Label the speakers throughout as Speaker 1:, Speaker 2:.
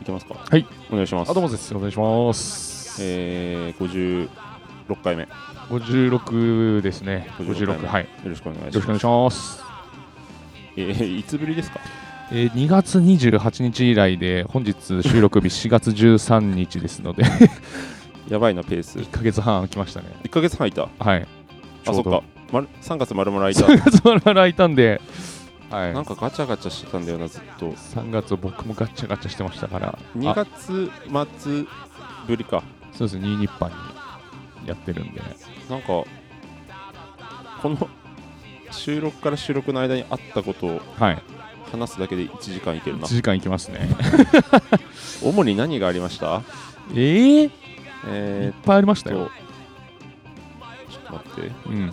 Speaker 1: いけますか
Speaker 2: はい
Speaker 1: お願いします
Speaker 2: あどうもですお願いします、
Speaker 1: えー、56回目よ
Speaker 2: 56ですね
Speaker 1: 56
Speaker 2: 56はいよ
Speaker 1: ろしくお願いしま
Speaker 2: ろしくお
Speaker 1: す
Speaker 2: 願いします
Speaker 1: えー、 いつぶりですか
Speaker 2: えー、2月28日以来で本日 収録日4月13日ですので
Speaker 1: やばいなペース
Speaker 2: 1ヶ月半空きましたね
Speaker 1: 1ヶ月半いた
Speaker 2: はい
Speaker 1: あそっか、まる、3月まるまる空い
Speaker 2: 3月まるまる空いたんではい
Speaker 1: たなんかガチャガチャしてたんだよなずっと
Speaker 2: 3月僕もガチャガチャしてましたから
Speaker 1: 2月末ぶりか
Speaker 2: あそうですね2日パンにやってるんで
Speaker 1: なんかこの収録から収録の間にあったことを
Speaker 2: はい
Speaker 1: 話すだけで1時間いける
Speaker 2: 1
Speaker 1: な
Speaker 2: 時間いきますね
Speaker 1: 主に何がありました
Speaker 2: えー、いっ
Speaker 1: え
Speaker 2: ぱいありまし
Speaker 1: ー、
Speaker 2: た
Speaker 1: っと
Speaker 2: よ
Speaker 1: ちょっと待って
Speaker 2: うん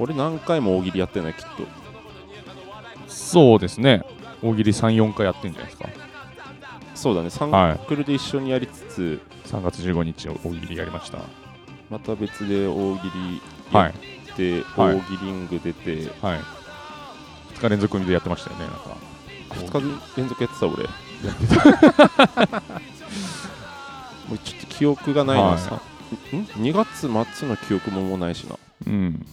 Speaker 1: 俺何回も大喜利やってないきっと
Speaker 2: そうですね大喜利34回やってるんじゃないですか
Speaker 1: そうだね
Speaker 2: は
Speaker 1: サ
Speaker 2: い
Speaker 1: ンクルで一緒にやりつつ、
Speaker 2: 3月15日を大喜利やりました
Speaker 1: また別で大喜利
Speaker 2: は
Speaker 1: や
Speaker 2: い
Speaker 1: って、
Speaker 2: はい
Speaker 1: 大喜利リング出て、
Speaker 2: はい2日連続でやってましたよねなんか
Speaker 1: 2日連続やってた俺 もうちょっと記憶がないな、
Speaker 2: はい
Speaker 1: さん2月末の記憶ももうないしな
Speaker 2: うん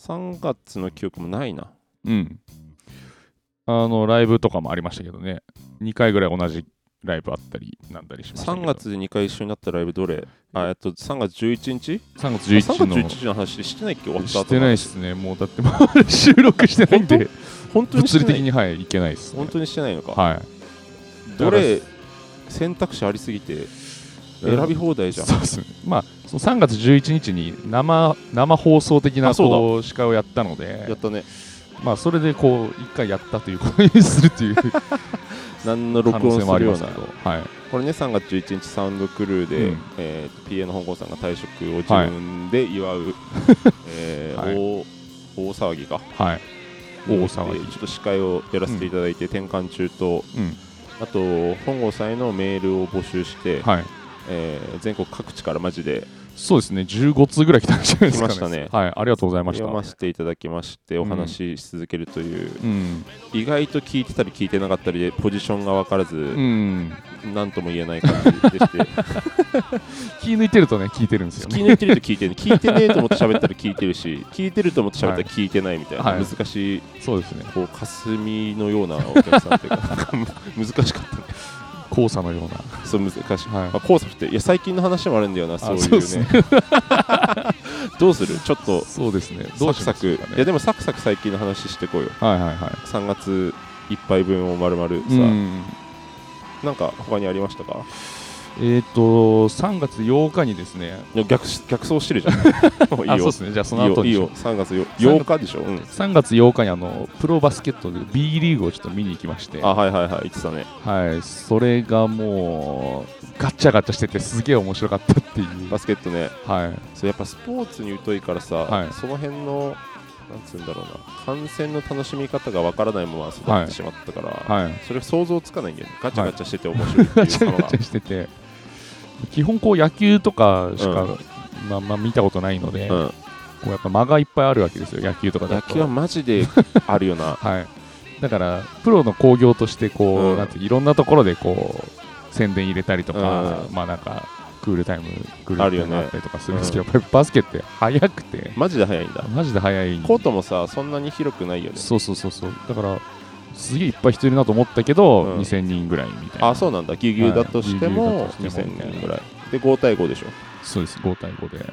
Speaker 1: 3月の記憶もないな
Speaker 2: うんあのライブとかもありましたけどね2回ぐらい同じライブあったりなんだりしましたけ
Speaker 1: 3
Speaker 2: ど
Speaker 1: 月で2回一緒になったライブどれあえっと3月11日
Speaker 2: 3月
Speaker 1: 3月
Speaker 2: 11
Speaker 1: 11
Speaker 2: の
Speaker 1: 日の話してないっけ終わった後
Speaker 2: してないですねもうだってまだ収録してないんで
Speaker 1: 本当にし
Speaker 2: 物
Speaker 1: てな
Speaker 2: 理的
Speaker 1: い
Speaker 2: にはいいけないです、ね
Speaker 1: 本、当にしてないのか、
Speaker 2: はい
Speaker 1: どれ選択肢ありすぎて選び放題じゃん
Speaker 2: そうですね。まあ、その3月11日に生生放送的
Speaker 1: あ
Speaker 2: な
Speaker 1: そうだ
Speaker 2: こう司会をやったの
Speaker 1: や
Speaker 2: で
Speaker 1: っ、たね
Speaker 2: まあ、それでこう一回やったということにするという可
Speaker 1: 何の録
Speaker 2: 能
Speaker 1: 音
Speaker 2: 性も
Speaker 1: す
Speaker 2: あ
Speaker 1: る
Speaker 2: り
Speaker 1: よ
Speaker 2: ま
Speaker 1: う
Speaker 2: す
Speaker 1: な
Speaker 2: けど、はい、
Speaker 1: これね3月11日サウンドクルーで、
Speaker 2: うん
Speaker 1: えー PA の本郷さんが退職を自分で祝 う、えー
Speaker 2: はい
Speaker 1: 大大騒ぎか
Speaker 2: はい、大騒
Speaker 1: でちょ
Speaker 2: ぎ、
Speaker 1: っと司会をやらせていただいて、転換中と
Speaker 2: うん、
Speaker 1: あと本郷さんへのメールを募集して、
Speaker 2: はい、
Speaker 1: えー全国各地からマジで
Speaker 2: そうですね、15通ぐらい来たんじゃないですか
Speaker 1: 来ましたね
Speaker 2: はい、ありがとうございました。
Speaker 1: 読ませていただきましてお話しし続けるという、
Speaker 2: うん、
Speaker 1: 意外と聞いてたり聞いてなかったりでポジションが分からず、
Speaker 2: うん、
Speaker 1: なんとも言えない感じでして
Speaker 2: 気抜いてるとね、聞いてるんですよ
Speaker 1: 聞き
Speaker 2: ね。
Speaker 1: 抜いてると聞いてる聞いてねえと思って喋ったら聞いてるし聞いてると思って喋ったら聞いてないみたいな、
Speaker 2: はい
Speaker 1: 難しい
Speaker 2: そうですね、
Speaker 1: こう霞のようなお客さんとい うかなんか難しかったね
Speaker 2: 交差のような、
Speaker 1: そう難しい、
Speaker 2: はい
Speaker 1: あ交差っていや最近の話もあるんだよなそういう
Speaker 2: そ
Speaker 1: ね
Speaker 2: うですね
Speaker 1: どうするちょっと
Speaker 2: そうですね、ど
Speaker 1: サクサ
Speaker 2: うします
Speaker 1: ク
Speaker 2: か
Speaker 1: いや
Speaker 2: ね。
Speaker 1: でもサクサク最近の話してこうよ
Speaker 2: はいはいは
Speaker 1: 3月いっぱい分を丸々さ、
Speaker 2: い。うん
Speaker 1: なんか他にありましたか
Speaker 2: えっ、と、3月8日にですね、
Speaker 1: いや逆し逆走してるじゃんもういい
Speaker 2: あ、そう
Speaker 1: よ
Speaker 2: ですね、じゃあその
Speaker 1: いいよ
Speaker 2: 後に
Speaker 1: いい
Speaker 2: しよう
Speaker 1: よ3月よ8日でしょ、うん、
Speaker 2: 3月8日にあのプロバスケットで B リーグをちょっと見に行きまして、
Speaker 1: あはいはいはい言ってたね
Speaker 2: はい、それがもうガチャガチャしててすげえ面白かったっていう、
Speaker 1: バスケットね
Speaker 2: はい、
Speaker 1: そうやっぱスポーツに疎いからさ、
Speaker 2: はい
Speaker 1: その辺のなんつうんだろうな観戦の楽しみ方がわからないまま育
Speaker 2: は
Speaker 1: っ
Speaker 2: い
Speaker 1: てしまったから、
Speaker 2: はい、
Speaker 1: それ想像つかないんだよねガチャガチャしてて面白い ってい
Speaker 2: ガ
Speaker 1: う
Speaker 2: チ
Speaker 1: 様
Speaker 2: ャガ
Speaker 1: が
Speaker 2: チャしてて基本こう野球とかしか、
Speaker 1: うん
Speaker 2: まあまあ見たことないので、こ
Speaker 1: うん
Speaker 2: うやっぱ間がいっぱいあるわけですよ野球とか
Speaker 1: 野
Speaker 2: だと
Speaker 1: 球はマジであるよな
Speaker 2: はい、だからプロの興行としてこう、
Speaker 1: うん
Speaker 2: なんていろんなところでこう宣伝入れたりとか、
Speaker 1: う
Speaker 2: まあなんかクールタイムクールタイムがあったりとかするんですけ
Speaker 1: あ
Speaker 2: ど、やっぱりバスケって速くて
Speaker 1: マジで早いんだ
Speaker 2: マジで速い
Speaker 1: コートもさそんなに広くないよね
Speaker 2: そうそうそうそうだからすげえいっぱい人いるなと思ったけど、
Speaker 1: うん
Speaker 2: 2000人ぐらいみたいな
Speaker 1: あそうなんだギュギュだとしても、
Speaker 2: はいギュギュだとしても
Speaker 1: 2000人ぐらいで5対5でしょ
Speaker 2: そうです5対5で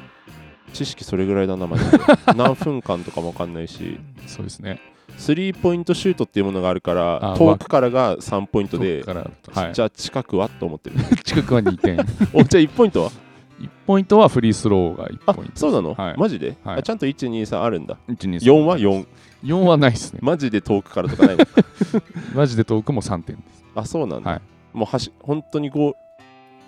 Speaker 1: 知識それぐらいだなマ ジで何分間とかもわかんないし
Speaker 2: そうですね
Speaker 1: スリーポイントシュートっていうものがあるから
Speaker 2: あ
Speaker 1: 遠くからが3ポイントで
Speaker 2: 遠くから、はい、
Speaker 1: じゃあ近くはと思ってる
Speaker 2: 近くは2点1
Speaker 1: おじゃあ1ポイントは
Speaker 2: ポイントはフリースローが1
Speaker 1: あ
Speaker 2: ポイント
Speaker 1: そうなの、
Speaker 2: はい
Speaker 1: マジで、
Speaker 2: はい
Speaker 1: あちゃんと123あるんだ4
Speaker 2: 4
Speaker 1: は4
Speaker 2: 4はないですね
Speaker 1: マジで遠くからとかない の
Speaker 2: マジで遠くも3点
Speaker 1: あそうなんだ、
Speaker 2: はい
Speaker 1: もうはし本当にゴー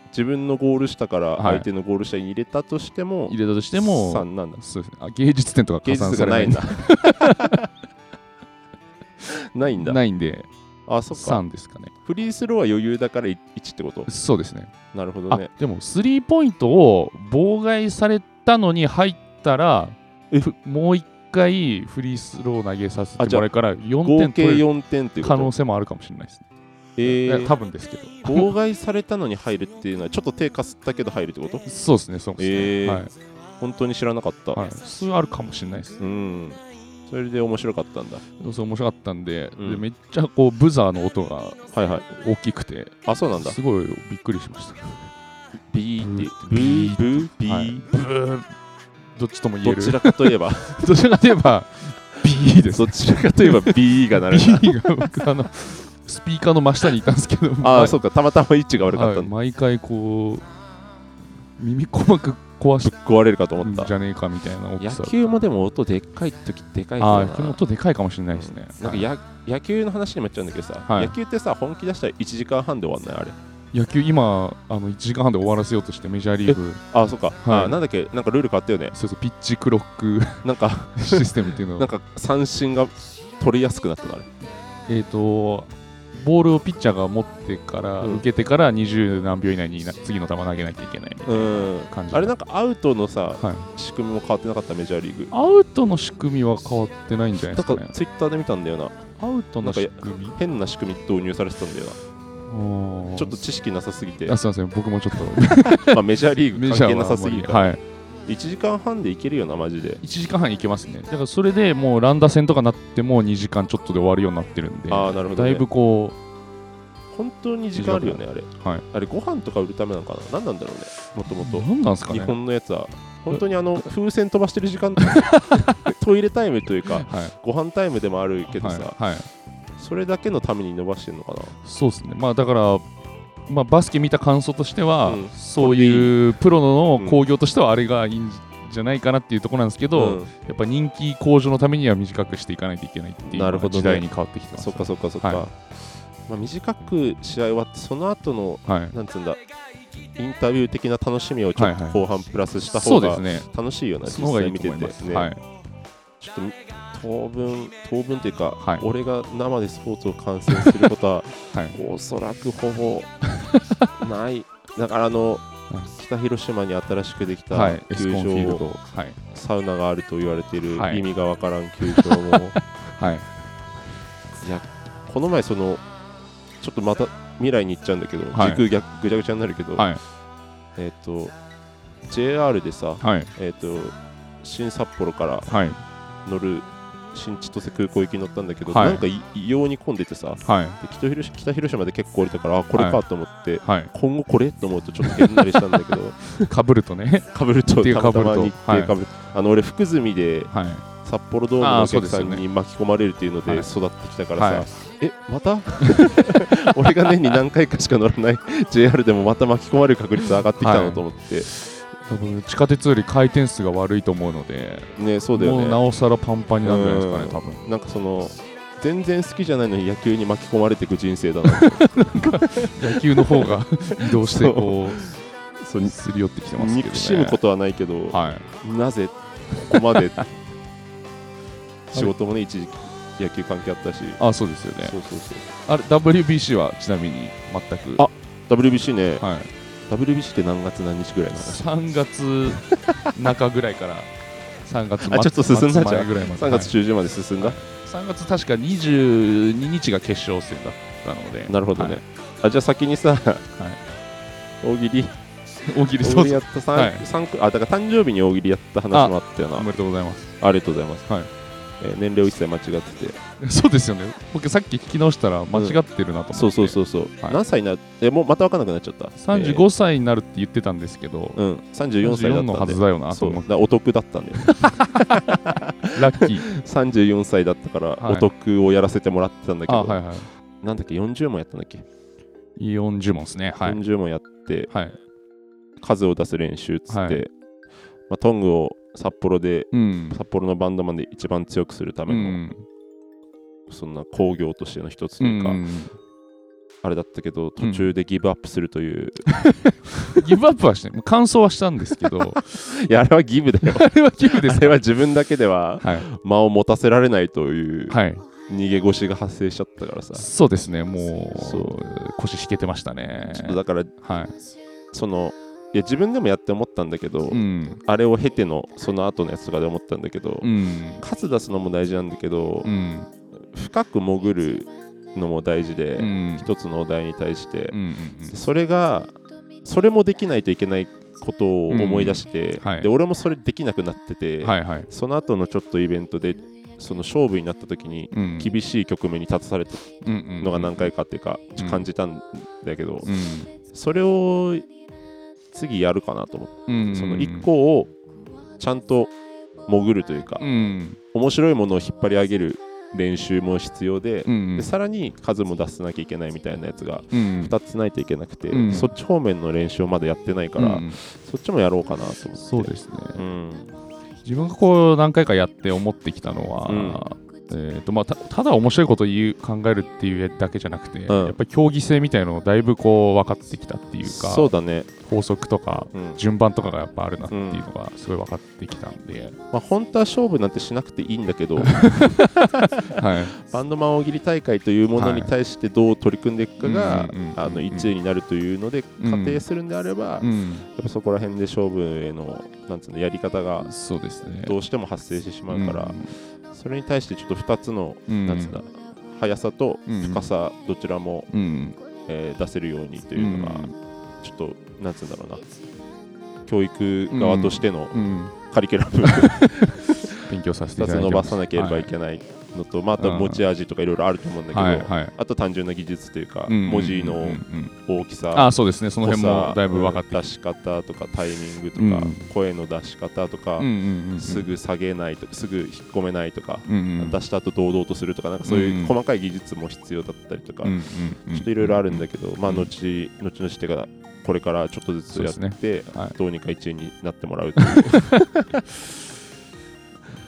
Speaker 1: 自分のゴール下から
Speaker 2: はい
Speaker 1: 相手のゴール下に入れたとしても、
Speaker 2: 入れたとしても
Speaker 1: 3なんだ
Speaker 2: そうですね。あ芸術点とか
Speaker 1: 芸
Speaker 2: 加算
Speaker 1: 術
Speaker 2: さ
Speaker 1: が
Speaker 2: れ
Speaker 1: な
Speaker 2: ない
Speaker 1: い
Speaker 2: ん
Speaker 1: ん
Speaker 2: で
Speaker 1: だないんだ
Speaker 2: ないんで、
Speaker 1: あそっか
Speaker 2: 3ですかね。
Speaker 1: フリースローは余裕だから1ってこと
Speaker 2: そうですね。
Speaker 1: なるほど
Speaker 2: あ
Speaker 1: ね
Speaker 2: でも、スリーポイントを妨害されたのに入ったら、
Speaker 1: え
Speaker 2: ふもう一回フリースロー投げさせてもらうから、
Speaker 1: 合
Speaker 2: 4点
Speaker 1: 計
Speaker 2: 取れる
Speaker 1: 4点っていうこ
Speaker 2: 可能
Speaker 1: と
Speaker 2: 性もあるかもしれないですね。
Speaker 1: え
Speaker 2: いや
Speaker 1: ー、
Speaker 2: 多分ですけど
Speaker 1: 妨害されたのに入るっていうのはちょっと手かすったけど入るってこと
Speaker 2: そうですねそうですね、
Speaker 1: えー
Speaker 2: はい
Speaker 1: 本当に知らなかった、
Speaker 2: はい、普通あるかもしれないです
Speaker 1: うんそれで面白かったんだ
Speaker 2: そう面白かったんで,で、
Speaker 1: うん
Speaker 2: めっちゃこうブザーの音が
Speaker 1: はいはい
Speaker 2: 大きくて
Speaker 1: あそうなんだ
Speaker 2: すごいびっくりしました
Speaker 1: ビーって
Speaker 2: ブー
Speaker 1: ブービー、
Speaker 2: はいブーどっちとも言え
Speaker 1: ど
Speaker 2: る
Speaker 1: ちらかといえば
Speaker 2: どちらかといえば B です
Speaker 1: どちらかといえば B がなる
Speaker 2: B が僕あのスピーカーの真下にいたんですけど
Speaker 1: ああ
Speaker 2: そ
Speaker 1: そうかたまたま位置が悪かったんだ、
Speaker 2: 毎回こう耳細く壊し
Speaker 1: ぶっ壊れるかと思ったた
Speaker 2: んじゃねえかみたいな大き
Speaker 1: 野
Speaker 2: さ
Speaker 1: 球もでも音でっかい時でかい
Speaker 2: あ
Speaker 1: か
Speaker 2: あ
Speaker 1: ら
Speaker 2: この
Speaker 1: な
Speaker 2: 音でかいかもしれないですね、
Speaker 1: なんかや野球の話にもなっちゃうんだけどさ、
Speaker 2: はい
Speaker 1: 野球ってさ本気出したら1時間半で終わんないあれ
Speaker 2: 野球今あの1時間半で終わらせようとしてメジャーリーグ
Speaker 1: あそうか、
Speaker 2: はい
Speaker 1: あなんだっけなんかルール変わったよね
Speaker 2: そうそうピッチクロック
Speaker 1: なんか
Speaker 2: システムっていうのを
Speaker 1: なんか三振が取りやすくなったのあれ
Speaker 2: えっ、とボールをピッチャーが持ってから、
Speaker 1: うん
Speaker 2: 受けてから20何秒以内にな次の球投げなきゃいけないみたいな
Speaker 1: うん
Speaker 2: 感じ
Speaker 1: あれなんかアウトのさ
Speaker 2: はい、
Speaker 1: 仕組みも変わってなかったメジャーリーグ
Speaker 2: アウトの仕組みは変わってないんじゃない
Speaker 1: な
Speaker 2: で
Speaker 1: ん
Speaker 2: すか
Speaker 1: か
Speaker 2: ね
Speaker 1: ツイッターで見たんだよな
Speaker 2: アウトの仕組み
Speaker 1: 変な仕組み導入されてたんだよ
Speaker 2: おー
Speaker 1: なちょっと知識なさすぎて
Speaker 2: あ、すいません僕もちょ っと
Speaker 1: まあ、メジャーリーグ
Speaker 2: メ
Speaker 1: 関
Speaker 2: ジャー
Speaker 1: 係な
Speaker 2: はあ
Speaker 1: さ
Speaker 2: んます
Speaker 1: ぎ
Speaker 2: り
Speaker 1: て、
Speaker 2: はい
Speaker 1: 1時間半でいけるよなマジで
Speaker 2: 1時間半いけますねだからそれでもう乱打戦とかなっても2時間ちょっとで終わるようになってるんで
Speaker 1: ああなるほど、
Speaker 2: だ
Speaker 1: ね、
Speaker 2: いぶこ
Speaker 1: 本当に時間あるよねあれ、
Speaker 2: はい
Speaker 1: あれご飯とか売るためなのかな何なんだろうねもとも
Speaker 2: う
Speaker 1: と
Speaker 2: 何なんですか
Speaker 1: 日
Speaker 2: ね
Speaker 1: 本のやつは本当にあの風船飛ばしてる時間 トイレタイムというか
Speaker 2: はい
Speaker 1: ご飯タイムでもあるけど
Speaker 2: は
Speaker 1: さ、
Speaker 2: い、はい、
Speaker 1: それだけのために伸ばしてるのかな
Speaker 2: そうですねまあだからまあ、バスケ見た感想としては、
Speaker 1: うん
Speaker 2: そういうプロの興行としてはあれがいいんじゃないかなっていうところなんですけど、
Speaker 1: ん
Speaker 2: やっぱ人気向上のためには短くしていかないといけないっていう
Speaker 1: なるほどね
Speaker 2: 時代に変わってきてます、
Speaker 1: そっかそっかそっか、
Speaker 2: は
Speaker 1: まあ、短く試合終わってその後の
Speaker 2: はい、
Speaker 1: なんつうんだインタビュー的な楽しみをちょっと
Speaker 2: はいはい
Speaker 1: 後半プラスした
Speaker 2: そ
Speaker 1: 方
Speaker 2: うで
Speaker 1: が
Speaker 2: すね
Speaker 1: 楽しいような、
Speaker 2: その方がいい
Speaker 1: 実
Speaker 2: と
Speaker 1: 際
Speaker 2: 思
Speaker 1: 見て
Speaker 2: いま
Speaker 1: て
Speaker 2: す、
Speaker 1: ね、
Speaker 2: はい、
Speaker 1: ちょっと当分当分というか、
Speaker 2: はい
Speaker 1: 俺が生でスポーツを観戦すること は、
Speaker 2: はい
Speaker 1: おそらくほぼないだからあの
Speaker 2: い
Speaker 1: 北広島に新しくでき
Speaker 2: は
Speaker 1: た
Speaker 2: い、エス
Speaker 1: 球
Speaker 2: コンフ
Speaker 1: 場、
Speaker 2: ィールドはい、
Speaker 1: サウナがあると言われている
Speaker 2: はい
Speaker 1: 意味がわからん球場も、
Speaker 2: はい、
Speaker 1: この前そのちょっとまた未来に行っちゃうんだけど、
Speaker 2: はい
Speaker 1: 軸逆ぐちゃぐちゃになるけど、
Speaker 2: はい
Speaker 1: えっ、と JR でさ、
Speaker 2: はい、
Speaker 1: えっ、と新札幌から
Speaker 2: はい、
Speaker 1: 乗る新千歳空港行きに乗ったんだけど、
Speaker 2: はい
Speaker 1: なんかい異様に混んでてさ
Speaker 2: はい、
Speaker 1: で北広北広島で結構降りたからあこれかと思って、
Speaker 2: はい、
Speaker 1: 今後これと思うとちょっとげんなりしたんだけ ど
Speaker 2: かぶるとね、
Speaker 1: かぶると
Speaker 2: っていう
Speaker 1: たまたま
Speaker 2: 被
Speaker 1: 日
Speaker 2: るとはい
Speaker 1: 程かぶるあの俺福住で
Speaker 2: はい、
Speaker 1: 札幌ドームの
Speaker 2: あ
Speaker 1: お
Speaker 2: ーそ
Speaker 1: 客
Speaker 2: うです
Speaker 1: さ
Speaker 2: よ
Speaker 1: ん
Speaker 2: ね
Speaker 1: に巻き込まれるっていうので
Speaker 2: はい
Speaker 1: 育ってきたからさ、
Speaker 2: はい
Speaker 1: えまた俺が年に何回かしか乗らない JR でもまた巻き込まれる確率上がってきた
Speaker 2: は
Speaker 1: の
Speaker 2: い
Speaker 1: と思って、
Speaker 2: 多分地下鉄より回転数が悪いと思うので、
Speaker 1: ねそうだよ
Speaker 2: もうな
Speaker 1: ね
Speaker 2: おさらパンパンになるんじゃないですかね、多分。
Speaker 1: なんかその全然好きじゃないのに野球に巻き込まれていく人生だな
Speaker 2: 野球の 方が移動して
Speaker 1: そう
Speaker 2: こ
Speaker 1: そうう
Speaker 2: すり寄ってきてます けどね。
Speaker 1: 憎しむことはないけど、
Speaker 2: はい。
Speaker 1: なぜここま で仕事もね一時期野球関係あったし、
Speaker 2: あ、そうですよね。
Speaker 1: そうそうそう
Speaker 2: あれ WBC はちなみに全く。
Speaker 1: あ WBC ね、
Speaker 2: はい。
Speaker 1: WBC って何月何日ぐらいなの
Speaker 2: 3月中ぐらいから3月末
Speaker 1: あちょっと進んだじゃん
Speaker 2: 末前ぐらいまで
Speaker 1: 3月
Speaker 2: はい
Speaker 1: 中旬まで進んだ、
Speaker 2: 3月確か22日が決勝戦だったので
Speaker 1: なるほどね、あじゃあ先にさ、大喜利
Speaker 2: 大喜利そ
Speaker 1: 大喜
Speaker 2: う
Speaker 1: 利
Speaker 2: そ
Speaker 1: や
Speaker 2: う
Speaker 1: ったさん
Speaker 2: はい
Speaker 1: さんくあだから誕生日に大喜利やった話もあったよな
Speaker 2: お
Speaker 1: あ
Speaker 2: めでとうございます
Speaker 1: りがとうございます、
Speaker 2: はい
Speaker 1: えー年齢を一切間違ってて
Speaker 2: そうですよね僕さっき聞き直したら間違ってるなと思って、
Speaker 1: そうそうそうそう、
Speaker 2: はい
Speaker 1: 何歳になるえもうまた分かんなくなっちゃった
Speaker 2: 35歳になるって言ってたんですけど、
Speaker 1: えーうん34歳だったん
Speaker 2: の
Speaker 1: で
Speaker 2: はずだよなと
Speaker 1: そう
Speaker 2: 思
Speaker 1: だ
Speaker 2: っ
Speaker 1: か
Speaker 2: て
Speaker 1: らお得だ ったんで
Speaker 2: ラッキー
Speaker 1: 34歳だったから
Speaker 2: はい
Speaker 1: お得をやらせてもらってたんだけど、
Speaker 2: あはいは
Speaker 1: なんだっけ40問やったんだっけ、
Speaker 2: い40問ですねはい、
Speaker 1: 40問やって
Speaker 2: はい
Speaker 1: 数を出す練習っつって、
Speaker 2: はい
Speaker 1: まあ、トングを札幌で
Speaker 2: うん
Speaker 1: 札幌のバンドマンで一番強くするた
Speaker 2: う
Speaker 1: めの、
Speaker 2: ん
Speaker 1: そんな工業としての一つというか、
Speaker 2: うん
Speaker 1: あれだったけど途中でギブアップするという、
Speaker 2: ギブアップはしてもう完走はしたんですけど
Speaker 1: いやあれはギブ だよ
Speaker 2: あれはギブで
Speaker 1: あ
Speaker 2: す
Speaker 1: れは自分だけでは
Speaker 2: はい、
Speaker 1: 間を持たせられないという
Speaker 2: はい、
Speaker 1: 逃げ腰が発生しちゃったからさ、
Speaker 2: そうですね、も
Speaker 1: そう
Speaker 2: 腰引けてましたね。
Speaker 1: ちょっとだから
Speaker 2: はい。
Speaker 1: そのいや自分でもやって思ったんだけど、
Speaker 2: うん。
Speaker 1: あれを経てのその後のやつとかで思ったんだけど、
Speaker 2: うん。
Speaker 1: 数出すのも大事なんだけど、
Speaker 2: うん。
Speaker 1: 深く潜るのも大事で、
Speaker 2: うん
Speaker 1: 一つのお題に対して
Speaker 2: うんうん
Speaker 1: それがそれもできないといけないことを思い出して、
Speaker 2: うんはい
Speaker 1: で俺もそれできなくなってて、
Speaker 2: うんはいはい
Speaker 1: その後のちょっとイベントでその勝負になった時に厳
Speaker 2: し
Speaker 1: しい局面に立たされた
Speaker 2: い
Speaker 1: のが何回かっていうか、
Speaker 2: うん
Speaker 1: 感じたんだけど、
Speaker 2: うん
Speaker 1: それを次やるかなと思って、
Speaker 2: うん
Speaker 1: その1個をちゃんと潜るというか、
Speaker 2: うん
Speaker 1: 面白いものを引っ張り上げる練習も必要で,、
Speaker 2: うん
Speaker 1: でさらに数も出さなきゃいけないみたいなやつが
Speaker 2: うん
Speaker 1: 2つないといけなくて、
Speaker 2: うん
Speaker 1: そっち方面の練習をまだやってないから、
Speaker 2: うん
Speaker 1: そっちもやろうかなと思って。
Speaker 2: そうですね
Speaker 1: うん
Speaker 2: 自分がこう何回かやって思ってきたのは、
Speaker 1: うん
Speaker 2: えーとまあ、たただ面白いこと言う考えるっていうだけじゃなくて、
Speaker 1: うん
Speaker 2: やっぱり競技性みたいのをだいぶこう分かってきたっていうか
Speaker 1: そうだね、
Speaker 2: 法則とか
Speaker 1: うん
Speaker 2: 順番とかがやっぱあるなっていうのがすごい分かってきたん で、
Speaker 1: まあ、本当は勝負なんてしなくていいんだけど
Speaker 2: はい、
Speaker 1: バンドマン大喜利大会というものに対してどう取り組んでいくかが
Speaker 2: はいうんうんうんうん
Speaker 1: あの1位になるというので
Speaker 2: うん
Speaker 1: 仮定するんであれば、
Speaker 2: う
Speaker 1: や
Speaker 2: ん、
Speaker 1: っぱそこら辺で勝負へのなんつうのやり方が
Speaker 2: そうですね
Speaker 1: どうしても発生してしまうから、それに対してちょっと2つの、
Speaker 2: うん、
Speaker 1: なんつうんだ速さと
Speaker 2: うん
Speaker 1: 深さどちらも、
Speaker 2: うん、
Speaker 1: えー出せるようにというのが、ちょっとなんつうんだろうな教育側としての
Speaker 2: うんうん
Speaker 1: カリキュラム、
Speaker 2: 勉強させてい
Speaker 1: 2
Speaker 2: た
Speaker 1: つ
Speaker 2: だいて
Speaker 1: 伸ば
Speaker 2: ます
Speaker 1: さなければいけないのと、まあ、あと
Speaker 2: うん
Speaker 1: 持ち味とかいろいろあると思うんだけど、
Speaker 2: はいはいはい
Speaker 1: あと単純な技術というか、
Speaker 2: うん
Speaker 1: 文字
Speaker 2: うんうんう
Speaker 1: の
Speaker 2: ん
Speaker 1: 大きさ、
Speaker 2: あそうですねその辺も
Speaker 1: 濃さ
Speaker 2: だいぶ分かってきた
Speaker 1: 出し方とかタイミングとか、
Speaker 2: うん
Speaker 1: 声の出し方とか、
Speaker 2: うんうんうん
Speaker 1: すぐ下げないとかすぐ引っ込めないとか、
Speaker 2: うんうん
Speaker 1: 出した後堂々とするとかなんかそうい
Speaker 2: うん
Speaker 1: う細かい技術も必要だったりとか、
Speaker 2: うんうんうん
Speaker 1: ちょっといろいろあるんだけど、まあ、後後々っていうかこれからちょっとずつやっ
Speaker 2: そうで
Speaker 1: て、
Speaker 2: はい
Speaker 1: どうにか1位になってもらうという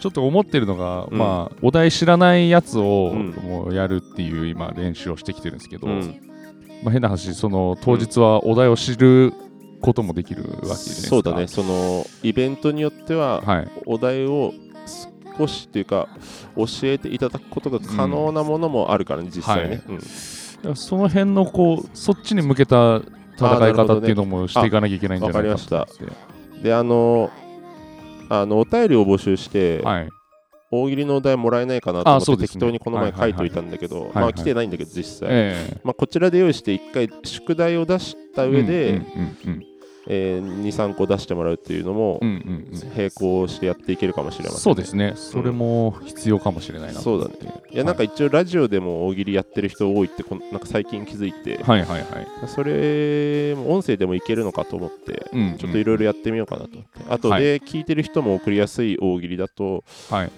Speaker 2: ちょっと思ってるのが、
Speaker 1: うん
Speaker 2: まあお題知らないやつを
Speaker 1: うん
Speaker 2: もうやるっていう今練習をしてきてるんですけど、
Speaker 1: うん
Speaker 2: まあ、変な話その当日はお題を知ることもできるわけじゃないですか。
Speaker 1: そうだねそのイベントによっては、
Speaker 2: はい。
Speaker 1: お題を少しというか教えていただくことが可能なものもあるからね、実際ね、うん
Speaker 2: だからその辺のこうそっちに向けた戦い方っていうのもしていかなきゃいけないんじゃないかと思って。
Speaker 1: であのあのお便りを募集して、
Speaker 2: はい。
Speaker 1: 大喜利のお題もらえないかなと思
Speaker 2: あそ
Speaker 1: っ
Speaker 2: う
Speaker 1: て
Speaker 2: ですね
Speaker 1: 適当にこの前書いといたんだけど、
Speaker 2: いはいはい
Speaker 1: まあ来てないんだけど実際、
Speaker 2: え
Speaker 1: まあ、こちらで用意して1回宿題を出した
Speaker 2: え
Speaker 1: 上で、
Speaker 2: うんうん
Speaker 1: え23個出してもらうっていうのも
Speaker 2: うんうんうんうん
Speaker 1: 並行してやっていけるかもしれません、
Speaker 2: そうですね。それも必要かもしれないなと思って。
Speaker 1: いやなんか一応ラジオでも大喜利やってる人多いってこんなんか最近気づいて、
Speaker 2: はいはいはい。
Speaker 1: それも音声でもいけるのかと思って、
Speaker 2: うんうん
Speaker 1: ちょっといろいろやってみようかなと思って、あと
Speaker 2: はい
Speaker 1: で聞いてる人も送りやすい大喜利だと
Speaker 2: はい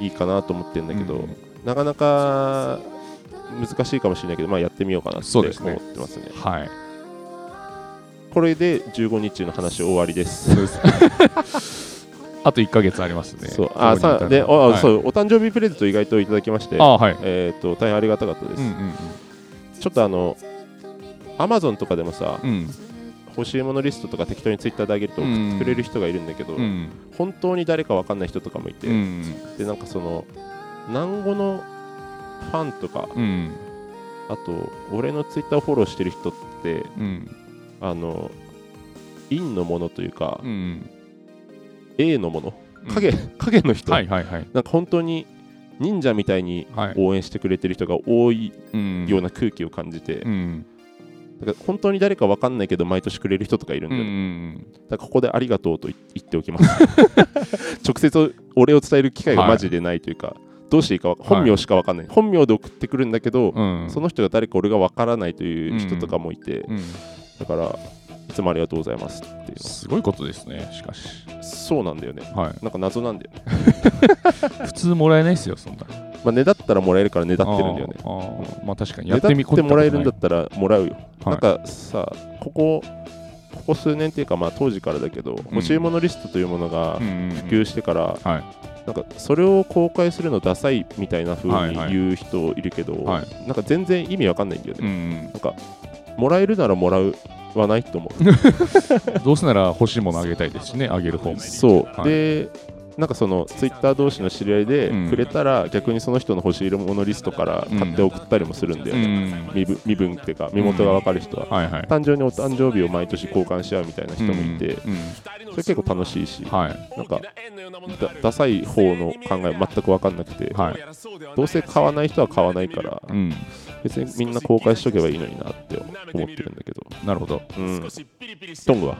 Speaker 1: いいかなと思ってるんだけど、
Speaker 2: うん
Speaker 1: なかなか難しいかもしれないけど、まあ、やってみようかなって
Speaker 2: そう
Speaker 1: 思
Speaker 2: で
Speaker 1: っ
Speaker 2: すね
Speaker 1: てますね
Speaker 2: はい。
Speaker 1: これで15日の話終わりです
Speaker 2: そうです。 あと1ヶ月ありますね。
Speaker 1: そうあさあであ、
Speaker 2: はい
Speaker 1: そうお誕生日プレゼント意外といただきまして
Speaker 2: あはい。
Speaker 1: えー、と大変ありがたかったです、
Speaker 2: うんうん
Speaker 1: ちょっとあの Amazon とかでもさ、
Speaker 2: うん。
Speaker 1: 欲しいものリストとか適当に Twitter であげると送ってくれる人がいるんだけど、
Speaker 2: うん。
Speaker 1: 本当に誰か分かんない人とかもいて、
Speaker 2: うん。
Speaker 1: でなんかその南語のファンとか
Speaker 2: うん。
Speaker 1: あと俺のツイッターフォローしてる人って
Speaker 2: うん。
Speaker 1: あの陰のものというか、
Speaker 2: うん。
Speaker 1: A のもの影,、影の人、
Speaker 2: はいはいはい。
Speaker 1: なんか本当に忍者みたいに
Speaker 2: はい。
Speaker 1: 応援してくれてる人が多い
Speaker 2: うん
Speaker 1: ような空気を感じて、
Speaker 2: うん。
Speaker 1: だから本当に誰か分かんないけど毎年くれる人とかいるん
Speaker 2: う
Speaker 1: だよね、
Speaker 2: ん。
Speaker 1: だからここでありがとうと言言っておきます 直接お礼を伝える機会がマジでないというか、どうしていいかわ本名しか分かんない、本名で送ってくるんだけど、
Speaker 2: うん。
Speaker 1: その人が誰か俺が分からないという人とかもいて、
Speaker 2: うん
Speaker 1: だからいつもありがとうございますっていう
Speaker 2: すごいことですね、しかし。
Speaker 1: のそうなんだよね
Speaker 2: はい。
Speaker 1: なんか謎なんだよね、
Speaker 2: 普通もらえないですよ、そんな。
Speaker 1: まあ、ねだったらもらえるからねだってるんだよね
Speaker 2: あーあーまあ確かに。や
Speaker 1: ね
Speaker 2: っ
Speaker 1: だって
Speaker 2: み
Speaker 1: てもらえるんだったらもらうよ、
Speaker 2: はい
Speaker 1: なんかさここここ数年っていうかまあ当時からだけど、欲しいものリストというものが普
Speaker 2: 普
Speaker 1: 及してから、
Speaker 2: はい。
Speaker 1: なんかそれを公開するのダサいみたいな風
Speaker 2: はい
Speaker 1: に
Speaker 2: はい
Speaker 1: 言う人いるけど、
Speaker 2: はい
Speaker 1: なんか全然意味わかんないんだよね、
Speaker 2: うん
Speaker 1: なんかもらえるならもらうはないと思
Speaker 2: どうせなら欲しいものあげたいですしね、あげる方も
Speaker 1: う。そう、
Speaker 2: はい
Speaker 1: でなんかそのツイッター同士の知り合いで
Speaker 2: うん
Speaker 1: くれたら逆にその人の欲しいものリストから買って送ったりもするんだよ
Speaker 2: う
Speaker 1: ね、
Speaker 2: ん。
Speaker 1: 身分身分っていうか身元がわかる人は、
Speaker 2: はいはい。
Speaker 1: 誕生日にお誕生日を毎年交換し合うみたいな人もいて、
Speaker 2: うんうん
Speaker 1: それ結構楽しいし、
Speaker 2: はい。
Speaker 1: なんかだダサい方の考え全く分かんなくて、
Speaker 2: はい。
Speaker 1: どうせ買わない人は買わないから、
Speaker 2: うん。
Speaker 1: い別にみんな公開しとけばいいのになって思ってるんだけど、
Speaker 2: なるほど。
Speaker 1: うん、トングは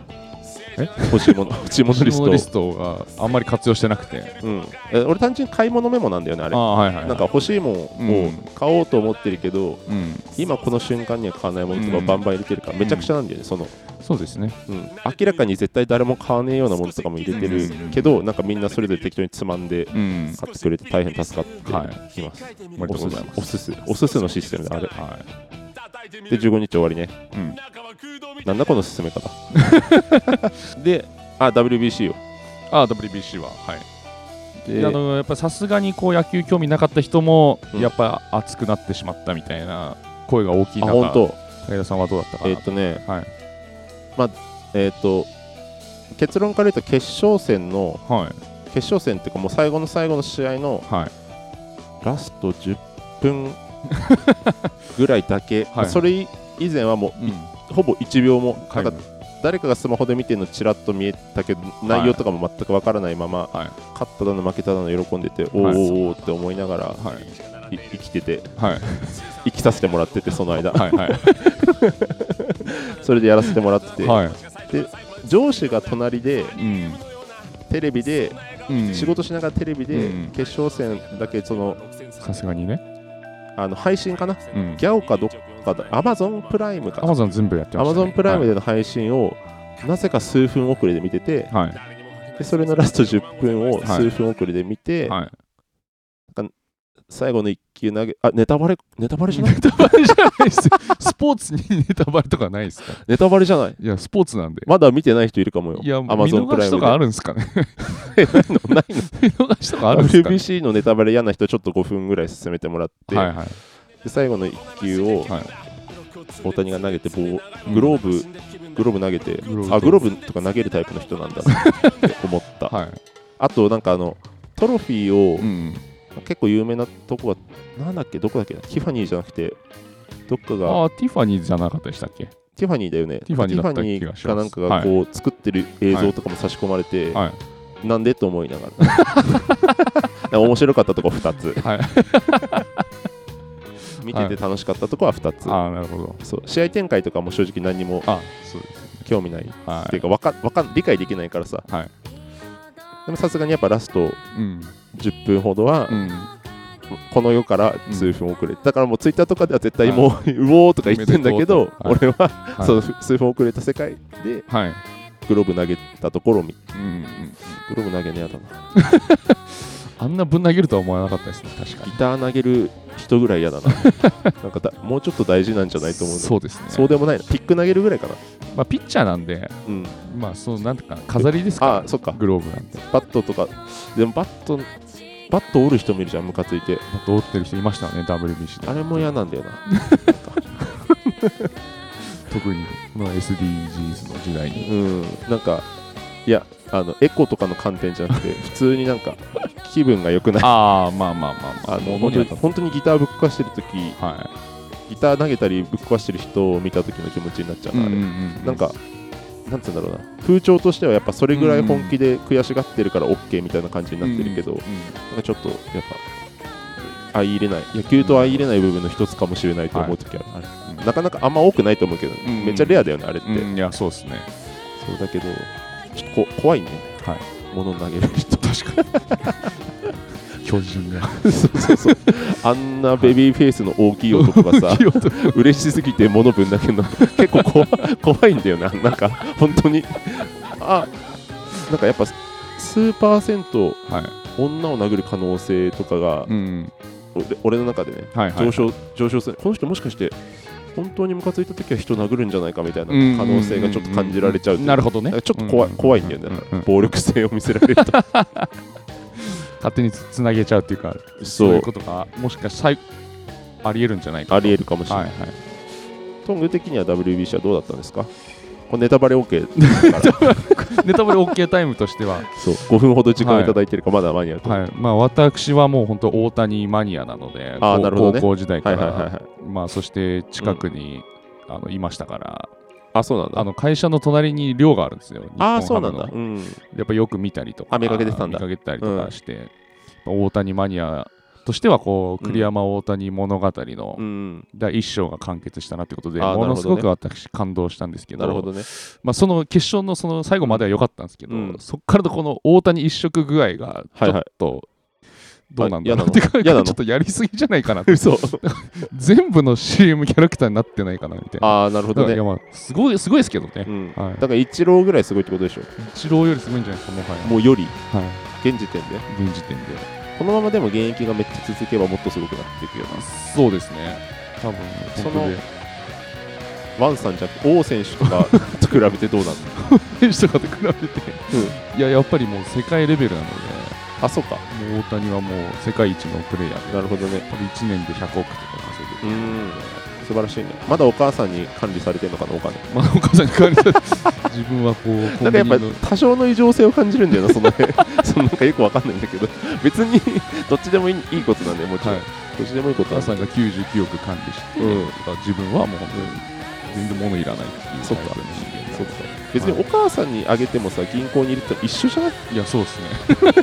Speaker 2: え
Speaker 1: 欲しいもの欲しいものリス
Speaker 2: リ
Speaker 1: ト
Speaker 2: ストがあんまり活用してなくて。
Speaker 1: うん、え俺単純に買い物メモなんだよねあれ
Speaker 2: ああ、はいはいはい。
Speaker 1: なんか、欲しいもんを買おうと思ってるけど、
Speaker 2: うん。
Speaker 1: 今この瞬間には買わないものとか
Speaker 2: うん
Speaker 1: バンバン入れてるからめちゃくちゃなんだよね、その、
Speaker 2: そうですね。
Speaker 1: うん、明らかに絶対誰も買わねえようなものとかも入れてるけど、なんかみんなそれぞれ適当につまんで
Speaker 2: うん。
Speaker 1: 買ってくれて大変助かって
Speaker 2: はい
Speaker 1: ます、
Speaker 2: ありがとうございます
Speaker 1: おすすおすすのシステムであれ
Speaker 2: は
Speaker 1: で15日終わりね
Speaker 2: い。うん。
Speaker 1: なんだこの進め 方であ WBC を
Speaker 2: ああ、WBC は。はい。
Speaker 1: で
Speaker 2: あのやっぱさすがにこう野球興味なかった人も、
Speaker 1: うん
Speaker 2: やっぱ熱くなってしまったみたいな声が大きい
Speaker 1: あ
Speaker 2: 中、
Speaker 1: 本当
Speaker 2: 武田さんはどうだったかな、
Speaker 1: えーっとね
Speaker 2: はい
Speaker 1: えーっと結論から言うと決勝戦の
Speaker 2: はい
Speaker 1: 決勝戦っていうかもう最後の最後の試合の
Speaker 2: はい
Speaker 1: ラスト10分 ぐらいだけ、
Speaker 2: はい
Speaker 1: それ以前はも
Speaker 2: うん
Speaker 1: うほぼ1秒もな
Speaker 2: は
Speaker 1: んか
Speaker 2: い
Speaker 1: 誰かがスマホで見てるのちらっと見えたけど内容とかも全くわからないまま、
Speaker 2: はい
Speaker 1: 勝っただの負けただの喜んでて、おーおーおーって思いながら、
Speaker 2: はい
Speaker 1: い生きてて
Speaker 2: はい
Speaker 1: 生きさせてもらっててその間、
Speaker 2: はいはい
Speaker 1: それでやらせてもらってて、
Speaker 2: はい
Speaker 1: で上司が隣で
Speaker 2: うん
Speaker 1: テレビで、
Speaker 2: うん
Speaker 1: 仕事しながらテレビで、
Speaker 2: うん
Speaker 1: 決勝戦だけその
Speaker 2: さすがにね
Speaker 1: あの配信かな
Speaker 2: うん
Speaker 1: ギャオかどっかだアマゾンプライムか
Speaker 2: アマゾン全部やって
Speaker 1: ア
Speaker 2: ま
Speaker 1: マ
Speaker 2: し
Speaker 1: ゾ
Speaker 2: た、
Speaker 1: ン
Speaker 2: ね、
Speaker 1: プライムでの配信をなぜか数分遅れで見てて、
Speaker 2: はい
Speaker 1: でそれのラスト10分を数分遅れで見て、
Speaker 2: はい、はい、
Speaker 1: 最後の1球投げあネタバレネタバレじゃない
Speaker 2: ネタバレじゃないですよスポーツにネタバレとかないですか
Speaker 1: ネタバレじゃない
Speaker 2: いやスポーツなんで
Speaker 1: まだ見てない人いるかもよ
Speaker 2: いや見
Speaker 1: アマゾンプ
Speaker 2: 逃
Speaker 1: ライム
Speaker 2: しと
Speaker 1: で
Speaker 2: かあるんですかね
Speaker 1: ない
Speaker 2: 見逃しとかあるんですか、ね、
Speaker 1: WBC のネタバレ嫌な人ちょっと5分ぐらい進めてもらって、
Speaker 2: はいはい
Speaker 1: で最後の1球を
Speaker 2: はい
Speaker 1: 大谷が投げて棒
Speaker 2: うん
Speaker 1: グローブグローブ投げて
Speaker 2: グローブ
Speaker 1: あグローブとか投げるタイプの人なんだなって思った、
Speaker 2: はい
Speaker 1: あとなんかあのトロフィーを
Speaker 2: うん
Speaker 1: 結構有名なとこはなんだっけどこだっけなティファニーじゃなくてどっかが
Speaker 2: ああティファニーじゃなかったでしたっけ
Speaker 1: ティファニーだよね
Speaker 2: ティファニーだっ
Speaker 1: テ
Speaker 2: た
Speaker 1: ィファニー
Speaker 2: 気がします
Speaker 1: かなんかがこう、作ってる映像とかも差し込まれて、
Speaker 2: はい
Speaker 1: なんでと思いながらなん か面白かったとこ2つ
Speaker 2: はい
Speaker 1: 見てて楽しかったとこは2つ、
Speaker 2: ああなるほど
Speaker 1: そう試合展開とかも正直何にも
Speaker 2: あそうですね
Speaker 1: 興味ない、っ
Speaker 2: は
Speaker 1: てい
Speaker 2: い
Speaker 1: うかわかわかん理解できないからさ、
Speaker 2: はい
Speaker 1: でもさすがにやっぱラスト
Speaker 2: うん
Speaker 1: 10分ほどは、
Speaker 2: うん
Speaker 1: この世から数分遅れ、てだからもうツイッターとかでは絶対もう、 うおーとか言ってんだけど、
Speaker 2: おめで
Speaker 1: 俺は、
Speaker 2: はい
Speaker 1: その数分遅れた世界で
Speaker 2: はい
Speaker 1: グローブ投げたところを見
Speaker 2: うんうん
Speaker 1: グローブ投げねやだな
Speaker 2: あんなぶん投げるとは思わなかったですね確か
Speaker 1: ギ
Speaker 2: に
Speaker 1: ター投げる人ぐらい嫌だ ななんかだもうちょっと大事なんじゃないと思うう
Speaker 2: そうですね
Speaker 1: そうでもないなピック投げるぐらいかな
Speaker 2: まあピッチャーなんで
Speaker 1: うん
Speaker 2: まあそのなんていうか飾りです
Speaker 1: あ
Speaker 2: か
Speaker 1: そっから
Speaker 2: グローブなんて
Speaker 1: バットとかでもバットバット折る人もいるじゃんムカついて
Speaker 2: もっと折ってる人いましたね WBC で
Speaker 1: あれも嫌なんだよな
Speaker 2: 特にこの SDGs の時代に
Speaker 1: うんなんかいやあのエコとかの観点じゃなく て普通になんか気分が良くない
Speaker 2: ああまあまあまあま
Speaker 1: あ
Speaker 2: あ
Speaker 1: の本当に
Speaker 2: 物には立た
Speaker 1: 本当にギターぶっ壊してる時
Speaker 2: は
Speaker 1: ギター投げたりぶっ壊してる人を見た時の気持ちになっちゃう
Speaker 2: い
Speaker 1: な、あれなんか、なんつうんだろうな、風潮としてはやっぱそれぐらい本気で悔しがってるから OK みたいな感じになってるけど、
Speaker 2: うんうん
Speaker 1: なんかちょっとやっぱ、相入れない、野球と相入れない部分の一つかもしれないと思う時ある、
Speaker 2: うん
Speaker 1: なかなかあんま多くないと思うけど、
Speaker 2: ん
Speaker 1: めっちゃレアだよね、あれって。
Speaker 2: うんいやそうですね
Speaker 1: そうだけど、ちょっとこ怖いね、
Speaker 2: はい
Speaker 1: 物投げる人。
Speaker 2: 確かに巨人が
Speaker 1: そうそうそ うあんなベビーフェイスの大きい男がさ、嬉しすぎて物ぶんだけの 結構怖怖いんだよななんか本当にあなんかやっぱ数パーセント
Speaker 2: はい
Speaker 1: 女を殴る可能性とかが、
Speaker 2: うん
Speaker 1: 俺俺の中でね
Speaker 2: はいはい
Speaker 1: 上昇上昇するこの人もしかして本当にムカついた時は人殴るんじゃないかみたいな
Speaker 2: うん
Speaker 1: 可能性がちょっと感じられちゃうという
Speaker 2: なるほどね
Speaker 1: なんかちょっと怖い怖いんだよね
Speaker 2: うんうん
Speaker 1: 暴力性を見せられると
Speaker 2: 勝手につつなげちゃうっていうか そう
Speaker 1: そ
Speaker 2: いううことがもしかしたらありえるんじゃないか
Speaker 1: ありえるかもしれ
Speaker 2: は
Speaker 1: ないい、
Speaker 2: はい
Speaker 1: トング的には WBC はどうだったんですかこれネタバレ OK
Speaker 2: ネタバレ OK タイムとしては、
Speaker 1: そう5分ほど時間をいただいてるからまだ間に合うと思う、
Speaker 2: はいまあ、私はもう本当大谷マニアなので
Speaker 1: あー
Speaker 2: こう
Speaker 1: なるほどね
Speaker 2: 高校時代から、
Speaker 1: はいはいはいはい
Speaker 2: まあ、そして近くに、あのいましたから
Speaker 1: あ、そうなんだ。
Speaker 2: あの会社の隣に寮があるんですよ
Speaker 1: あー、
Speaker 2: 日
Speaker 1: そ
Speaker 2: 本
Speaker 1: う
Speaker 2: ハ
Speaker 1: な
Speaker 2: ム
Speaker 1: ん
Speaker 2: の
Speaker 1: だ。うん。
Speaker 2: やっぱよく見たりとか
Speaker 1: あ見かけてたんだ
Speaker 2: 見かけたりとかして、大谷マニアとしてはこう
Speaker 1: うん
Speaker 2: 栗山大谷物語の
Speaker 1: うん、
Speaker 2: 第一章が完結したなってことで、
Speaker 1: あー
Speaker 2: ものすご
Speaker 1: な
Speaker 2: く
Speaker 1: る
Speaker 2: 私感動したんですけど
Speaker 1: なるほどね。
Speaker 2: まあ、その決勝のその最後までは良かったんですけど、
Speaker 1: うん
Speaker 2: そこからのこの大谷一色具合がちょっとどうなんだろう
Speaker 1: あ
Speaker 2: って感じ
Speaker 1: 嫌なの
Speaker 2: ちょっとやりすぎじゃないか なって
Speaker 1: 嘘。
Speaker 2: 全部の CM キャラクターになってないかなみたいな。
Speaker 1: ああ、なるほ
Speaker 2: だ
Speaker 1: ど
Speaker 2: からい
Speaker 1: ね。
Speaker 2: やまあすごいすごいですけど
Speaker 1: う
Speaker 2: ね、
Speaker 1: ん。
Speaker 2: はい
Speaker 1: だから一郎ぐらいすごいってことでしょ。
Speaker 2: 一郎よりすごいんじゃないですか、もはや。
Speaker 1: もうより、
Speaker 2: は
Speaker 1: 現時点で。
Speaker 2: い、現時点で。
Speaker 1: このままでも現役がめっちゃ続けばもっとすごくなっていくよな。
Speaker 2: そうですね、多分
Speaker 1: その
Speaker 2: 本当で。
Speaker 1: ワンさんじゃなくて王選手とかと比べてどうなの
Speaker 2: 選手とかと比べて、いや、やっぱりもう世界レベルなの
Speaker 1: あ、そうか。
Speaker 2: で、もう大谷はもう世界一のプレーヤーで、
Speaker 1: なるほどね。
Speaker 2: 多分1年で100億とか稼いで
Speaker 1: うーん。素晴らしいね。まだお母さんに管理されてるのかな、お金。
Speaker 2: まあ、お母さんに代わり に自分はこう、コ
Speaker 1: な
Speaker 2: ン
Speaker 1: ん
Speaker 2: ビ
Speaker 1: かや
Speaker 2: ニ
Speaker 1: っ
Speaker 2: の
Speaker 1: ぱ多少の異常性を感じるんだよな、その辺 そのなんかよくわかんないんだけど、別にどっちでもいいいいことなんだよ、もちろん。
Speaker 2: はい、
Speaker 1: どっちでもいいこ
Speaker 2: お
Speaker 1: と
Speaker 2: 母
Speaker 1: なんだ
Speaker 2: さんが99億管理して、
Speaker 1: うん
Speaker 2: だから自分はもう本当に全然物いらないっていう
Speaker 1: そっ
Speaker 2: タ
Speaker 1: か
Speaker 2: イプの人間なん
Speaker 1: そ
Speaker 2: で
Speaker 1: うだね別にお母さんにあげてもさ、銀行に入れてたら一緒じゃない
Speaker 2: いや、そうですね、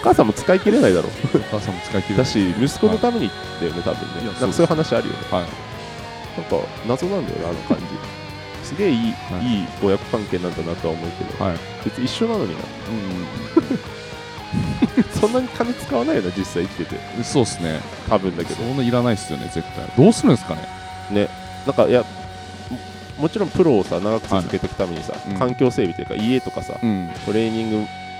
Speaker 1: お母さんも使い切れないだろ
Speaker 2: お母さんも使い切れな
Speaker 1: だ
Speaker 2: い
Speaker 1: し、息子のためにだよね、多分
Speaker 2: い
Speaker 1: ね。
Speaker 2: や
Speaker 1: なんかそういう話あるよね。
Speaker 2: はい、
Speaker 1: なんか謎なんだよね、あの感じ。 すげえいい,、
Speaker 2: はい
Speaker 1: い、い親子関係なんだなとは思うけど、
Speaker 2: はい、
Speaker 1: 別に一緒な のにな。
Speaker 2: う
Speaker 1: そんなに金使わないよな、実際生きてて。
Speaker 2: ん、そうですね、
Speaker 1: 多分だけ
Speaker 2: そ
Speaker 1: ど。
Speaker 2: んないらないですよね、絶対。どうするんですかね、
Speaker 1: ね。なんか、いや、ももちろんプロをさ、長く続けていくためにさ、
Speaker 2: いうん
Speaker 1: 環境整備というか、家とかさ、
Speaker 2: うん、
Speaker 1: トレーニング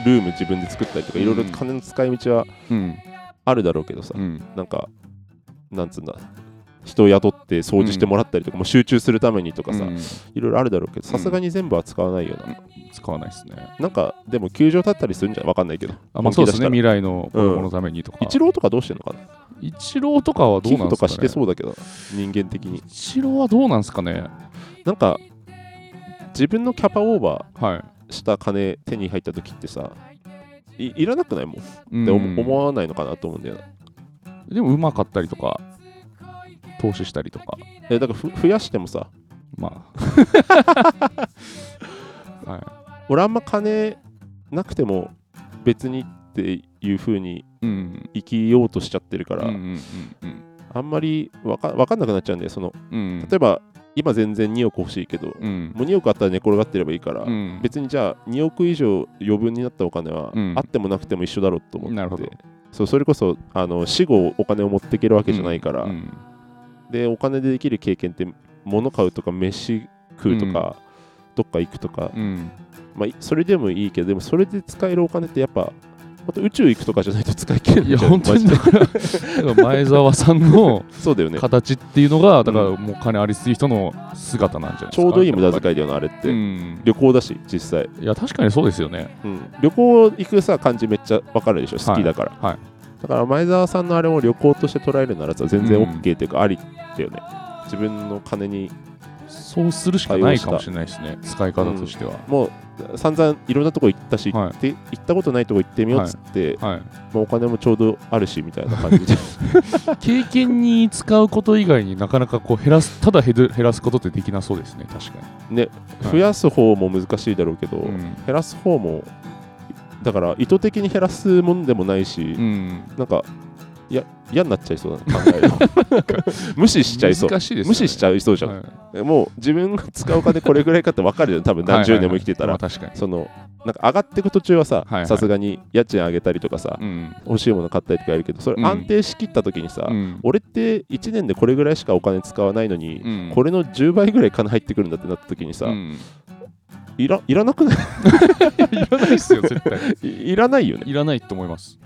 Speaker 1: ルーム自分で作ったりとか、いろいろ
Speaker 2: うん
Speaker 1: 金の使い道は
Speaker 2: うん、
Speaker 1: あるだろうけどさ、
Speaker 2: うん、
Speaker 1: なんか、なんつうんだ、人を雇って掃除してもらったりとか、もう集中するためにとかさ、
Speaker 2: うん
Speaker 1: いろいろあるだろうけど、さすがに全部は使わないよな。
Speaker 2: 使わないですね。
Speaker 1: なんか、でも球場立ったりするんじゃんわかんないけど。
Speaker 2: あまあ、そ
Speaker 1: 本気出
Speaker 2: うです
Speaker 1: し
Speaker 2: ね、
Speaker 1: たら
Speaker 2: 未来の子供のためにとか。
Speaker 1: 一郎とかどうしてんのかな
Speaker 2: 一郎とかはどう
Speaker 1: 寄
Speaker 2: なん
Speaker 1: 付と
Speaker 2: です
Speaker 1: か
Speaker 2: かね
Speaker 1: してそうだけど、人間的に。
Speaker 2: 一郎はどうなんですかね
Speaker 1: なんか、自分のキャパオーバー、
Speaker 2: はい。
Speaker 1: した金手に入った時ってさいいらなくないもんって
Speaker 2: うん
Speaker 1: 思思わないのかなと思うんだよな、
Speaker 2: でもうまかったりとか、投資したりとか、
Speaker 1: えだからふ増やしてもさ
Speaker 2: まあ。 は
Speaker 1: 俺あんま金なくても別にっていう風に
Speaker 2: い。うん。
Speaker 1: 生きようとしちゃってるから、
Speaker 2: うんうんうん
Speaker 1: あんまりわかわかんなくなっちゃうんだよその
Speaker 2: うん。うん
Speaker 1: 例えば今全然2億欲しいけど、
Speaker 2: うん。
Speaker 1: もう2億あったら寝転がってればいいから、
Speaker 2: うん
Speaker 1: 別にじゃあ2億以上余分になったお金は、
Speaker 2: うん
Speaker 1: あってもなくても一緒だろうと思って
Speaker 2: なるほど
Speaker 1: そうそれこそあの死後お金を持っていけるわけじゃないから、
Speaker 2: うん
Speaker 1: でお金でできる経験って物買うとか飯食うとか、どっか行くとか、
Speaker 2: うん。
Speaker 1: まあ、いそれでもいいけどでもそれで使えるお金ってやっぱ本当宇宙行くとかじゃないと使い切れない
Speaker 2: いや、本当に
Speaker 1: マ
Speaker 2: だ
Speaker 1: ジで
Speaker 2: から、だから前澤さんの
Speaker 1: そうだよね
Speaker 2: 形っていうのが、だから
Speaker 1: うん
Speaker 2: もう金ありすぎる人の姿なんじゃないですか。
Speaker 1: ちょうどいい無駄
Speaker 2: い
Speaker 1: 遣いだよなあれって、
Speaker 2: うん。
Speaker 1: 旅行だし実際、
Speaker 2: いや、確かにそうですよね。
Speaker 1: うん旅行行くさ感じめっちゃわかるでしょ好きだから、
Speaker 2: はい。
Speaker 1: だから前澤さんのあれを旅行として捉えるならさ全然
Speaker 2: うん
Speaker 1: OK っていうかありだよね、自分の金に
Speaker 2: そうするしかないかもしれないですね、使い方としては。
Speaker 1: もう散々いろんなとこ行ったし、
Speaker 2: はい
Speaker 1: 行って行ったことないとこ行ってみようっつって、
Speaker 2: はい、
Speaker 1: まあお金もちょうどあるしみたいな感 じで
Speaker 2: 経験に使うこと以外になかなかこう減らすただ減る減らすことってできなそうですね確か
Speaker 1: 増やす方も難しいだろうけど、
Speaker 2: に、
Speaker 1: 減らす方もだから意図的に減らすもんでもないし、
Speaker 2: うん、
Speaker 1: なんかいや嫌になっちゃいそうだな考えると 無視しちゃいそう、
Speaker 2: 難しいですよね
Speaker 1: 無視しちゃいそうじゃん、
Speaker 2: はい
Speaker 1: もう自分が使うお金これぐらいかって分かるよ多分何十年も生きてたら、
Speaker 2: はいはいはいまあ確
Speaker 1: そのなんか上がっていく途中はさ
Speaker 2: はいはい
Speaker 1: さすがに家賃上げたりとかさ
Speaker 2: か、にうん
Speaker 1: 欲しいもの買ったりとかやるけどそれ
Speaker 2: うん
Speaker 1: 安定しきった時にさ、
Speaker 2: うん
Speaker 1: 俺って1年でこれぐらいしかお金使わないのに、
Speaker 2: うん
Speaker 1: これの10倍ぐらい金入ってくるんだってなった時にさ、
Speaker 2: うん
Speaker 1: いらいらなくない
Speaker 2: いらないですよ絶対
Speaker 1: いいらないよね
Speaker 2: いらないと思います、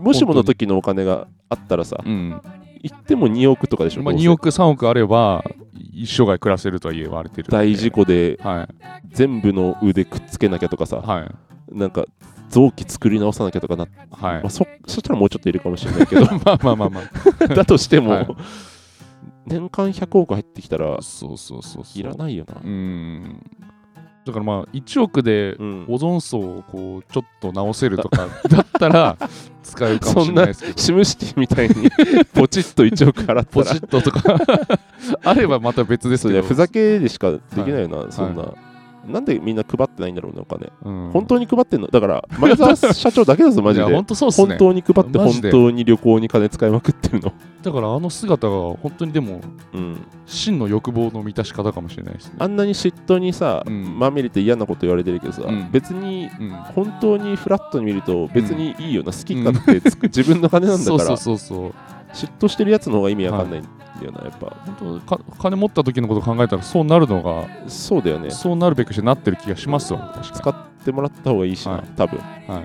Speaker 1: もしもの時のお金があったらさ
Speaker 2: うん
Speaker 1: 行っても2億とかでしょ、
Speaker 2: まあ、
Speaker 1: どうせ
Speaker 2: 2億3億あれば一生涯暮らせるとは言われてるんで
Speaker 1: 大事故で
Speaker 2: はい
Speaker 1: 全部の腕くっつけなきゃとかさ
Speaker 2: はい
Speaker 1: なんか臓器作り直さなきゃとかな、
Speaker 2: はい
Speaker 1: まあ、そそしたらもうちょっといるかもしれないけ ど
Speaker 2: まあまあまあま
Speaker 1: だとしても、
Speaker 2: はい
Speaker 1: 年間100億入ってきたら
Speaker 2: あそうそうそうそう
Speaker 1: いらないよな
Speaker 2: うんだからまあ1億で
Speaker 1: うん
Speaker 2: オゾン層をこうちょっと直せるとか だったら使うかもしれないですけど
Speaker 1: シムシティみたい にポチッと1億払った
Speaker 2: ポ
Speaker 1: ら
Speaker 2: チッととか あればまた別です
Speaker 1: そう
Speaker 2: け
Speaker 1: ね
Speaker 2: ど
Speaker 1: ふざけでしかできないよな、そんな、なんでみんな配ってないんだろうねお金
Speaker 2: うん
Speaker 1: 本当に配ってんのだから前澤社長だけだ ぞマジ
Speaker 2: い
Speaker 1: で
Speaker 2: や本当そうっす
Speaker 1: 本
Speaker 2: ね
Speaker 1: 当に配って
Speaker 2: マ
Speaker 1: 本
Speaker 2: ジで
Speaker 1: 当に旅行に金使いまくってるの
Speaker 2: だからあの姿が本当にでも
Speaker 1: うん
Speaker 2: 真の欲望の満たし方かもしれないですね
Speaker 1: あんなに嫉妬にさ、
Speaker 2: うん
Speaker 1: まみれて嫌なこと言われてるけどさ、
Speaker 2: うん
Speaker 1: 別に
Speaker 2: うん
Speaker 1: 本当にフラットに見ると別にいいよな、好き勝手つく自分の金なんだ
Speaker 2: そ
Speaker 1: か
Speaker 2: う
Speaker 1: ら
Speaker 2: そうそうそう
Speaker 1: 嫉妬してるやつの方が意味わかんないんだよな、やっぱ
Speaker 2: 本当か金持った時のこと考えたらそうなるのが、
Speaker 1: そうだよね
Speaker 2: そうなるべくしてなってる気がしますわ確
Speaker 1: 使
Speaker 2: か
Speaker 1: ってもらった方がいいしな、
Speaker 2: はい
Speaker 1: 多分だ
Speaker 2: に、はい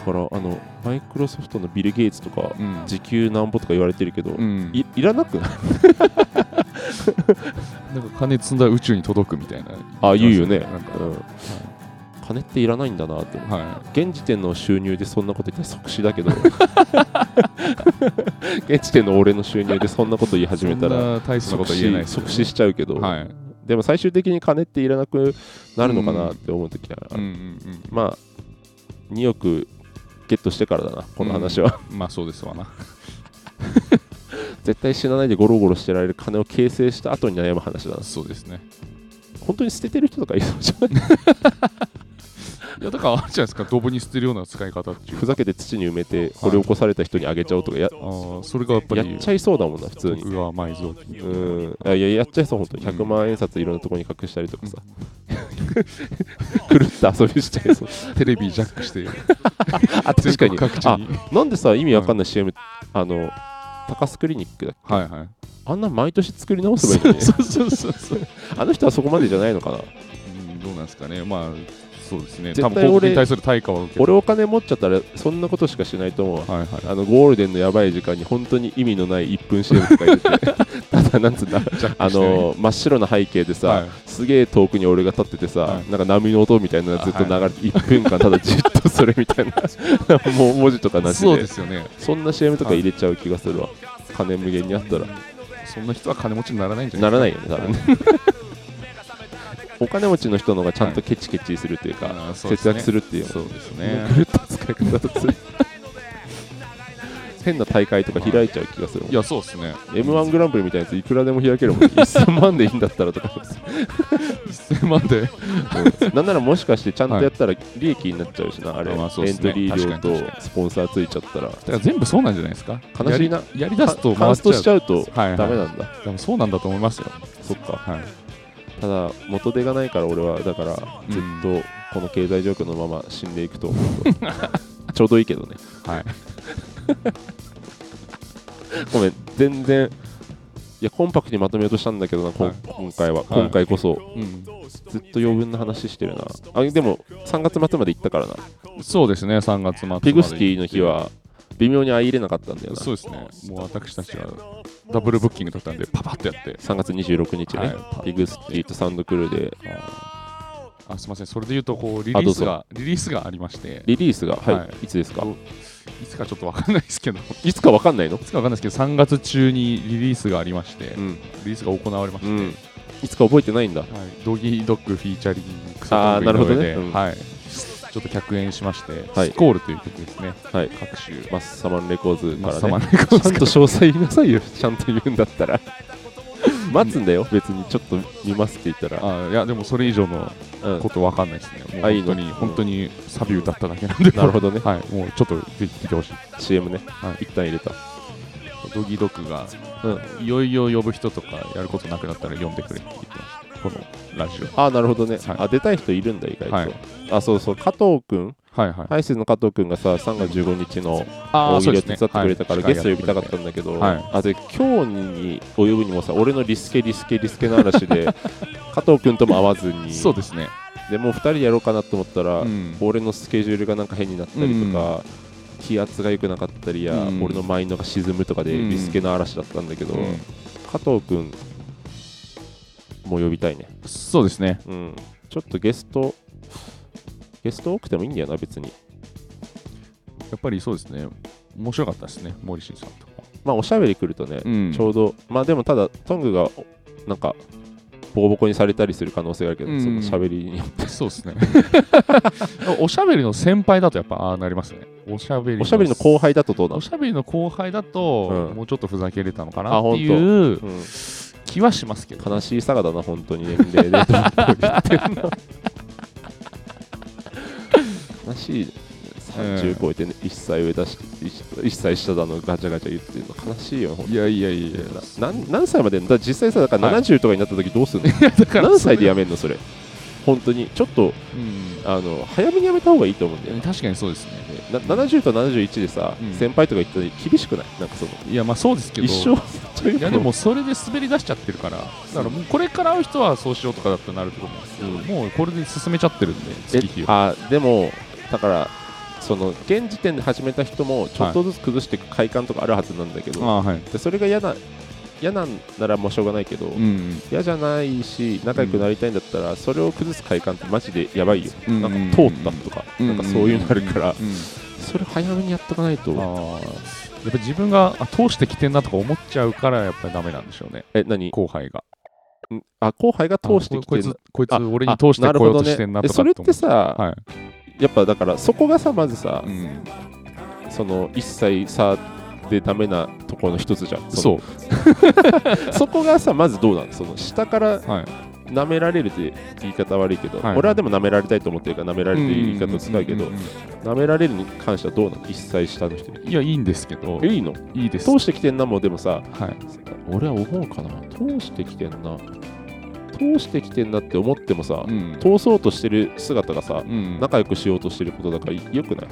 Speaker 1: からあのマイクロソフトのビル・ゲイツとか
Speaker 2: うん
Speaker 1: 時給なんぼとか言われてるけど、
Speaker 2: うん
Speaker 1: いいらな くない
Speaker 2: なんか金積んだら宇宙に届くみたいな
Speaker 1: あ言うよね
Speaker 2: なんか、
Speaker 1: うん金っていらないんだなって思う
Speaker 2: は
Speaker 1: 現時点の収入でそんなこと言ったら即死だけど 現時点の俺の収入でそんなこと言い
Speaker 2: い
Speaker 1: 始めたら
Speaker 2: そんな大したこ
Speaker 1: 即
Speaker 2: とは言えな
Speaker 1: 死
Speaker 2: いですよ
Speaker 1: 即死しちゃうけど、
Speaker 2: はい
Speaker 1: でも最終的に金っていらなくなるのかなって思う時は、
Speaker 2: うんうん
Speaker 1: まあ2億ゲットしてからだなこの話は、
Speaker 2: うんまあそうですわな
Speaker 1: 絶対死なないでゴロゴロしてられる金を形成した後に悩む話だな
Speaker 2: そうですね
Speaker 1: 本当に捨ててる人とかいそうじゃない
Speaker 2: いやだからあるじゃないですかドブに捨てるような使い方っていう
Speaker 1: ふざけて土に埋めて掘り起こされた人にあげちゃおうとかや
Speaker 2: あーそれがやっぱ
Speaker 1: や
Speaker 2: り
Speaker 1: っちゃいそうだもんな普通に
Speaker 2: 僕は埋蔵金
Speaker 1: うんあいややっちゃいそう本当に100万円札いろんなとこに隠したりとかさ、 狂った遊びしちゃいそう
Speaker 2: テレビジャックして
Speaker 1: あ確か
Speaker 2: 全国
Speaker 1: に
Speaker 2: 各地
Speaker 1: あ
Speaker 2: に
Speaker 1: なんでさ意味わかんない CM、あの高須クリニックだっけ
Speaker 2: はいはい
Speaker 1: あんな毎年作り直せばいいのに
Speaker 2: そうそうそうそう
Speaker 1: あの人はそこまでじゃないのかな
Speaker 2: うんどうなんですかねまあそうですね
Speaker 1: 絶対
Speaker 2: 多分広告に対する対価は受け
Speaker 1: 俺お金持っちゃったらそんなことしかしないと思うわ
Speaker 2: はいはい
Speaker 1: あのゴールデンのやばい時間に本当に意味のない1分 CM とか入れて ただなんつうんだ
Speaker 2: ジャッ
Speaker 1: あ
Speaker 2: クしてね
Speaker 1: の真っ白な背景でさ、
Speaker 2: はい
Speaker 1: すげえ遠くに俺が立っててさ、
Speaker 2: はい
Speaker 1: なんか波の音みたいなのがずっと流れて、1分間ただじっとそれみ たいなもう文字とかなし
Speaker 2: そう
Speaker 1: で
Speaker 2: ですよね
Speaker 1: そんな CM とか入れちゃう気がするわ金無限にあったら
Speaker 2: そんな人は金持ちにならないんじゃな
Speaker 1: ないらないよね多分ね お金持ちの人の方がちゃんとケチケチするというか、
Speaker 2: あーそうです
Speaker 1: 節
Speaker 2: ね
Speaker 1: 約するっていう
Speaker 2: そうです
Speaker 1: ね
Speaker 2: ね
Speaker 1: 狂った使い方だとする変な大会とか開いちゃう気がするもん
Speaker 2: いやそうですね
Speaker 1: m 1グランプリみたいなやついくらでも開ける もん1000万でいいんだったらとか
Speaker 2: 1000万で
Speaker 1: うんなんならもしかしてちゃんとやったら利益になっちゃうしな、あれ、
Speaker 2: まあそうっ
Speaker 1: エ
Speaker 2: す
Speaker 1: ン
Speaker 2: ね
Speaker 1: トリー料
Speaker 2: 確かに確か
Speaker 1: とスポンサーついちゃったら
Speaker 2: だから全部そうなんじゃないですか
Speaker 1: 悲しいな
Speaker 2: やりやりだすと
Speaker 1: カ
Speaker 2: 回
Speaker 1: ン
Speaker 2: っ
Speaker 1: ス
Speaker 2: ち
Speaker 1: ト
Speaker 2: ゃう
Speaker 1: しちゃうと
Speaker 2: はいはい
Speaker 1: ダメなんだ、
Speaker 2: でもそうなんだと思いますよ
Speaker 1: そっか
Speaker 2: はい
Speaker 1: ただ元手がないから俺はだから
Speaker 2: ん
Speaker 1: ずっとこの経済状況のまま死んでいくと思うと ちょうどいいけどね
Speaker 2: はい
Speaker 1: ごめん全然いやコンパクトにまとめようとしたんだけどな、こん
Speaker 2: はい
Speaker 1: 今回は、
Speaker 2: はい
Speaker 1: 今回こそ
Speaker 2: うん
Speaker 1: ずっと余分な話してるなあでも3月末まで行ったからな
Speaker 2: そうですね、3月末まで。
Speaker 1: ピグスキーの日。は微妙に相入れなかったんだよな
Speaker 2: そうですね、もう 私たちはダブルブッキングだったんで、パパッとやって。
Speaker 1: 3月26日ね、
Speaker 2: は
Speaker 1: ピ
Speaker 2: い
Speaker 1: グスキーとサンドクルーで
Speaker 2: あーあすみません、それで言うとこうリリ
Speaker 1: あどう
Speaker 2: ース
Speaker 1: ぞ
Speaker 2: が、リリースがありまして、
Speaker 1: リリースが、はい
Speaker 2: はい
Speaker 1: い、つですか
Speaker 2: いつかちょっとわかんないですけど、い
Speaker 1: いつかわかんないの
Speaker 2: つかわかんないですけど、3月中にリリースがありまして、
Speaker 1: う
Speaker 2: リ
Speaker 1: ん、
Speaker 2: リースが行われまし
Speaker 1: う
Speaker 2: て、
Speaker 1: ん、いつか覚えてないんだ
Speaker 2: はい、ドギードッグフィーチャリング草
Speaker 1: あーなるほどね
Speaker 2: 上で
Speaker 1: うん
Speaker 2: はい、ちょっと客演しまして、
Speaker 1: はい
Speaker 2: スコールという曲ですね、
Speaker 1: はい
Speaker 2: 各種、
Speaker 1: マッサマンレコーズか
Speaker 2: まあ
Speaker 1: ら
Speaker 2: サマ
Speaker 1: ね
Speaker 2: ーレコ ー
Speaker 1: ちゃ
Speaker 2: ズ
Speaker 1: んと詳細言いなさいよちゃんと言うんだったら 待つんだよ別にちょっと見ますって言ったら、
Speaker 2: あーいやでもそれ以上の
Speaker 1: うん
Speaker 2: こ、とわかんないですね。も
Speaker 1: あ
Speaker 2: う
Speaker 1: いいの
Speaker 2: 本当に、本当にサビ歌っただけなんで。
Speaker 1: なるほどね
Speaker 2: はい、もうちょっとぜひ聞いてほしい。
Speaker 1: CM ね、
Speaker 2: はい
Speaker 1: 一旦入れた
Speaker 2: ドギドッグが、
Speaker 1: うん
Speaker 2: いよいよ呼ぶ人とかやることなくなったら呼んでくれって言ってました。このラジオ。
Speaker 1: ああなるほどね、
Speaker 2: はい
Speaker 1: あ出たい人いるんだ意外と、
Speaker 2: はい
Speaker 1: あそうそう加藤君
Speaker 2: はいはい。
Speaker 1: ハイセンの加藤君がさ3月15日の
Speaker 2: あ
Speaker 1: 大
Speaker 2: ー
Speaker 1: 喜
Speaker 2: そう
Speaker 1: 利
Speaker 2: で
Speaker 1: を
Speaker 2: す
Speaker 1: 手伝
Speaker 2: ね
Speaker 1: ってくれたから
Speaker 2: はい
Speaker 1: ゲスト呼びたかったんだけど、
Speaker 2: はい
Speaker 1: あで今日にお呼ぶにもさ俺のリスケリスケリスケの嵐で 加藤君とも会わずに
Speaker 2: そうですね。
Speaker 1: でもう2人でやろうかなと思ったら、
Speaker 2: うん
Speaker 1: 俺のスケジュールがなんか変になったりとか、気圧が良くなかったりや、
Speaker 2: うん
Speaker 1: 俺のマインドが沈むとかで
Speaker 2: うん
Speaker 1: リスケの嵐だったんだけど、
Speaker 2: うん
Speaker 1: 加藤君も呼びたいね、
Speaker 2: そうですね。
Speaker 1: うん、ちょっとゲストゲスト多くてもいいんだよな別に
Speaker 2: やっぱりそうですね。面白かったですね、森進さんとか。
Speaker 1: まあおしゃべり来るとね、
Speaker 2: うん
Speaker 1: ちょうど、まあでもただ、トングがおなんか、ボコボコにされたりする可能性があるけど、
Speaker 2: うん
Speaker 1: その喋りに、
Speaker 2: そうですね。 おしゃべりの先輩だとやっぱああなりますね。おしゃべり
Speaker 1: おしゃべりの後輩だとどうな
Speaker 2: お
Speaker 1: の
Speaker 2: しゃべりの後輩だと、
Speaker 1: うん
Speaker 2: もうちょっとふざけれたのか
Speaker 1: あ
Speaker 2: なっ
Speaker 1: ほん
Speaker 2: て
Speaker 1: と
Speaker 2: いう
Speaker 1: うん
Speaker 2: 気気はしますけど
Speaker 1: 悲しい佐賀だな本当に年齢でどう言ってんの悲しいね
Speaker 2: うん
Speaker 1: 30超えて、ね一1歳上だし 1, 歳下だのガチャガチャ言ってるの悲しいよほんと
Speaker 2: いやいやいや
Speaker 1: ななん何歳までだから実際さだから
Speaker 2: はい
Speaker 1: 70とかになった時どうす るの、
Speaker 2: だか
Speaker 1: 何歳でや
Speaker 2: め
Speaker 1: めんのそれ本当にちょっとあの早めにやめた方がいいと思うんだよね
Speaker 2: 確かにそうですね
Speaker 1: な70と71でさ、
Speaker 2: うん
Speaker 1: 先輩とか言ったら厳しくないなんかその
Speaker 2: いやまあそうですけど
Speaker 1: 一生という
Speaker 2: いやでもそれで滑り出しちゃってるからだからもうこれから会う人はそうしようとかだったらなると思うんですけど、
Speaker 1: うん
Speaker 2: もうこれで進めちゃってるんで
Speaker 1: え
Speaker 2: 月日を
Speaker 1: あでもだからその現時点で始めた人もちょっとずつ崩していく快感とかあるはずなんだけど、
Speaker 2: あはい
Speaker 1: でそれが嫌な嫌なんならもうしょうがないけど、
Speaker 2: うん
Speaker 1: 嫌じゃないし仲良くなりたいんだったら、それを崩す快感ってマジでやばいよ、
Speaker 2: うん
Speaker 1: なんか通ったとか、
Speaker 2: うん
Speaker 1: なんかそういうのあるから、
Speaker 2: うん
Speaker 1: それ早めにやっとかないと、
Speaker 2: あーやっぱ自分があ通してきてんなとか思っちゃうからやっぱりダメなんでしょうね
Speaker 1: え何
Speaker 2: 後輩が
Speaker 1: んあ後輩が通して
Speaker 2: あ
Speaker 1: き
Speaker 2: ここ
Speaker 1: て
Speaker 2: い
Speaker 1: んだ
Speaker 2: つこいつ
Speaker 1: あ
Speaker 2: 俺に通して
Speaker 1: あなる
Speaker 2: こ
Speaker 1: ほ
Speaker 2: よう
Speaker 1: ど
Speaker 2: と
Speaker 1: ね
Speaker 2: してんな
Speaker 1: え
Speaker 2: とか
Speaker 1: それってさ、
Speaker 2: はい
Speaker 1: やっぱだからそこがさまずさ、
Speaker 2: うん、
Speaker 1: その1歳差でダメなところの一つじゃんの
Speaker 2: そ
Speaker 1: そこがさまずどうなのその下から
Speaker 2: う、はい、
Speaker 1: 舐められるって言い方悪いけど、
Speaker 2: はい
Speaker 1: 俺はでも舐められたいと思ってるから舐められるっていう言い方を使うけど
Speaker 2: んんん
Speaker 1: 舐められるに関してはどうなの一歳下の人に
Speaker 2: うんいやいいんですけど
Speaker 1: えいいの
Speaker 2: いいです
Speaker 1: 通してきてんなもうでもさ
Speaker 2: はい
Speaker 1: 俺は思うかな通してきてんな通してきてんなって思ってもさ、
Speaker 2: うん
Speaker 1: 通そうとしてる姿がさ
Speaker 2: うん
Speaker 1: 仲良くしようとしてることだからよくない、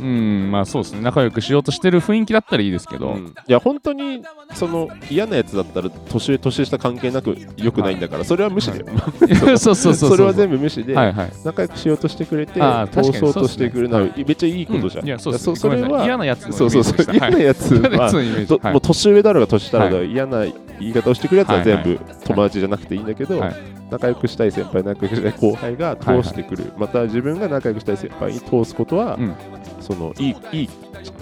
Speaker 2: うんまあそうですね仲良くしようとしてる雰囲気だったらいいですけ
Speaker 1: う
Speaker 2: ど、
Speaker 1: んいや本当にその嫌なやつだったら年上年下関係なくよくないんだから、それは無視だよ、
Speaker 2: そうそうそうう
Speaker 1: それは全部無視で、
Speaker 2: はいはい
Speaker 1: 仲良くしようとしてくれて
Speaker 2: あー
Speaker 1: 通
Speaker 2: 確かに
Speaker 1: そうとしてくれるのはめっちゃいいことじゃん、
Speaker 2: うんいやそうです
Speaker 1: そそれ
Speaker 2: ごめんなさい
Speaker 1: は
Speaker 2: 嫌なやつのイメ
Speaker 1: そうそう
Speaker 2: ージで
Speaker 1: そ
Speaker 2: した
Speaker 1: う嫌なやつ
Speaker 2: 嫌なやつ
Speaker 1: は
Speaker 2: のイメージ
Speaker 1: ど
Speaker 2: はい
Speaker 1: もう年上だろうが年下だろうが嫌な言い方をしてくるやつは全
Speaker 2: はい
Speaker 1: 部友達じゃなくていいんだけど
Speaker 2: はい
Speaker 1: 仲良くしたい先輩仲良くしたい後輩が通してくるまた自分が仲良くしたい先輩に通すことは
Speaker 2: うん
Speaker 1: そのいいいい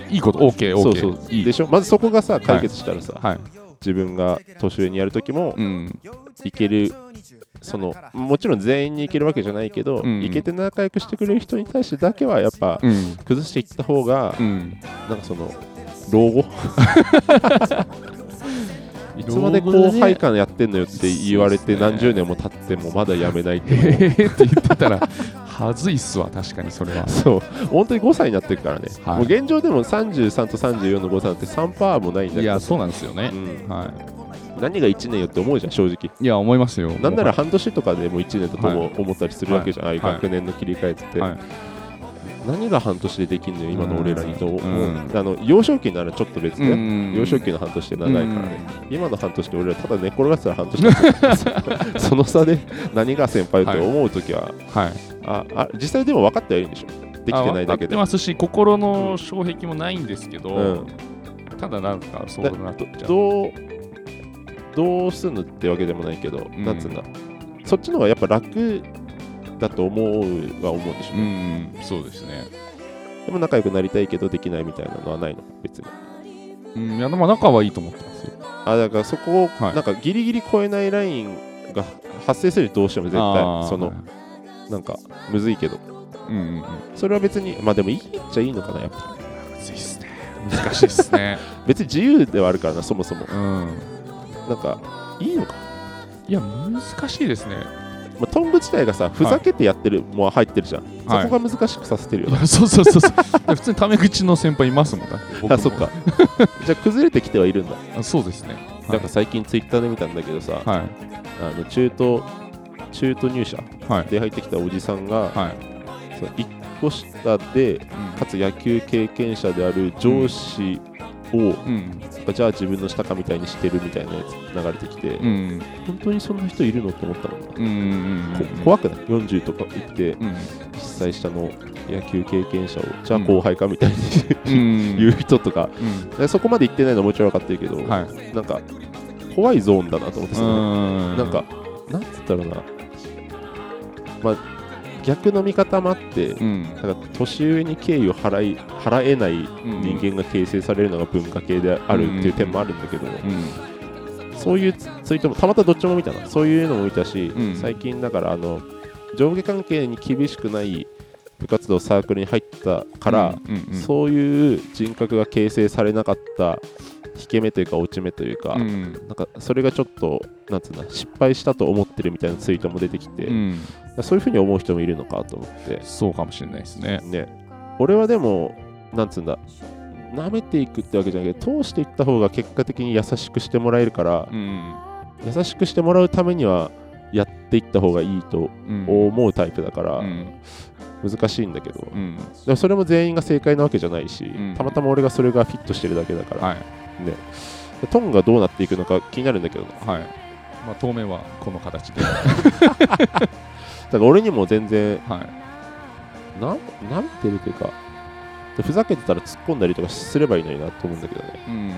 Speaker 2: いいこと OKOK、
Speaker 1: そうそう
Speaker 2: いい
Speaker 1: でしょまずそこがさ解決したらさ
Speaker 2: はい
Speaker 1: 自分が年上にやるときも
Speaker 2: うん
Speaker 1: いけるそのもちろん全員にいけるわけじゃないけど
Speaker 2: うん
Speaker 1: いけて仲良くしてくれる人に対してだけはやっぱ
Speaker 2: うん
Speaker 1: 崩していった方が
Speaker 2: うん
Speaker 1: なんかその老後いつまで
Speaker 2: 老後だ
Speaker 1: 後
Speaker 2: ね
Speaker 1: 輩間やってんのよって言われて
Speaker 2: そうっすね
Speaker 1: 何十年も経ってもまだやめないっ
Speaker 2: え
Speaker 1: て
Speaker 2: ーって言ってたらはずいっすわ確かにそれは
Speaker 1: そう本当に5歳になってるからね、
Speaker 2: はい
Speaker 1: もう現状でも33と34の5歳って3%もないんだけ
Speaker 2: い
Speaker 1: ど
Speaker 2: やそうなんですよね
Speaker 1: う、ん
Speaker 2: は
Speaker 1: 何が1年よって思うじゃん正直
Speaker 2: いいや思いますよ
Speaker 1: なんなら半年とかでも1年だとも思ったりするわけじゃん、
Speaker 2: はい
Speaker 1: ああいう学年の切り替えって、
Speaker 2: はい
Speaker 1: 何が半年でできるのよ今の俺らにと思う、
Speaker 2: うん
Speaker 1: あの幼少期ならちょっと別で、
Speaker 2: ん
Speaker 1: 幼少期の半年って長いからね、今の半年で俺らただ寝転がってたら半年だった その差で何が先輩と思う時は、
Speaker 2: はい
Speaker 1: ああ実際でも分かってはいるんでしょできてないだけ
Speaker 2: あ分かって
Speaker 1: で。
Speaker 2: ますし心の障壁もないんですけど、
Speaker 1: うん
Speaker 2: ただなんかそう
Speaker 1: だ
Speaker 2: なっちゃう
Speaker 1: どうどうすんのってわけでもないけど、
Speaker 2: ん
Speaker 1: なんつうんだそっちの方がやっぱ楽だと思うは思うでしょ、
Speaker 2: うんそうですね
Speaker 1: でも仲良くなりたいけどできないみたいなのはないの別に
Speaker 2: うんいやでも仲はいいと思ってますよ
Speaker 1: あだからそこを、
Speaker 2: はい
Speaker 1: なんかギリギリ超えないラインが発生するどうしても絶
Speaker 2: あ
Speaker 1: 対
Speaker 2: ー
Speaker 1: そのなんかむずいけど
Speaker 2: うんうんうん
Speaker 1: それは別にまあでもいいっちゃいいのかなやっぱ
Speaker 2: むずいっすね難しいっすね
Speaker 1: 別に自由ではあるからなそもそも
Speaker 2: うん
Speaker 1: なんかいいのか、
Speaker 2: いや難しいですね
Speaker 1: まあ、トング自体がさふざけてやってる、もう入ってるじゃん、
Speaker 2: はい
Speaker 1: そこが難しくさせてるよ
Speaker 2: い
Speaker 1: な、
Speaker 2: や そうそうそうそういや普通にタメ口の先輩いますもんだって僕も
Speaker 1: あそっ かじゃあ崩れてきてはいるんだ、
Speaker 2: あそうですね
Speaker 1: なんか最近ツイッターで見たんだけどさ、
Speaker 2: はい
Speaker 1: あの中途中途入社
Speaker 2: はい
Speaker 1: で入ってきたおじさんが、
Speaker 2: はい、
Speaker 1: その1個下でかつ野球経験者である上司を、
Speaker 2: うん
Speaker 1: じゃあ自分の下かみたいにしてるみたいなやつ流れてきて、
Speaker 2: うんうん
Speaker 1: 本当にそんな人いるのと思ったもんな、
Speaker 2: うんうん
Speaker 1: こ怖くない40とか言って
Speaker 2: うん
Speaker 1: 実際下の野球経験者をじゃあ後輩かみたいに
Speaker 2: うん
Speaker 1: 言う人とか
Speaker 2: うん
Speaker 1: でそこまで言ってないのはもちろん分かってるけど、
Speaker 2: はい
Speaker 1: なんか怖いゾーンだなと思ってそれね
Speaker 2: な
Speaker 1: なんかなんつったらなまあ逆の見方もあって、
Speaker 2: うん
Speaker 1: なんか年上に敬意を払い払えない人間が形成されるのが文化系であるっていう点もあるんだけど、
Speaker 2: うん
Speaker 1: そういうツイートもたまたまどっちも見たなそういうのも見たし、
Speaker 2: うん
Speaker 1: 最近だからあの上下関係に厳しくない部活動サークルに入ったから、
Speaker 2: うんうんうん
Speaker 1: そういう人格が形成されなかった引け目というか落ち目というか、
Speaker 2: うん
Speaker 1: なんかそれがちょっとなんつうな失敗したと思ってるみたいなツイートも出てきて、
Speaker 2: うん、
Speaker 1: そういうふうに思う人もいるのかと思って
Speaker 2: そうかもしれないですね。
Speaker 1: ね俺はでもなんつうんだ舐めていくってわけじゃなくて通していった方が結果的に優しくしてもらえるから
Speaker 2: う、ん
Speaker 1: 優しくしてもらうためにはやっていった方がいいと
Speaker 2: うん
Speaker 1: 思うタイプだから、
Speaker 2: うん
Speaker 1: 難しいんだけど、
Speaker 2: うん
Speaker 1: でもそれも全員が正解なわけじゃないし、
Speaker 2: うん
Speaker 1: たまたま俺がそれがフィットしてるだけだから、
Speaker 2: はい
Speaker 1: ね、でトンがどうなっていくのか気になるんだけどな
Speaker 2: はいまあ、当面はこの形で、
Speaker 1: だから俺にも全然
Speaker 2: は
Speaker 1: な舐めてるというかでふざけてたら突っ込んだりとかすればいいのになと思うんだけどね
Speaker 2: いうん、
Speaker 1: い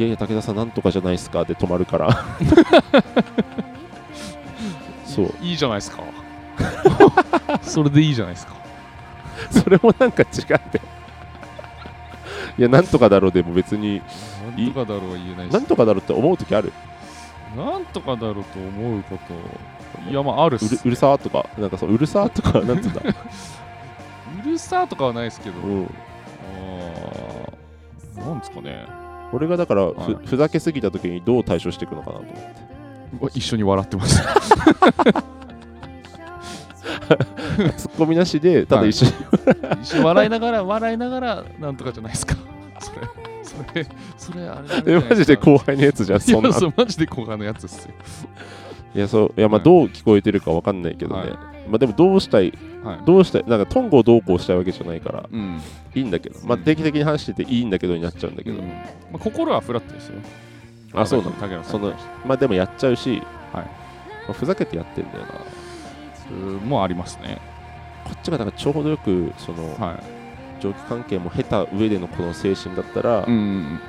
Speaker 1: やいや武田さんなんとかじゃないですかで止まるから そう
Speaker 2: いいじゃないですかそれでいいじゃないですか
Speaker 1: それもなんか違っていやなんとかだろうでも別に
Speaker 2: なんとかだろうは言えないし
Speaker 1: なんとかだろうって思う時ある
Speaker 2: なんとかだろうと思うこといやまああるっ
Speaker 1: うる
Speaker 2: す
Speaker 1: うるさーとかなんかそううるさーとか なんて言うんだ、
Speaker 2: うるさとかはないですけど、
Speaker 1: うん、
Speaker 2: あーなんですかね
Speaker 1: 俺がだからふ,、
Speaker 2: はい
Speaker 1: ふざけすぎた時にどう対処していくのかなと思って
Speaker 2: 一緒に笑ってました
Speaker 1: ツッコミなしでただ一緒に、
Speaker 2: 一緒に笑いながら笑いながらなんとかじゃな いですかそれそれそれあれなんじゃない
Speaker 1: マジです
Speaker 2: か
Speaker 1: 後輩のやつじゃん
Speaker 2: い
Speaker 1: そ
Speaker 2: や
Speaker 1: んな
Speaker 2: そうマジで後半のやつっすよ
Speaker 1: いやそういやまあ
Speaker 2: はい
Speaker 1: どう聞こえてるかわかんないけどね、
Speaker 2: はい
Speaker 1: まあでもどうしたい
Speaker 2: はい
Speaker 1: どうしたいなんかトンゴをどうこうしたいわけじゃないから
Speaker 2: うん
Speaker 1: いいんだけどまあ
Speaker 2: うん
Speaker 1: 定期的に話してていいんだけどになっちゃうんだけど、
Speaker 2: うんまあ、心はフラットですよ
Speaker 1: あそうなの
Speaker 2: 竹野さ
Speaker 1: そ
Speaker 2: んに
Speaker 1: の
Speaker 2: 対して
Speaker 1: まあでもやっちゃうし、
Speaker 2: はい
Speaker 1: まあふざけてやってんだよなこ
Speaker 2: うんもうありますね
Speaker 1: っちがなんかちょうどよくその
Speaker 2: は
Speaker 1: 上下関係も経た上でのこの精神だったら、
Speaker 2: いうん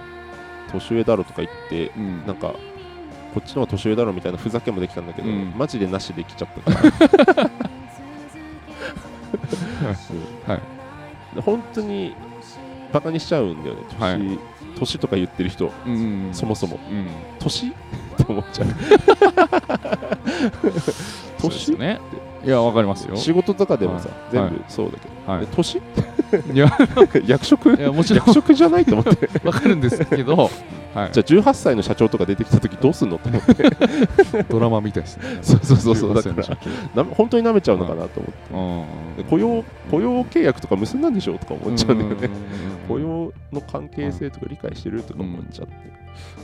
Speaker 1: 年上だろとか言って
Speaker 2: うん
Speaker 1: なんかこっちの方が年上だろみたいなふざけもできたんだけど、
Speaker 2: うん
Speaker 1: マジでなしできちゃったから、
Speaker 2: はい
Speaker 1: で 本当にバカにしちゃうんだよね年,、
Speaker 2: はい
Speaker 1: 年とか言ってる人
Speaker 2: うん
Speaker 1: そもそも
Speaker 2: うん
Speaker 1: 年と思っちゃう
Speaker 2: そうです
Speaker 1: 年、
Speaker 2: ねいやわかりますよ
Speaker 1: 仕事とかでもさ、
Speaker 2: はい
Speaker 1: 全部そうだけど、
Speaker 2: はい
Speaker 1: え年
Speaker 2: いや
Speaker 1: 役職
Speaker 2: いやもちろ ん
Speaker 1: 役職じゃないと思って
Speaker 2: わかるんですけ ど、はい、
Speaker 1: じゃあ18歳の社長とか出てきた時どうすん のって思って
Speaker 2: ドラマみたいですね。
Speaker 1: そうそうそうそうだ
Speaker 2: 15
Speaker 1: から
Speaker 2: 歳の 社長
Speaker 1: な本当に舐めちゃうのかなと思って、
Speaker 2: う
Speaker 1: で
Speaker 2: ん
Speaker 1: 雇用雇用契約とか結んだんでしょとか思っちゃうんだよね、
Speaker 2: う
Speaker 1: 雇
Speaker 2: んうんうんうん
Speaker 1: 用の関係性とか理解してるとか思っちゃって、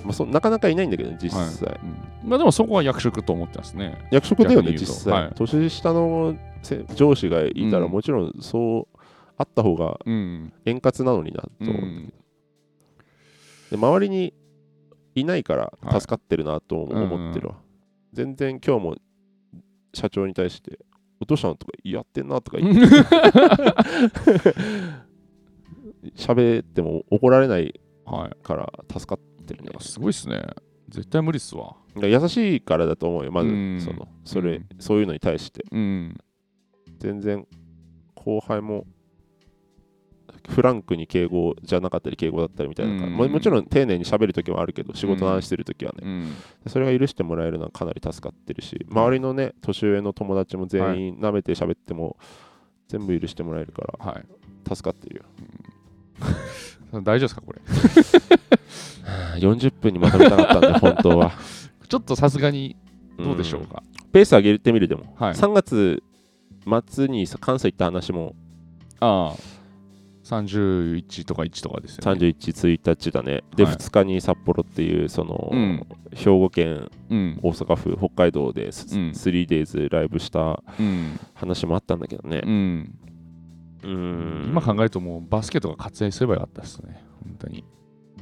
Speaker 1: まあ、そなかなかいないんだけど、ね、実際、
Speaker 2: はいうんまあでもそこは役職と思ってますね。
Speaker 1: 役職だよね
Speaker 2: 逆に言う
Speaker 1: 実
Speaker 2: と
Speaker 1: 際、
Speaker 2: はい
Speaker 1: 年下のせ上司がいたら
Speaker 2: うん
Speaker 1: もちろんそうあった方が
Speaker 2: うん。
Speaker 1: 円滑なのになと思う、
Speaker 2: うん
Speaker 1: で周りにいないから
Speaker 2: はい
Speaker 1: 助かってるなと思ってるわ、全然今日も社長に対して「お父さん」とか「やってんな」とか言って喋っても怒られない
Speaker 2: はい。
Speaker 1: から助かってるね
Speaker 2: いやすごいですね。絶対無理っすわ。
Speaker 1: だから優しいからだと思うよまず
Speaker 2: うん
Speaker 1: そのそれ、
Speaker 2: うん
Speaker 1: そういうのに対して
Speaker 2: うん。
Speaker 1: 全然後輩もフランクに敬語じゃなかったり敬語だったりみたいなのが
Speaker 2: うん
Speaker 1: ももちろん丁寧に喋る時もあるけど仕事の話してる時はね、
Speaker 2: うん。
Speaker 1: それが許してもらえるのはかなり助かってるし周りのね年上の友達も全員舐めて喋っても全部許してもらえるから
Speaker 2: はい。
Speaker 1: 助かってるよ
Speaker 2: 大丈夫ですか、これ。
Speaker 1: 40分にまとめたかったん で本当は
Speaker 2: ちょっとさすがにどうでしょうんか。
Speaker 1: ペース上げてみるでも、
Speaker 2: はい。
Speaker 1: 3月末にさ関西行った話も
Speaker 2: ああ。31とか1とかですよね。
Speaker 1: 311日だねで、
Speaker 2: はい
Speaker 1: 2日に札幌っていうその、
Speaker 2: うん
Speaker 1: 兵庫県
Speaker 2: うん。
Speaker 1: 大阪府北海道でス
Speaker 2: うん
Speaker 1: 3days ライブした
Speaker 2: うん。
Speaker 1: 話もあったんだけどね
Speaker 2: うん。
Speaker 1: うん
Speaker 2: 今考えるともうバスケとか活躍すればよかったですね。本当に。
Speaker 1: い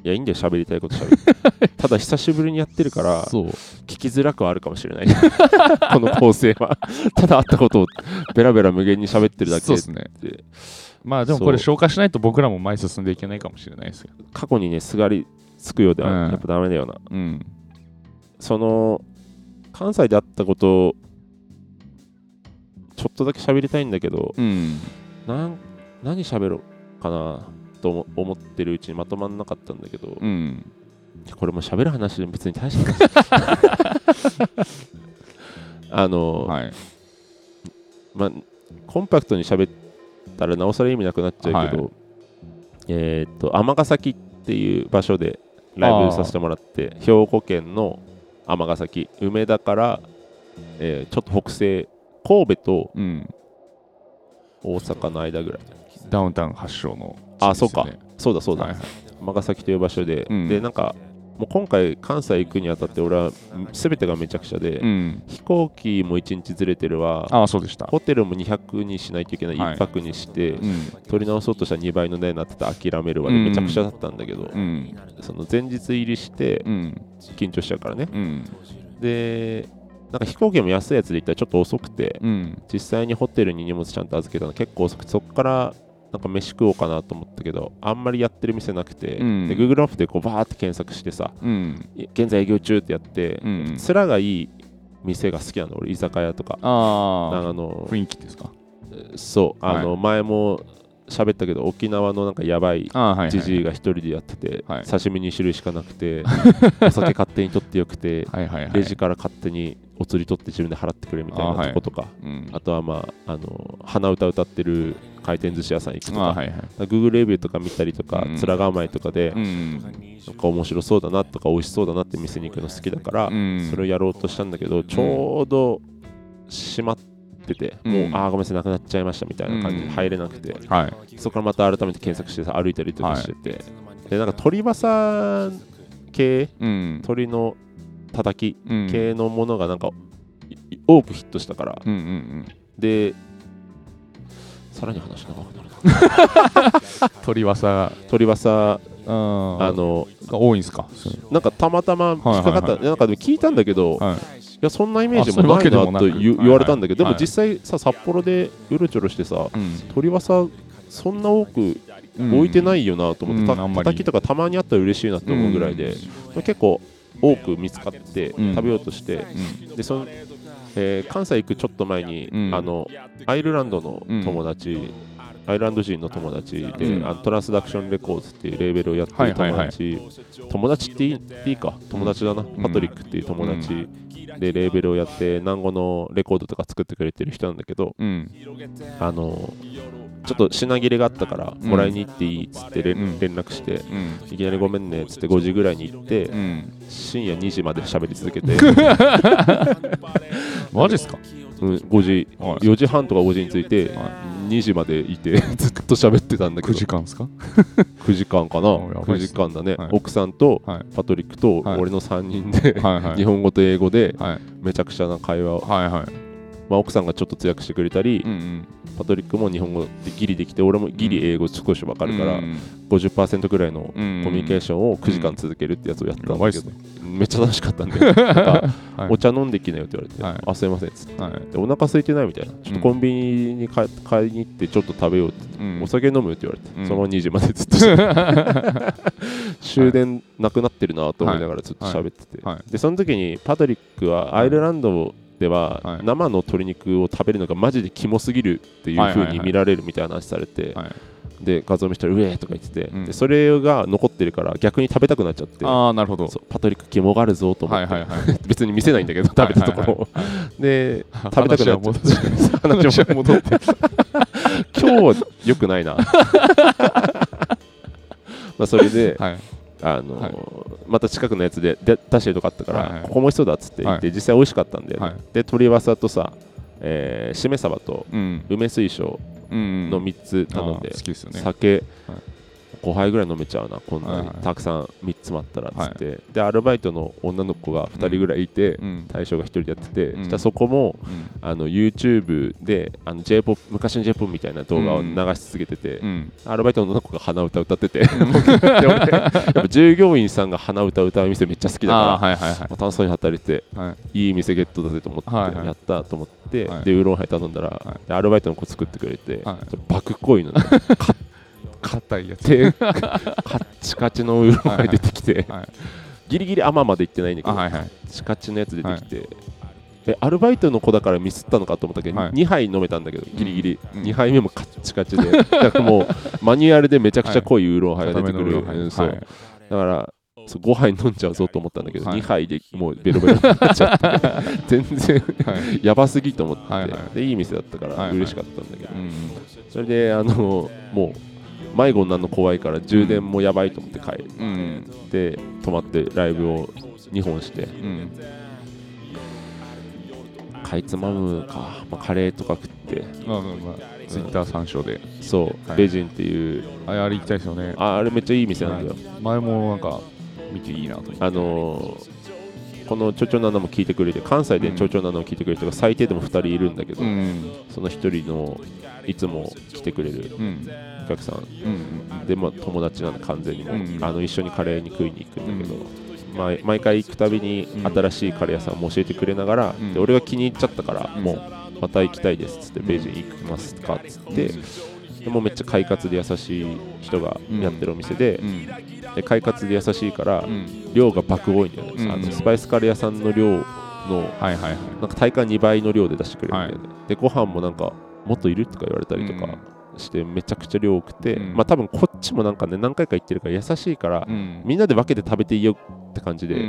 Speaker 1: やいいんだよ喋りたいこと喋る ただ久しぶりにやってるから
Speaker 2: そう。
Speaker 1: 聞きづらくはあるかもしれない この構成は ただあったことをベラベラ無限に喋ってるだ
Speaker 2: そ
Speaker 1: け
Speaker 2: うですね
Speaker 1: て。
Speaker 2: まあでもこれ消化しないと僕らも前進んでいけないかもしれないですけど。
Speaker 1: 過去にねすがりつくようでは
Speaker 2: うん
Speaker 1: やっぱダメだよな、
Speaker 2: うん。
Speaker 1: その関西であったことをちょっとだけ喋りたいんだけど
Speaker 2: うん。
Speaker 1: なん何喋ろうかなと思思ってるうちにまとまんなかったんだけど、
Speaker 2: うん。
Speaker 1: これもう喋る話で別に大した話 あの、
Speaker 2: はい。
Speaker 1: まあ、コンパクトに喋ったらなおさら意味なくなっちゃうけど、えーっと尼崎っていう場所でライブさせてもらって兵庫県の尼崎梅田から、えーちょっと北西神戸と
Speaker 2: うん、
Speaker 1: 大阪の間ぐらい
Speaker 2: ダウンタウン発祥の、
Speaker 1: あそうか
Speaker 2: ですよね
Speaker 1: そうだそうだ、
Speaker 2: はいはい
Speaker 1: 尼崎という場所で、
Speaker 2: うん
Speaker 1: でなんかもう今回関西行くにあたって俺は全てがめちゃくちゃで、
Speaker 2: うん、
Speaker 1: 飛行機も1日ずれてるわ
Speaker 2: ああそうでした、
Speaker 1: ホテルも200にしないといけない、
Speaker 2: はい
Speaker 1: 1泊にして、
Speaker 2: うん
Speaker 1: 取り直そうとしたら2倍の値になってた諦めるわで
Speaker 2: うん
Speaker 1: めちゃくちゃだったんだけど、
Speaker 2: うん
Speaker 1: その前日入りして
Speaker 2: うん
Speaker 1: 緊張しちゃうからね
Speaker 2: うん
Speaker 1: でなんか飛行機も安いやつで行ったらちょっと遅くて
Speaker 2: うん
Speaker 1: 実際にホテルに荷物ちゃんと預けたの結構遅くてそっからなんか飯食おうかなと思ったけどあんまりやってる店なくて、
Speaker 2: うん
Speaker 1: で Google マップでこうバーって検索してさ
Speaker 2: うん
Speaker 1: い現在営業中ってやって、
Speaker 2: うん
Speaker 1: 面がいい店が好きなの俺居酒屋とかあ
Speaker 2: あ
Speaker 1: の
Speaker 2: あ雰囲気ですか
Speaker 1: そうあの、
Speaker 2: は
Speaker 1: 前も喋ったけど沖縄のなんかやばい
Speaker 2: ああはいはい
Speaker 1: じじいが一人でやってて、
Speaker 2: はい
Speaker 1: 刺身2種類しかなく てお酒勝手に取ってよくて、
Speaker 2: はいはいはい
Speaker 1: レジから勝手にお釣り取って自分で払ってくれみたい
Speaker 2: あは
Speaker 1: ないとことかあ,、
Speaker 2: うん
Speaker 1: とはまああの鼻歌歌ってる回転寿司屋さん行くと
Speaker 2: あ
Speaker 1: か,、
Speaker 2: あはいはい
Speaker 1: Google レビューとか見たりとか、
Speaker 2: うん
Speaker 1: 面構えとかで、
Speaker 2: うん
Speaker 1: なんか面白そうだなとか美味しそうだなって店に行くの好きだから、
Speaker 2: うん
Speaker 1: それをやろうとしたんだけどちょうど閉まってて、
Speaker 2: うん
Speaker 1: もうああごめんなさいなくなっちゃいましたみたいな感じで入れなくて、
Speaker 2: はい
Speaker 1: そこからまた改めて検索してさ歩いたりとかしてて、でなんか鳥羽さん系
Speaker 2: うん
Speaker 1: 鳥のたたき
Speaker 2: うん
Speaker 1: 系のものがなんか、いい多くヒットしたから、
Speaker 2: うんうん
Speaker 1: でさらに話長くなるな
Speaker 2: うん鳥わさ
Speaker 1: 鳥羽さん
Speaker 2: あの
Speaker 1: あの
Speaker 2: が多いんすかそれ
Speaker 1: なんかたまたま引っかかった、
Speaker 2: はいはいはい
Speaker 1: なんかでも聞いたんだけど、
Speaker 2: はい
Speaker 1: いやそんなイメージも
Speaker 2: あそういう
Speaker 1: ないな
Speaker 2: わけで
Speaker 1: と
Speaker 2: もなく
Speaker 1: 言う
Speaker 2: はい
Speaker 1: 言われたんだけど、
Speaker 2: はい
Speaker 1: でも実際さ札幌でうろちょろしてさ
Speaker 2: うん
Speaker 1: 鳥はさそんな多く
Speaker 2: うん
Speaker 1: 置いてないよなと思って、
Speaker 2: うん
Speaker 1: た
Speaker 2: うんあんまり
Speaker 1: 叩きとかたまにあったら嬉しいなって思うぐらいで、結構多く見つかって、
Speaker 2: うん
Speaker 1: 食べようとして、
Speaker 2: う
Speaker 1: でそのえー関西行くちょっと前に、
Speaker 2: うん
Speaker 1: あのアイルランドの友達、アイルランド人の友達で、
Speaker 2: うん
Speaker 1: あのトランスダクションレコーズっていうレーベルをやってる友達、
Speaker 2: はいはいはい
Speaker 1: 友達っていいいいか友達だな、パトリックっていう友達、でレーベルをやって南語のレコードとか作ってくれてる人なんだけど
Speaker 2: うん
Speaker 1: あのちょっと品切れがあったから
Speaker 2: ん
Speaker 1: もらいに行っていいっつって連,、
Speaker 2: うん
Speaker 1: 連絡して。
Speaker 2: うん
Speaker 1: いきなりごめんねっつって5時ぐらいに行って、
Speaker 2: うん
Speaker 1: 深夜2時まで喋り続けて、
Speaker 2: マジっすか
Speaker 1: うん、5時
Speaker 2: はい
Speaker 1: 4時半とか5時に着いて2時までいて ずっと喋ってたんだけ
Speaker 2: 9
Speaker 1: ど
Speaker 2: 時間ですか
Speaker 1: 9時間かな
Speaker 2: おやば
Speaker 1: 9
Speaker 2: いっすね
Speaker 1: 時間だね、
Speaker 2: はい
Speaker 1: 奥さんと
Speaker 2: はい
Speaker 1: パトリックと
Speaker 2: はい
Speaker 1: 俺の3人で、
Speaker 2: はいはい
Speaker 1: 日本語と英語で
Speaker 2: はい
Speaker 1: めちゃくちゃな会話を、
Speaker 2: はいはい
Speaker 1: まあ、奥さんがちょっと通訳してくれたり、
Speaker 2: うんうん
Speaker 1: パトリックも日本語でギリできて俺もギリ英語少しわかるから、
Speaker 2: うん
Speaker 1: 50%ぐらいのコ
Speaker 2: うん
Speaker 1: ミュニケーションを9時間続けるってやつをやったん
Speaker 2: やばい
Speaker 1: だ
Speaker 2: っ
Speaker 1: けど、
Speaker 2: すね
Speaker 1: めっちゃ楽しかった んでなんか
Speaker 2: はい
Speaker 1: お茶飲んできなよって言われて、
Speaker 2: はい
Speaker 1: あすいませんっつって
Speaker 2: はい
Speaker 1: でお腹空いてないみたいなちょっとコンビニに買い買いに行ってちょっと食べようって、
Speaker 2: うん
Speaker 1: お酒飲むって言われて、
Speaker 2: うん
Speaker 1: そのまま2時までずっとして 終電なくなってるなと思いながらずっと喋ってて、
Speaker 2: はいは
Speaker 1: でその時にパトリックはアイルランドでは
Speaker 2: はい
Speaker 1: 生の鶏肉を食べるのがマジでキモすぎるっていう
Speaker 2: はいはい
Speaker 1: 風
Speaker 2: はい
Speaker 1: に見られるみたいな話されて、
Speaker 2: はい
Speaker 1: で画像見したら「うえ!」とか言ってて、
Speaker 2: うん
Speaker 1: でそれが残ってるから逆に食べたくなっちゃって
Speaker 2: ああなるほど
Speaker 1: そうパトリック肝があるぞと思って、
Speaker 2: はいはいはい
Speaker 1: 別に見せないんだけど食べたところを、で食べたくなっちゃって話は戻って今日は良くないな まあそれで、
Speaker 2: はい
Speaker 1: あのー
Speaker 2: はい
Speaker 1: また近くのやつでで出してとかあったから、
Speaker 2: はいはい
Speaker 1: ここも美味しそうだっつって言って、実際美味しかったんで、
Speaker 2: はい
Speaker 1: で鶏わさとさ、えーしめ鯖と
Speaker 2: うん
Speaker 1: 梅水晶
Speaker 2: うん
Speaker 1: の3つ頼んで、
Speaker 2: あー好きですよね
Speaker 1: 酒、
Speaker 2: はい
Speaker 1: 5杯ぐらい飲めちゃうなこんな
Speaker 2: はい
Speaker 1: に
Speaker 2: はい
Speaker 1: たくさん3つもあったらっつって、でアルバイトの女の子が2人ぐらいいて、
Speaker 2: うん
Speaker 1: 大将が1人でやってて、
Speaker 2: うん
Speaker 1: そしたらそこも
Speaker 2: うん
Speaker 1: あの YouTube であの J-POP 昔の J−POP みたいな動画を流し続けてて、
Speaker 2: うん
Speaker 1: アルバイトの女の子が鼻歌歌って てで俺やっぱ従業員さんが鼻歌歌う店めっちゃ好きだから、
Speaker 2: あーはいはいはい
Speaker 1: まあ楽しそうに働いて
Speaker 2: はい
Speaker 1: ていい店ゲットだぜと思って、
Speaker 2: はいはい
Speaker 1: やったと思って、
Speaker 2: はい
Speaker 1: でウーロンハイ頼んだら、
Speaker 2: は
Speaker 1: でアルバイトの子作ってくれて、
Speaker 2: は
Speaker 1: 爆濃い のね
Speaker 2: 硬いやつ
Speaker 1: でカッチカチのウーロンハイ出てきて、
Speaker 2: はい
Speaker 1: ギリギリ甘まで行ってないんだけ
Speaker 2: あ
Speaker 1: ど、
Speaker 2: はい はい
Speaker 1: チカチのやつ出てきて、えアルバイトの子だからミスったのかと思ったけど、
Speaker 2: はい
Speaker 1: 2杯飲めたんだけどギリギリ、
Speaker 2: うん
Speaker 1: 2杯目もカッチカチでだからもうマニュアルでめちゃくちゃ濃いウーロンハイが出てくる、
Speaker 2: 硬めの
Speaker 1: う
Speaker 2: ウーロン
Speaker 1: ん
Speaker 2: ハ
Speaker 1: そ
Speaker 2: イ
Speaker 1: う
Speaker 2: はい
Speaker 1: だからそう5杯飲んじゃうぞと思ったんだけど、
Speaker 2: はい
Speaker 1: 2杯でもうベロベロになっちゃって 全然
Speaker 2: はい
Speaker 1: やばすぎと思って、
Speaker 2: はい
Speaker 1: い
Speaker 2: はい
Speaker 1: でいい店だったか
Speaker 2: はい
Speaker 1: ら
Speaker 2: はい
Speaker 1: 嬉しかったんだけど、
Speaker 2: うん
Speaker 1: それであのもう迷子になるの怖いから充電もやばいと思って帰
Speaker 2: うん
Speaker 1: って泊まってライブを2本して
Speaker 2: うん
Speaker 1: かいつまむか、まあ、カレーとか食って
Speaker 2: まあまあまあツイッター参照で
Speaker 1: そう、
Speaker 2: はい
Speaker 1: ベジンっていう
Speaker 2: あれあれ行きたいですよね
Speaker 1: ああれめっちゃいい店なんだよ、
Speaker 2: 前もなんか見ていいなと思って
Speaker 1: あのーこのちょちょななも聞いてくれて関西でちょちょななを聞いてくれてる人が最低でも2人いるんだけど、
Speaker 2: うん
Speaker 1: その1人のいつも来てくれる
Speaker 2: うん
Speaker 1: お客さん
Speaker 2: うんうん
Speaker 1: で、まあ、友達なんで完全にもう、
Speaker 2: うん
Speaker 1: あの一緒にカレーに食いに行くんだけど、毎毎回行くたびに
Speaker 2: うん
Speaker 1: 新しいカレー屋さんも教えてくれながら、
Speaker 2: うん
Speaker 1: で俺が気に入っちゃったから、
Speaker 2: うん
Speaker 1: もうまた行きたいですっつって、
Speaker 2: うん
Speaker 1: ベージン行きますかっつって、でもうめっちゃ快活で優しい人がやってるお店で,、
Speaker 2: うん
Speaker 1: で快活で優しいから、
Speaker 2: うん
Speaker 1: 量が爆多いんだよね、
Speaker 2: うん
Speaker 1: あのスパイスカレー屋さんの量の
Speaker 2: はいはいはい
Speaker 1: なんか体感2倍の量で出してくれるんだよね、でご飯もなんかもっといるとか言われたりとかしてめちゃくちゃ量多くて、
Speaker 2: うん
Speaker 1: まあ多分こっちもなんかね何回か行ってるから優しいから、
Speaker 2: うん
Speaker 1: みんなで分けて食べていいよって感じで、
Speaker 2: うん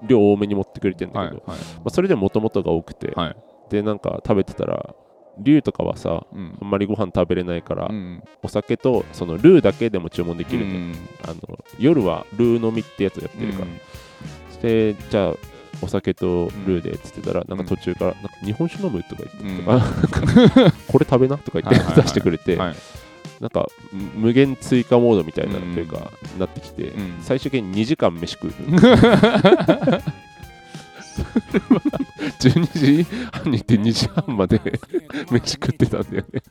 Speaker 2: うん
Speaker 1: 量多めに持ってくれてん
Speaker 2: うんは
Speaker 1: だ
Speaker 2: い
Speaker 1: けど、
Speaker 2: はい
Speaker 1: まあ、それでもともとが多くて、
Speaker 2: はい
Speaker 1: でなんか食べてたら龍とかはさ
Speaker 2: うん
Speaker 1: あんまりご飯食べれないから、
Speaker 2: うん
Speaker 1: お酒とそのルーだけでも注文できると、
Speaker 2: うん
Speaker 1: あの夜はルー飲みってやつやってるから、でじゃあお酒とルーでっつってたら、なんか途中から「なんか日本酒飲む?」とか言って、
Speaker 2: うん
Speaker 1: あなんか これ食べなとか言って
Speaker 2: はいはいはい
Speaker 1: 出してくれて、
Speaker 2: はい
Speaker 1: なんかむ無限追加モードみたいなというか、なってきて、
Speaker 2: うん
Speaker 1: 最終的に2時間飯 食う12時半に行って2時半まで 飯食ってたんだよね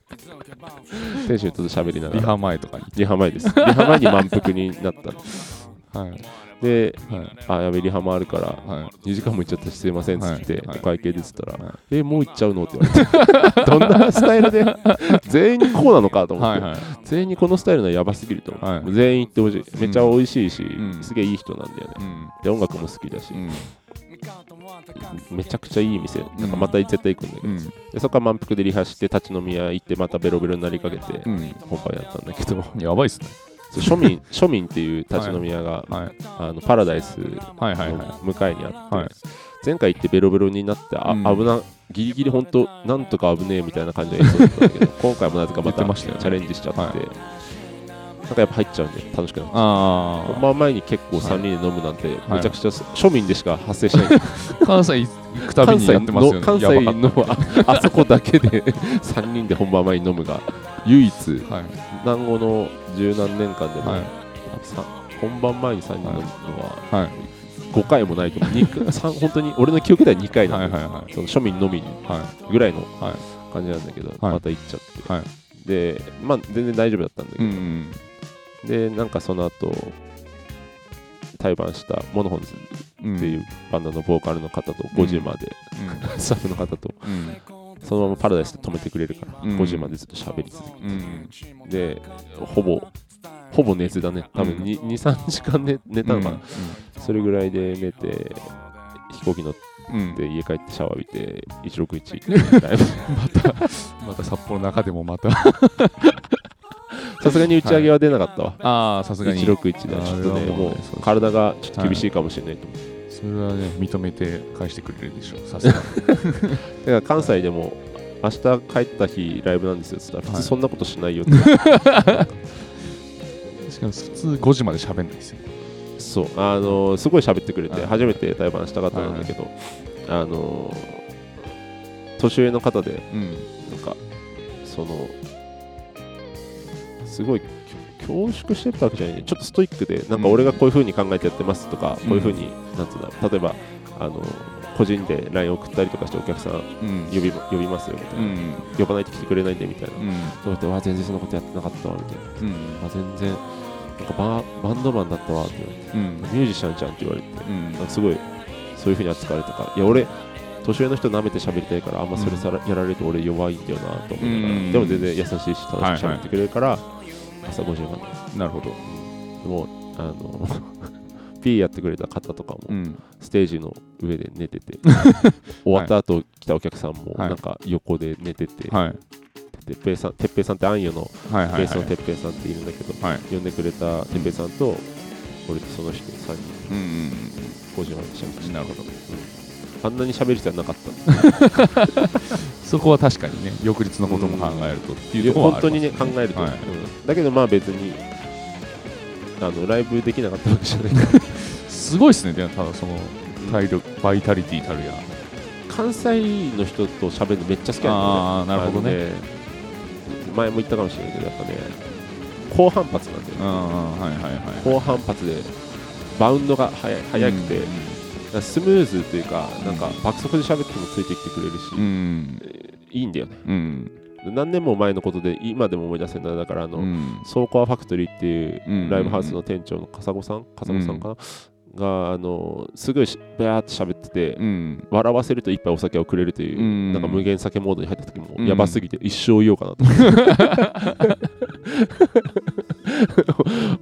Speaker 1: 店主にちょっと喋りなが
Speaker 2: リ
Speaker 1: ら
Speaker 2: ハ前とかに
Speaker 1: リハ前ですリハ前に満腹にな ったんです
Speaker 2: はい
Speaker 1: で
Speaker 2: はい
Speaker 1: あやべリハもあるから
Speaker 2: はい
Speaker 1: 2時間も行っちゃったしすいませんっつって、
Speaker 2: はいはい
Speaker 1: お会計でっつったら、
Speaker 2: はい
Speaker 1: えもう行っちゃうのって言われて どんなスタイルで 全員にこうなのかと思っ
Speaker 2: は
Speaker 1: て、
Speaker 2: いはい
Speaker 1: 全員にこのスタイルのはやばすぎると思う、
Speaker 2: はい
Speaker 1: もう全員行ってほしいめっちゃ美味しいし、
Speaker 2: うん
Speaker 1: すげえいい人なんだよね
Speaker 2: うん
Speaker 1: で音楽も好きだし、
Speaker 2: うん
Speaker 1: めちゃくちゃいい店なんか
Speaker 2: うん
Speaker 1: また絶対行くんだけど、
Speaker 2: うん
Speaker 1: でそこから満腹でリハして立ち飲み屋行ってまたベロベロになりかけて、
Speaker 2: うん
Speaker 1: 本番やったんだけど
Speaker 2: やばいっすね
Speaker 1: そう庶民庶民っていう立ち飲み屋が、
Speaker 2: はい
Speaker 1: あのパラダイス
Speaker 2: はいはい
Speaker 1: の
Speaker 2: は
Speaker 1: 向かいにあって、
Speaker 2: いはい
Speaker 1: 前回行ってベロベロになってあ、
Speaker 2: うん
Speaker 1: 危なギリギリ本当なんとか危ねえみたいな感じで演奏だったんだ けど今回もなぜかまた
Speaker 2: 言ってまし
Speaker 1: チ
Speaker 2: たよね
Speaker 1: ャレンジしちゃって、
Speaker 2: はい
Speaker 1: なんかやっぱ入っちゃうんで楽しくなって
Speaker 2: あ
Speaker 1: 本番前に結構3人で飲むなんて
Speaker 2: い
Speaker 1: めちゃくちゃ庶民でしか発生しない、
Speaker 2: あ関西行くたび
Speaker 1: 関
Speaker 2: に
Speaker 1: 西
Speaker 2: やってますよ
Speaker 1: の
Speaker 2: ね
Speaker 1: 関
Speaker 2: や
Speaker 1: 西
Speaker 2: ばかっ
Speaker 1: のああそこだけで 3人で本番前に飲むが唯一
Speaker 2: たはい
Speaker 1: 南後の十何年間でも、
Speaker 2: はい
Speaker 1: さ本番前に3人飲むのは
Speaker 2: はい
Speaker 1: 5回もないと思うにさん本当に俺の記憶では2回なんだ
Speaker 2: はい
Speaker 1: よ
Speaker 2: はいは
Speaker 1: その庶民のみに
Speaker 2: いはい
Speaker 1: ぐらいの
Speaker 2: は
Speaker 1: 感じなんだけど、
Speaker 2: はい
Speaker 1: また行っちゃって、
Speaker 2: はい
Speaker 1: でまあ全然大丈夫だったんだけ
Speaker 2: う
Speaker 1: ど、
Speaker 2: んうん
Speaker 1: でなんかその後対バンしたモノホンズ
Speaker 2: うん
Speaker 1: っていうバンドのボーカルの方と5時まで、 スタッフの方と
Speaker 2: うん
Speaker 1: そのままパラダイスで止めてくれるから、
Speaker 2: うん
Speaker 1: 5時までずっと喋り続け
Speaker 2: うんうん
Speaker 1: てでほぼほぼ寝てだね多分
Speaker 2: うん
Speaker 1: 23時間寝寝たのかな、それぐらいで寝て飛行機乗っ
Speaker 2: うんうん
Speaker 1: て家帰ってシャワー浴びて161ライ ブ
Speaker 2: また札幌の中でもまた
Speaker 1: さすがに打ち上げは出なかったわ、
Speaker 2: ああさすがに
Speaker 1: 161だちょっと
Speaker 2: あ
Speaker 1: ね
Speaker 2: れは
Speaker 1: も
Speaker 2: もう
Speaker 1: う
Speaker 2: ねそう
Speaker 1: 体がちょっと厳しいかもしれないと思う、
Speaker 2: それはね認めて返してくれるでしょうさすがに
Speaker 1: だから関西でも明日帰った日ライブなんですよって言ったら普
Speaker 2: はい
Speaker 1: 通そんなことしない よって、
Speaker 2: しかも普通5時まで喋んないですよ
Speaker 1: そうあのーすごい喋ってくれて、
Speaker 2: はい
Speaker 1: 初めて対バンした方なんだけど、あのー年上の方で
Speaker 2: うん
Speaker 1: なんかそのすごい恐縮してたわけじゃないちょっとストイックでなんか俺がこういう風に考えてやってますとか、
Speaker 2: うん
Speaker 1: こういう風になんつうんだろう例えばあの個人で LINE 送ったりとかしてお客さん
Speaker 2: うん
Speaker 1: 呼び呼びますよみたいな、
Speaker 2: うん
Speaker 1: 呼ばないと来てくれないんでみたいな、
Speaker 2: うん
Speaker 1: そうやってわあ全然そんなことやってなかったわみたいな
Speaker 2: うん
Speaker 1: あ全然なんかバーバンドマンだったわって言われて
Speaker 2: うん
Speaker 1: ミュージシャンじゃんって言われて
Speaker 2: うん
Speaker 1: なんかすごいそういう風に扱われたからいや俺年上の人舐めて喋りたいからあんまそれさら、やられると俺弱いんだよなと思いながら、
Speaker 2: うん
Speaker 1: でも全然優しいし楽しく
Speaker 2: はい
Speaker 1: 喋ってくれるから、朝5時まで
Speaker 2: なるほど
Speaker 1: もうあの P やってくれた方とかも、
Speaker 2: うん
Speaker 1: ステージの上で寝て て終わった後来たお客さんも
Speaker 2: はい
Speaker 1: なんか横で寝てて、
Speaker 2: はい
Speaker 1: てっぺいさんてっぺいさんってあんよの
Speaker 2: はいは
Speaker 1: ベ
Speaker 2: い
Speaker 1: ースの
Speaker 2: は
Speaker 1: てっぺいさんっているんだけど、
Speaker 2: はい
Speaker 1: 呼んでくれたてっぺいさんと、俺とその人3人
Speaker 2: いうんうん
Speaker 1: 5時までしゃべって
Speaker 2: うんなるほど
Speaker 1: あんなに喋る必要はなかった
Speaker 2: そこは確かにね翌日のことも考えるとっていうところは
Speaker 1: 本当
Speaker 2: ありま
Speaker 1: に
Speaker 2: す
Speaker 1: ね考えると、
Speaker 2: はい
Speaker 1: うんだけどまあ別にあのライブできなかったわけじゃない から
Speaker 2: すごいですねでもただその体力バイタリティたるや
Speaker 1: 関西の人と喋るのめっちゃ好きなんだよね
Speaker 2: ああーなるほ
Speaker 1: あ
Speaker 2: どね
Speaker 1: のね前も言ったかもしれないけどやっぱね高反発なんだよ
Speaker 2: う
Speaker 1: ね
Speaker 2: んうんはいはいはい
Speaker 1: 高反発でバウンドが速い速くて、スムーズというかなんか爆速で喋ってもついてきてくれるし、
Speaker 2: うん
Speaker 1: いいんだよね
Speaker 2: うん
Speaker 1: 何年も前のことで今でも思い出せるのはだからあの、
Speaker 2: うん
Speaker 1: ソーコアファクトリーっていう
Speaker 2: うん
Speaker 1: ライブハウスの店長の笠子さん笠子さんかな、があのすごいしバーって喋ってて、
Speaker 2: うん
Speaker 1: 笑わせると一杯お酒をくれるという、
Speaker 2: うん
Speaker 1: なんか無限酒モードに入った時も
Speaker 2: うん
Speaker 1: やばすぎて一生言おうかなと、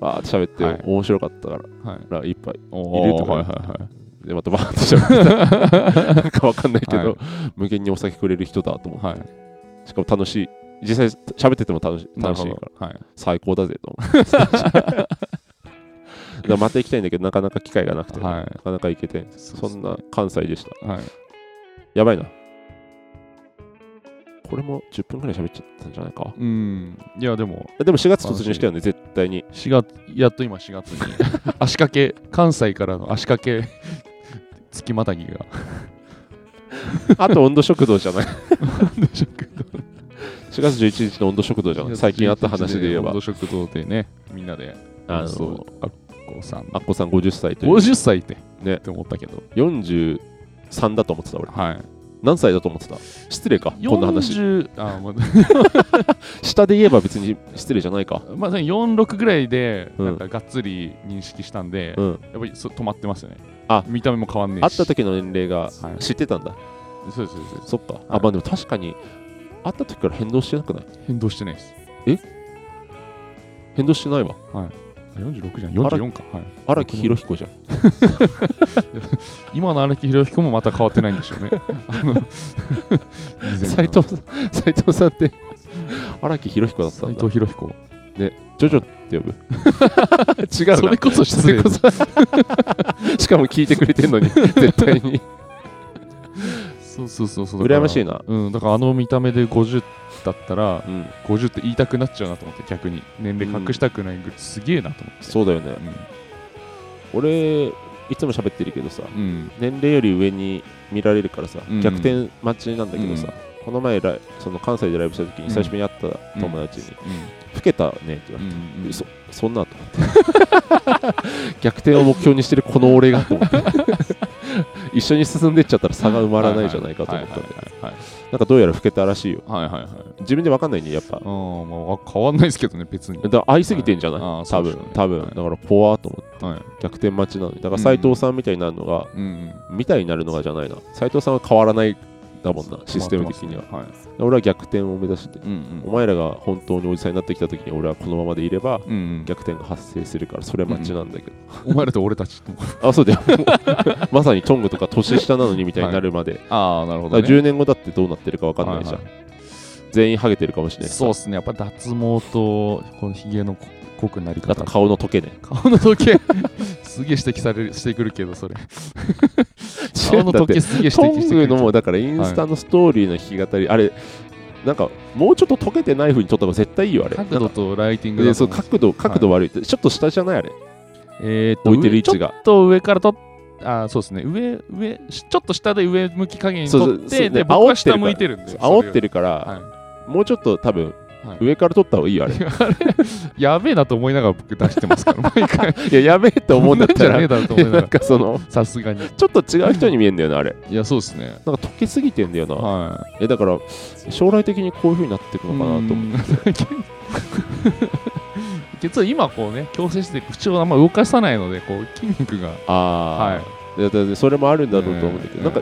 Speaker 1: バーって喋って、
Speaker 2: はい
Speaker 1: 面白かったから
Speaker 2: はい
Speaker 1: ら一杯
Speaker 2: おー
Speaker 1: いるとか
Speaker 2: はいはいはい
Speaker 1: でまたバーって喋 ってたなんかわかんないけど、
Speaker 2: は
Speaker 1: 無限にお酒くれる人だと思って、
Speaker 2: はい
Speaker 1: しかも楽しい実際喋ってても楽し
Speaker 2: なる
Speaker 1: 楽し
Speaker 2: ほ
Speaker 1: い
Speaker 2: ど
Speaker 1: から
Speaker 2: はい
Speaker 1: 最高だぜと思って だからまた行きたいんだけどなかなか機会がなくて、
Speaker 2: はい
Speaker 1: なかなか行けてそんな関西でした
Speaker 2: はい
Speaker 1: やばいなこれも10分ぐらい喋っちゃったんじゃないか
Speaker 2: うんいやでも
Speaker 1: でも4月突入したよね絶対に
Speaker 2: 4月やっと今4月に 足掛け関西からの足掛け月またぎが
Speaker 1: あと温度食堂じ ゃない
Speaker 2: 温度食
Speaker 1: 4月11日の温度食堂じゃない最近あった話で言えば
Speaker 2: 温度食堂でねみんなで
Speaker 1: あの
Speaker 2: そうあっこさん
Speaker 1: あっこさん50歳という
Speaker 2: 50歳って
Speaker 1: ね
Speaker 2: って思ったけど
Speaker 1: 43だと思ってた俺
Speaker 2: はい
Speaker 1: 何歳だと思ってた失礼かこんな話
Speaker 2: 40あ ま
Speaker 1: 下で言えば別に失礼じゃないか
Speaker 2: あまあ46ぐらいで
Speaker 1: うん
Speaker 2: なんかがっつり認識したんで、
Speaker 1: うん
Speaker 2: やっぱりそ止まってますよね
Speaker 1: あ
Speaker 2: 見た目も変わんねえ
Speaker 1: 会っ
Speaker 2: した
Speaker 1: 時の年齢が
Speaker 2: はい
Speaker 1: 知ってたんだ
Speaker 2: そうですそうですそうです
Speaker 1: そっか、
Speaker 2: は
Speaker 1: あ
Speaker 2: い
Speaker 1: まあでも確かに会った時から変動してなくない
Speaker 2: 変動してないです
Speaker 1: 変動してないわ
Speaker 2: あ46じゃん44か、はい、
Speaker 1: 荒木宏彦じゃん
Speaker 2: 今の荒木宏彦もまた変わってないんでしょ うねあの
Speaker 1: 斎藤さん斎藤さんって荒木宏彦だった
Speaker 2: 斎
Speaker 1: んだ
Speaker 2: 藤博彦
Speaker 1: ジョジョって呼ぶ違うな
Speaker 2: それこそ失礼
Speaker 1: それこそしかも聞いてくれてんの に絶対に
Speaker 2: そうそうそうそう
Speaker 1: 羨ましい
Speaker 2: な
Speaker 1: な
Speaker 2: うんだからあの見た目で50だったら
Speaker 1: うん
Speaker 2: 50って言いたくなっちゃうなと思って逆に年齢隠したくないぐらいすげえなと思って
Speaker 1: そうだよね俺いつも喋ってるけどさ
Speaker 2: うん、うん、
Speaker 1: 年齢より上に見られるからさ、
Speaker 2: うん
Speaker 1: 逆転待ちなんだけどさ、この前ライその関西でライブした時に最初に会った友達に「老けたね」って言われて
Speaker 2: うんうんうん
Speaker 1: そそんなと思って 逆転を目標にしてるこの俺がと思って 一緒に進んでっちゃったら差が埋まらないじゃないかと思ったんで
Speaker 2: はい
Speaker 1: なんかどうやら老けたらしいよ
Speaker 2: はいはいはいはいはいはい
Speaker 1: 自分で分かんないねやっぱ
Speaker 2: うんまあわ変わんないですけどね別に
Speaker 1: だから会いすぎてんじゃない、
Speaker 2: はいあー
Speaker 1: 多
Speaker 2: そう
Speaker 1: 分
Speaker 2: でしょうね
Speaker 1: 多分、
Speaker 2: はい
Speaker 1: だから怖ーと思って
Speaker 2: はい
Speaker 1: 逆転待ちなのにだから斎藤さんみたいになるのが、
Speaker 2: うんうん
Speaker 1: みたいになるのがじゃないな斎藤さんは変わらないだもんなシステム的には、
Speaker 2: はい
Speaker 1: 俺は逆転を目指して、
Speaker 2: うんうん
Speaker 1: お前らが本当におじさんになってきた時に俺はこのままでいれば
Speaker 2: うんうん
Speaker 1: 逆転が発生するからそれ待ちなんだけど、
Speaker 2: お前らと俺 たち
Speaker 1: あ、そうだよ。もうまさにトングとか年下なのにみたいになる まで。
Speaker 2: ああなるほ
Speaker 1: だから10年後だってどうなってるか分かんないじゃん。
Speaker 2: は
Speaker 1: 全員ハゲてるかもしれないし
Speaker 2: そうっすねやっぱ脱毛とこのひげのこ濃くなり
Speaker 1: あと
Speaker 2: 方
Speaker 1: 顔の時計ね。
Speaker 2: 顔の時計 すげえ指摘されるしてくるけどそれ顔の
Speaker 1: だって
Speaker 2: 時計すげえ指摘
Speaker 1: ト
Speaker 2: して
Speaker 1: ン
Speaker 2: く
Speaker 1: グ
Speaker 2: る
Speaker 1: のもうだからインスタのストーリーの弾き語り、あれ、なんかもうちょっと溶けてない風に撮った方が絶対いいよ、あれ。
Speaker 2: 角度とライティング
Speaker 1: で
Speaker 2: だ
Speaker 1: そ
Speaker 2: と
Speaker 1: う
Speaker 2: 思うんです
Speaker 1: 角度、角度悪いって、ちょっと下じゃないあれ、
Speaker 2: えーっと
Speaker 1: 置いてる位置が
Speaker 2: 上ちょっと上からとっあーそうですね上上しちょっと下で上向き加減に
Speaker 1: そう
Speaker 2: とっ
Speaker 1: そうそう
Speaker 2: て
Speaker 1: ね
Speaker 2: で僕は
Speaker 1: 煽ってるから
Speaker 2: 下向いてるんで
Speaker 1: 煽って
Speaker 2: る
Speaker 1: るから、
Speaker 2: は
Speaker 1: もうちょっと多分、
Speaker 2: はい
Speaker 1: 上から撮った方がいいよ、あれ。い
Speaker 2: いやべえなと思いながら僕出してますから 毎回
Speaker 1: や、やべえって思うんだった
Speaker 2: こん なん
Speaker 1: ら、
Speaker 2: じゃねえだろうと思いな
Speaker 1: な
Speaker 2: が
Speaker 1: んか
Speaker 2: ら
Speaker 1: その、
Speaker 2: さすがに
Speaker 1: ちょっと違う人に見えんだよね、あれ。
Speaker 2: いやそうですね
Speaker 1: なんか溶けすぎてんだよな。
Speaker 2: は
Speaker 1: えだから将来的にこういう風になっていく
Speaker 2: い
Speaker 1: のかなと思う
Speaker 2: うん実は今こうね矯正して口をあんま動かさないのでこう筋肉が
Speaker 1: あ
Speaker 2: はい
Speaker 1: あ、でででそれもあるんだろうと思うんだけど、
Speaker 2: うん
Speaker 1: なんか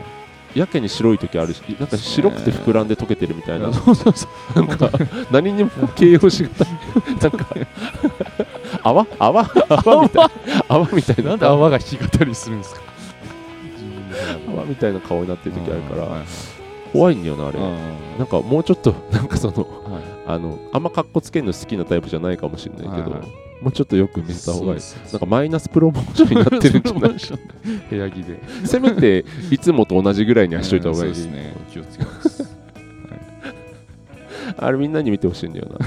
Speaker 1: やけに白い時あるしなんか白くて膨らんで溶けてるみたいな、
Speaker 2: そうそうそう
Speaker 1: なんか何にも形 容しがたいなんか泡泡泡みたいな泡みたいな
Speaker 2: なんで泡が引き語りするんですか
Speaker 1: 泡みたいな顔になってる時あるか
Speaker 2: うんはい
Speaker 1: ら怖いんだよなあれ
Speaker 2: うん
Speaker 1: なんかもうちょっとなんかその
Speaker 2: はい
Speaker 1: あのあんま格好つけるの好きなタイプじゃないかもしれないけど、
Speaker 2: はいはい
Speaker 1: もうちょっとよく見せた方がいい
Speaker 2: そうそう
Speaker 1: な
Speaker 2: そう
Speaker 1: んかマイナスプロモーションになってるん じゃない
Speaker 2: い部屋着で
Speaker 1: せめていつもと同じぐらいにはしといた方がいい、
Speaker 2: うんそうですね気をつけます
Speaker 1: あれみんなに見てほしいんだよ なや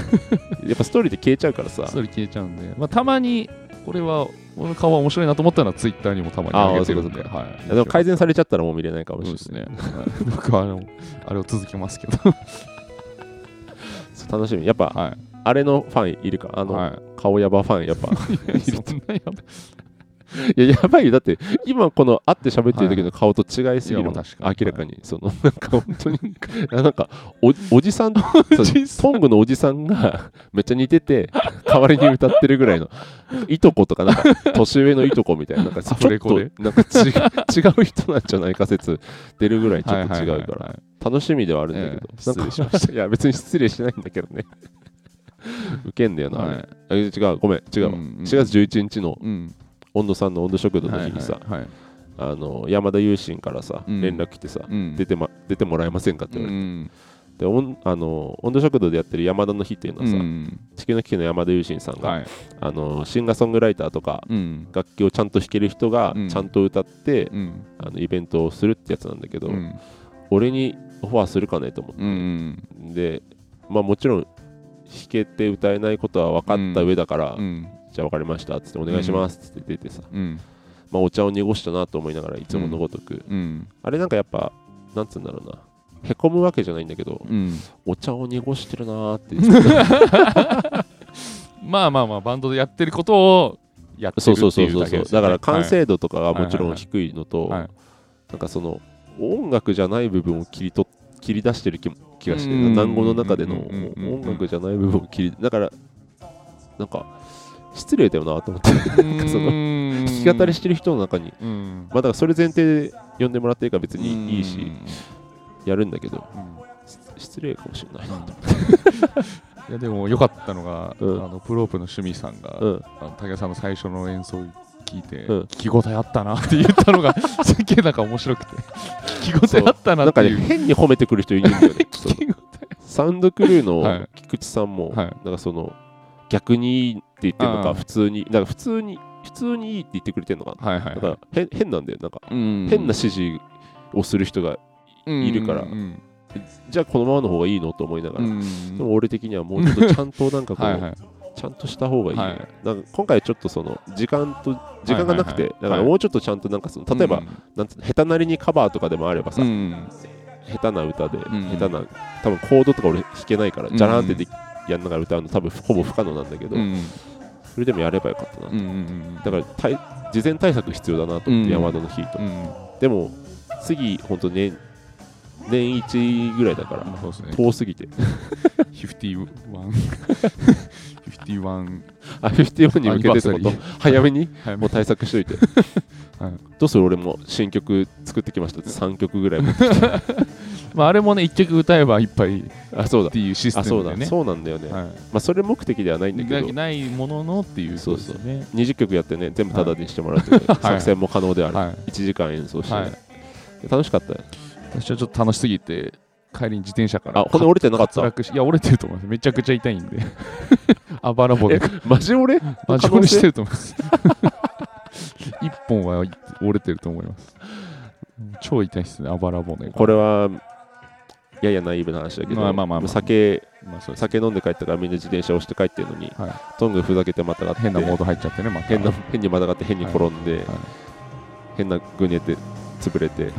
Speaker 1: っぱストーリーで消えちゃうからさ
Speaker 2: それ消えちゃうんで、まあ、たまにこれは俺の顔は面白いなと思ったのはツイッターにもたまに上げてるんで
Speaker 1: あーそうか
Speaker 2: はい
Speaker 1: いやでも改善されちゃったらもう見れないかもし
Speaker 2: そ
Speaker 1: れ
Speaker 2: う
Speaker 1: な
Speaker 2: で
Speaker 1: い
Speaker 2: すね僕はあのあれを続けますけど
Speaker 1: そう楽しみやっぱ、
Speaker 2: はい
Speaker 1: あれのファンいるかあの、
Speaker 2: は
Speaker 1: 顔やばファンやっぱ
Speaker 2: い そんなやばい
Speaker 1: いややばいよだって今この会って喋ってる時の顔と違いすぎるもん、
Speaker 2: いやまあ確
Speaker 1: 明
Speaker 2: かに
Speaker 1: らかに、そのなんか本当にあなんかおおじ さんトングのおじさんがめっちゃ似てて代わりに歌ってるぐらいのいとことかなんか年上のいとこみたいななんかちょ
Speaker 2: アフ
Speaker 1: っ
Speaker 2: レコ
Speaker 1: と
Speaker 2: で
Speaker 1: なんか違う違う人なんじゃないか説出るぐらいちょっと違うから、
Speaker 2: はいはいはいはい
Speaker 1: 楽しみではあるんだけど、
Speaker 2: ええ失礼し
Speaker 1: ましたいや別に失礼してないんだけど ねウケんだよな、
Speaker 2: はい
Speaker 1: あれえ違うごめん違うわ、
Speaker 2: うんうん
Speaker 1: 4月11日の
Speaker 2: うん
Speaker 1: 温度さんの温度食堂の日にさ、
Speaker 2: はいはい
Speaker 1: あの山田裕心からさ、
Speaker 2: うん
Speaker 1: 連絡来てさ、
Speaker 2: うん
Speaker 1: 出てま、出てもらえませんかって
Speaker 2: う
Speaker 1: 言われて、
Speaker 2: ん
Speaker 1: でおんあの温度食堂でやってる山田の日っていうのはさ、
Speaker 2: うん
Speaker 1: 地球の危機の山田裕心さんが、
Speaker 2: はい
Speaker 1: あのシンガーソングライターとか
Speaker 2: うん
Speaker 1: 楽器をちゃんと弾ける人が
Speaker 2: うん
Speaker 1: ちゃんと歌って、
Speaker 2: うん
Speaker 1: あのイベントをするってやつなんだけど、
Speaker 2: うん
Speaker 1: 俺にオファーするかねと思って、
Speaker 2: うん
Speaker 1: でまあもちろん弾けて歌えないことは分かった上だから、
Speaker 2: うん
Speaker 1: じゃあ分かりましたっつってお願いしますっつって出てさ、
Speaker 2: うん
Speaker 1: まあ、お茶を濁したなと思いながらいつものごとく、
Speaker 2: うん
Speaker 1: あれなんかやっぱなんつうんだろうなへこむわけじゃないんだけど
Speaker 2: うん
Speaker 1: お茶を濁してるなーってずっ と
Speaker 2: まあまあまあバンドでやってることをやってる
Speaker 1: そ
Speaker 2: っ
Speaker 1: うそう
Speaker 2: て
Speaker 1: そう
Speaker 2: いう
Speaker 1: そう
Speaker 2: だけ
Speaker 1: そう
Speaker 2: ですよ
Speaker 1: だ
Speaker 2: ね
Speaker 1: から完
Speaker 2: はい
Speaker 1: 成度とかがもちろん
Speaker 2: はい
Speaker 1: 低いのと、
Speaker 2: はい
Speaker 1: なんかその音楽じゃない部分を切り取っ切り出してる気も気がして
Speaker 2: うんうんうんうん
Speaker 1: 単語の中での
Speaker 2: うんうんうんうん
Speaker 1: 音楽じゃない部分を切りだからなんか失礼だよなと思って
Speaker 2: なん
Speaker 1: かその弾き語りしてる人の中に
Speaker 2: うん
Speaker 1: まあだからそれ前提で呼んでもらっていいから別にいいしやるんだけど
Speaker 2: うん
Speaker 1: 失礼かもしれないなと
Speaker 2: いやでも良かったのが、
Speaker 1: うん
Speaker 2: あのプロープの趣味さんが、
Speaker 1: うん
Speaker 2: あの武田さんの最初の演奏聞いて、
Speaker 1: うん
Speaker 2: 聞き応えあったなって言ったのがすっげえなんか面白くて聞き応えあった
Speaker 1: な
Speaker 2: な
Speaker 1: ん
Speaker 2: っ
Speaker 1: か
Speaker 2: て
Speaker 1: ね
Speaker 2: いう
Speaker 1: 変に褒めてくる人いるんだよねそう
Speaker 2: 聞き応
Speaker 1: サウンドクルー
Speaker 2: は
Speaker 1: の
Speaker 2: い
Speaker 1: 菊池さんも、
Speaker 2: はい
Speaker 1: なんかその逆にいいって言ってるの
Speaker 2: あ
Speaker 1: か、
Speaker 2: あ
Speaker 1: 普通に、なんか普通に、普通にいいって言ってくれてるのか
Speaker 2: えはいは
Speaker 1: な、
Speaker 2: い
Speaker 1: だから変変なんだよ、なんか、
Speaker 2: うん
Speaker 1: 変な指示をする人が、いるから
Speaker 2: うんうん
Speaker 1: じゃあこのままの方がいいのと思いながら、
Speaker 2: うん
Speaker 1: でも俺的にはもうちょっとちゃんとなんかこう、
Speaker 2: はいはい
Speaker 1: ちゃんとした方がいい、
Speaker 2: はい
Speaker 1: なんか今回ちょっとその時間と時間がなくて、
Speaker 2: はいはいはい
Speaker 1: だからもうちょっとちゃんとなんかその例えば、なんつうの下手なりにカバーとかでもあればさ、
Speaker 2: うんうん
Speaker 1: 下手な歌で、
Speaker 2: ん
Speaker 1: 下手な多分コードとか俺弾けないから、
Speaker 2: うん
Speaker 1: じゃらんってでやんながら歌うの多分ほぼ不可能なんだけど、
Speaker 2: うん
Speaker 1: それでもやればよかったな、
Speaker 2: うんうん
Speaker 1: だから対事前対策必要だなと思って、
Speaker 2: うん
Speaker 1: 山田の日と、
Speaker 2: うん
Speaker 1: でも次本当年年1ぐらいだから
Speaker 2: まあそうですね
Speaker 1: 遠すぎて
Speaker 2: 51 51
Speaker 1: あ51に向けてってこと
Speaker 2: アニバーサリー
Speaker 1: 早めに
Speaker 2: 早め
Speaker 1: もう対策しといて、
Speaker 2: はい
Speaker 1: どうする俺も新曲作ってきましたって3曲ぐらい 持って
Speaker 2: まああれもね一曲歌えばいっぱいっ
Speaker 1: あそうだ
Speaker 2: ていうシス
Speaker 1: あ
Speaker 2: テ
Speaker 1: そう
Speaker 2: ムで
Speaker 1: だ
Speaker 2: ね
Speaker 1: そうなんだよね、
Speaker 2: はい
Speaker 1: まあそれ目的ではないんだけど
Speaker 2: ないもののっていう
Speaker 1: ことですよ
Speaker 2: ね。
Speaker 1: 20曲やってね全部タダにしてもらうという作戦も可能である、
Speaker 2: はい、
Speaker 1: 1時間演奏してね、
Speaker 2: はい
Speaker 1: 楽しかったよ
Speaker 2: 私はちょっと楽しすぎて帰りに自転車から
Speaker 1: あ骨折れてなかっ
Speaker 2: 滑
Speaker 1: た
Speaker 2: 落しいや折れてると思いますめちゃくちゃ痛いん であばら骨
Speaker 1: えマジ俺
Speaker 2: マジ骨してると思います 一本は折れてると思います超痛いっすねあばら骨が
Speaker 1: これはややナイーブな話だけど、
Speaker 2: まあまあまあまあ
Speaker 1: 酒
Speaker 2: まあそうです
Speaker 1: 酒飲んで帰ったからみんな自転車押して帰ってるのに、
Speaker 2: はい
Speaker 1: トングふざけてまたがって
Speaker 2: 変なモード入っちゃってねまた
Speaker 1: 変な
Speaker 2: はい
Speaker 1: 変にまたがって変に転んで、変なグネて潰れ て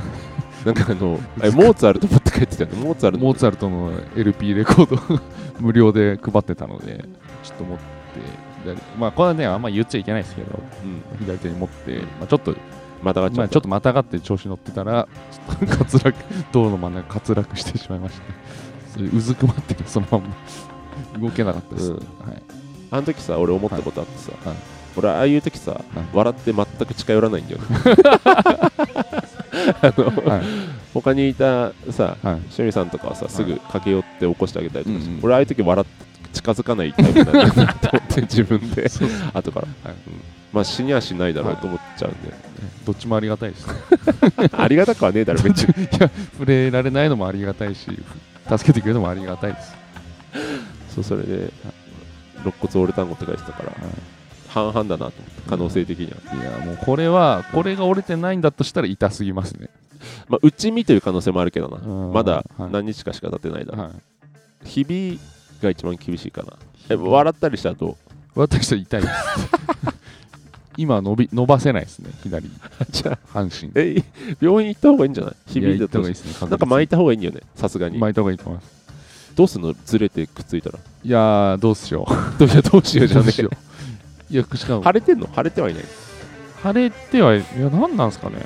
Speaker 1: なんかあのあれモーツァルト持って帰ってたよねモーツァルト
Speaker 2: モーツァルトの LP レコード 無料で配ってたのでちょっと持って左まあこれはねあんま言っちゃいけないですけど
Speaker 1: うん
Speaker 2: 左手に持って、まあ、ちょっと
Speaker 1: またがっち
Speaker 2: ま
Speaker 1: ゃ
Speaker 2: あ、
Speaker 1: っ
Speaker 2: ちょ
Speaker 1: た、
Speaker 2: っとまたがって調子乗ってたら、ちょっと滑落、道路の真ん中滑落してしまいまして、それうずくまってる、そのまんま。動けなかったです、
Speaker 1: うん
Speaker 2: はい。
Speaker 1: あの時さ俺思ったことあってさ、
Speaker 2: はい
Speaker 1: 俺ああいう時さ、笑って全く近寄らないんだよね あの、
Speaker 2: はい
Speaker 1: 他にいたさ
Speaker 2: はい。
Speaker 1: 趣味さんとかはさすぐ駆け寄って起こしてあげたりとかして、
Speaker 2: うんうん
Speaker 1: 俺ああいう時笑って近づかないタイプなん だなと思って自分で 後から、
Speaker 2: はい
Speaker 1: うんまあ死にはしないだろうと思っちゃうんで、
Speaker 2: どっちもありがたいです、ね。
Speaker 1: ありがたくはねえだろ 別に
Speaker 2: 触れられないのもありがたいし、助けてくれるのもありがたいです。
Speaker 1: そうそれで肋骨折れたんごって書いてたから、
Speaker 2: はい
Speaker 1: 半々だなと思って可能性的には、
Speaker 2: いやもうこれはこれが折れてないんだとしたら痛すぎますね、
Speaker 1: まあ、内見という可能性もあるけどな、
Speaker 2: うん
Speaker 1: まだ
Speaker 2: はい
Speaker 1: 何日かしか経ってないだろう、
Speaker 2: はい、
Speaker 1: 日々が一番厳しいかなえ笑ったりしたらど う
Speaker 2: 私は 痛いです今伸び伸ばせないですね左
Speaker 1: じゃあ
Speaker 2: 半身
Speaker 1: え 病院行った方がいいんじゃない日々
Speaker 2: い
Speaker 1: だ
Speaker 2: や行った
Speaker 1: と
Speaker 2: 方がいいですね
Speaker 1: なんか巻いた方がいいんだよねさすがに
Speaker 2: 巻いた方がいいと思います
Speaker 1: どうすんのずれてくっついたら
Speaker 2: いやー どうしよう
Speaker 1: どうしようどうしようじゃ
Speaker 2: ど
Speaker 1: ね
Speaker 2: うしよういやしかも
Speaker 1: 腫れてんの腫れてはいない
Speaker 2: 腫れてはいや何なんですかね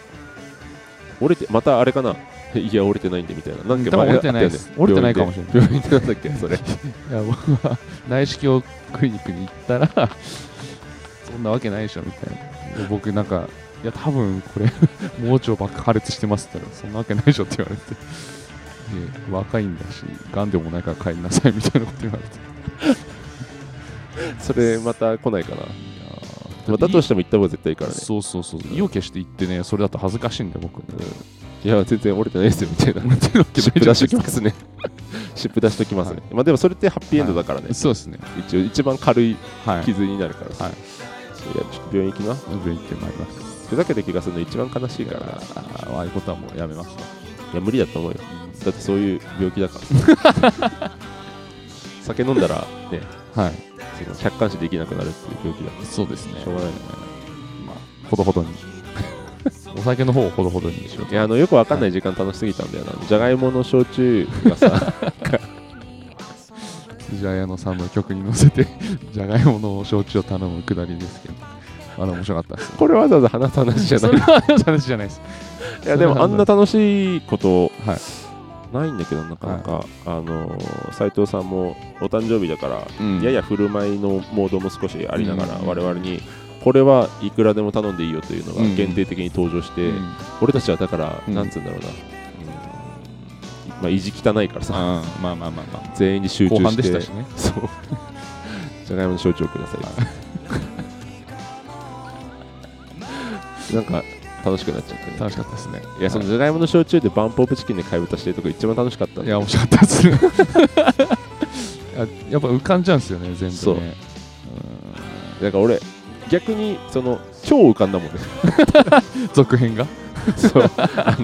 Speaker 1: 折れてまたあれかないや折れてないんでみたいななん
Speaker 2: 多
Speaker 1: か
Speaker 2: 分
Speaker 1: 前
Speaker 2: 折れてないです折れてないかもしれない
Speaker 1: 病院で病院でなんだっけそれ
Speaker 2: いや僕は内視鏡クリニックに行ったら そんなわけないでしょみたいないや僕なんかいや多分これ 盲腸爆破裂してますって言ったらそんなわけないでしょって言われていや若いんだし癌でもないから帰りなさいみたいなこと言われてい
Speaker 1: それまた来ないかな
Speaker 2: や
Speaker 1: まあだとしても行った方が絶対いいからね
Speaker 2: そうそうそう意を決して行ってねそれだと恥ずかしいんだよ僕
Speaker 1: いや全然折れてないですよみたいな
Speaker 2: 折れてるわけ
Speaker 1: 湿
Speaker 2: な
Speaker 1: 布出
Speaker 2: いじゃな
Speaker 1: し
Speaker 2: い
Speaker 1: と
Speaker 2: で
Speaker 1: き
Speaker 2: す
Speaker 1: ま
Speaker 2: か
Speaker 1: す ね湿布出しときますね、まあでもそれってハッピーエンドだからね、
Speaker 2: そうですね
Speaker 1: 一応一番軽い
Speaker 2: はい
Speaker 1: 傷になるからさ、
Speaker 2: はい
Speaker 1: いやちょっと病院行きな
Speaker 2: 上行ってまいります
Speaker 1: ふざけて気がするの一番悲しい
Speaker 2: だ
Speaker 1: か
Speaker 2: から
Speaker 1: な
Speaker 2: らあああいうことはもうやめますわ
Speaker 1: いや無理だと思うよだってそういう病気だから 酒飲んだらね
Speaker 2: はい
Speaker 1: その客観視できなくなるっていう病気だか
Speaker 2: そうですね。
Speaker 1: しょうがないね
Speaker 2: まあ、ほどほどに。 お酒の方をほどほどにしよう
Speaker 1: らいやあのよくわかんない時間楽しすぎたんだよなじゃがいもの焼酎が さ
Speaker 2: じゃあ矢野さんの曲に乗せて、 じゃがいもの焼酎を頼むくだりですけど、あれ面白かったです。
Speaker 1: これわざわざ話す話じゃない
Speaker 2: それは話じゃないです。
Speaker 1: いやでもあんな楽しいこと、
Speaker 2: はい
Speaker 1: ないんだけどなかなか、あのー斉藤さんもお誕生日だから、
Speaker 2: うん
Speaker 1: やや振る舞いのモードも少しありながら、
Speaker 2: うん
Speaker 1: 我々にこれはいくらでも頼んでいいよというのが
Speaker 2: うん
Speaker 1: 限定的に登場して、
Speaker 2: うん
Speaker 1: 俺たちはだから、
Speaker 2: うん
Speaker 1: なんつうんだろうな、まあ、意地汚いからさ
Speaker 2: あーまあまあまあまあ。
Speaker 1: 全員に集中
Speaker 2: 後半
Speaker 1: し
Speaker 2: で
Speaker 1: て
Speaker 2: したしね。
Speaker 1: そうじゃがいもの焼酎をください なんか楽しくなっちゃったね
Speaker 2: 楽しかったですね。
Speaker 1: いやそのじゃがいもの焼酎でバンプオブチキンで替え歌してるとこ一番楽しかったんだ
Speaker 2: いや、
Speaker 1: よ
Speaker 2: 面白かったです ね。あやっぱ浮かんじゃうんですよね、全部ね。
Speaker 1: そう
Speaker 2: うん
Speaker 1: だから俺逆にその超浮かんだもんね
Speaker 2: 続編が
Speaker 1: そうあ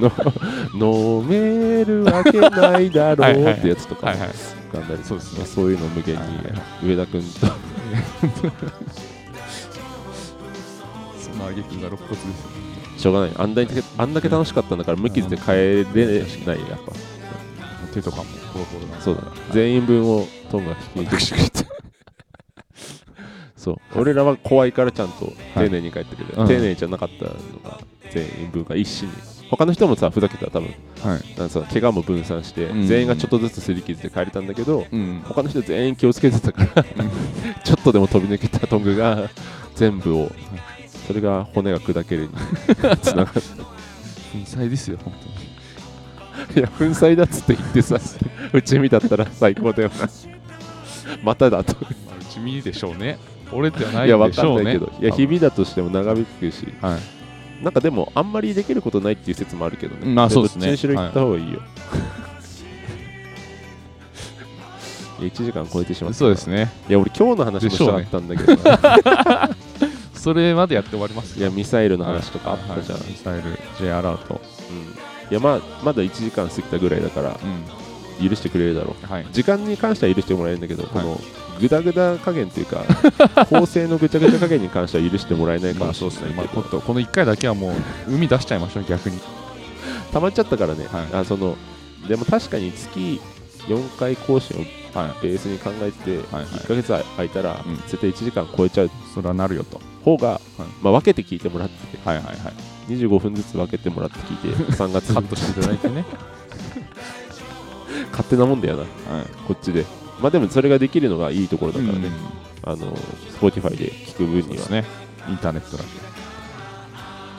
Speaker 1: の飲めるわけないだろうってやつとか
Speaker 2: はいはい
Speaker 1: 浮かんだり
Speaker 2: そうですね
Speaker 1: まあそういうの無限に
Speaker 2: はいはい
Speaker 1: 上田君と
Speaker 2: その挙句が肋骨ですよね。
Speaker 1: しょうがないあんだけあんだけ楽しかったんだから無傷で帰れないやっ
Speaker 2: 手とかもボロボロな
Speaker 1: ぱそうだな全員分をトンが引き抜いてくれてそう俺らは怖いからちゃんと丁寧に帰ってくる、
Speaker 2: はいうん
Speaker 1: 丁寧じゃなかったのが全員分が一心に他の人もさふざけたら多分
Speaker 2: はい。
Speaker 1: なんかさ怪我も分散して、
Speaker 2: うん
Speaker 1: 全員がちょっとずつ擦り傷で帰れたんだけど、
Speaker 2: うん。
Speaker 1: 他の人全員気をつけてたから、ちょっとでも飛び抜けたトングが全部を、それが骨が砕けるにつながる。
Speaker 2: 粉砕ですよ、本当に。
Speaker 1: いや、粉砕だっつって言ってさ、うちみだったら最高だよな。まただと。
Speaker 2: まあ、うち見るでしょうね。俺ではない
Speaker 1: いや、わ
Speaker 2: でし
Speaker 1: か
Speaker 2: ょ
Speaker 1: ん
Speaker 2: う
Speaker 1: な
Speaker 2: ね。
Speaker 1: いけど、いや、日々だとしても長引くし、
Speaker 2: 々。はい。
Speaker 1: なんかでも、あんまりできることないっていう説もあるけどね。
Speaker 2: まあそうです
Speaker 1: ど
Speaker 2: ね
Speaker 1: っちにしろ行った方がいいよ。いや、1時間超えてしまった。
Speaker 2: そうですね。
Speaker 1: いや俺今日の話もしたかったんだけどな、
Speaker 2: それまでやって終わりま す
Speaker 1: いやミサイルの話とかあったじゃん、
Speaker 2: ミサイル、J アラート。
Speaker 1: うん、いやまあまだ1時間過ぎたぐらいだから
Speaker 2: うん。
Speaker 1: 許してくれるだろう
Speaker 2: はい。
Speaker 1: 時間に関しては許してもらえるんだけど、
Speaker 2: い
Speaker 1: このグダグダ加減とい うか構成のぐちゃぐちゃ加減に関しては許してもらえないか
Speaker 2: ま
Speaker 1: も
Speaker 2: あ
Speaker 1: し
Speaker 2: そう
Speaker 1: れ
Speaker 2: ですね。
Speaker 1: な
Speaker 2: ま
Speaker 1: い
Speaker 2: あ、
Speaker 1: け
Speaker 2: こ
Speaker 1: ど
Speaker 2: とこの1回だけはもう、海出しちゃいましょう、逆に。
Speaker 1: 溜まっちゃったからね、
Speaker 2: はい
Speaker 1: あそのでも確かに月4回更新を
Speaker 2: は
Speaker 1: ベースに考えて
Speaker 2: はいはい
Speaker 1: 1ヶ月空いたら
Speaker 2: うん
Speaker 1: 絶対1時間超えちゃう
Speaker 2: い。それはなるよと。
Speaker 1: 方が、
Speaker 2: はい
Speaker 1: まあ、分けて聞いてもらって
Speaker 2: はいはいはい。
Speaker 1: 25分ずつ分けてもらって聞いて3月
Speaker 2: カットしていただいてね。
Speaker 1: 勝手なもんだよな
Speaker 2: はい。
Speaker 1: こっちで。まあでもそれができるのがいいところだ
Speaker 2: だ
Speaker 1: か
Speaker 2: からら
Speaker 1: ね、
Speaker 2: ね。
Speaker 1: あの Spotify で聞く分
Speaker 2: そう
Speaker 1: に
Speaker 2: で
Speaker 1: は、
Speaker 2: すね。インターネットだ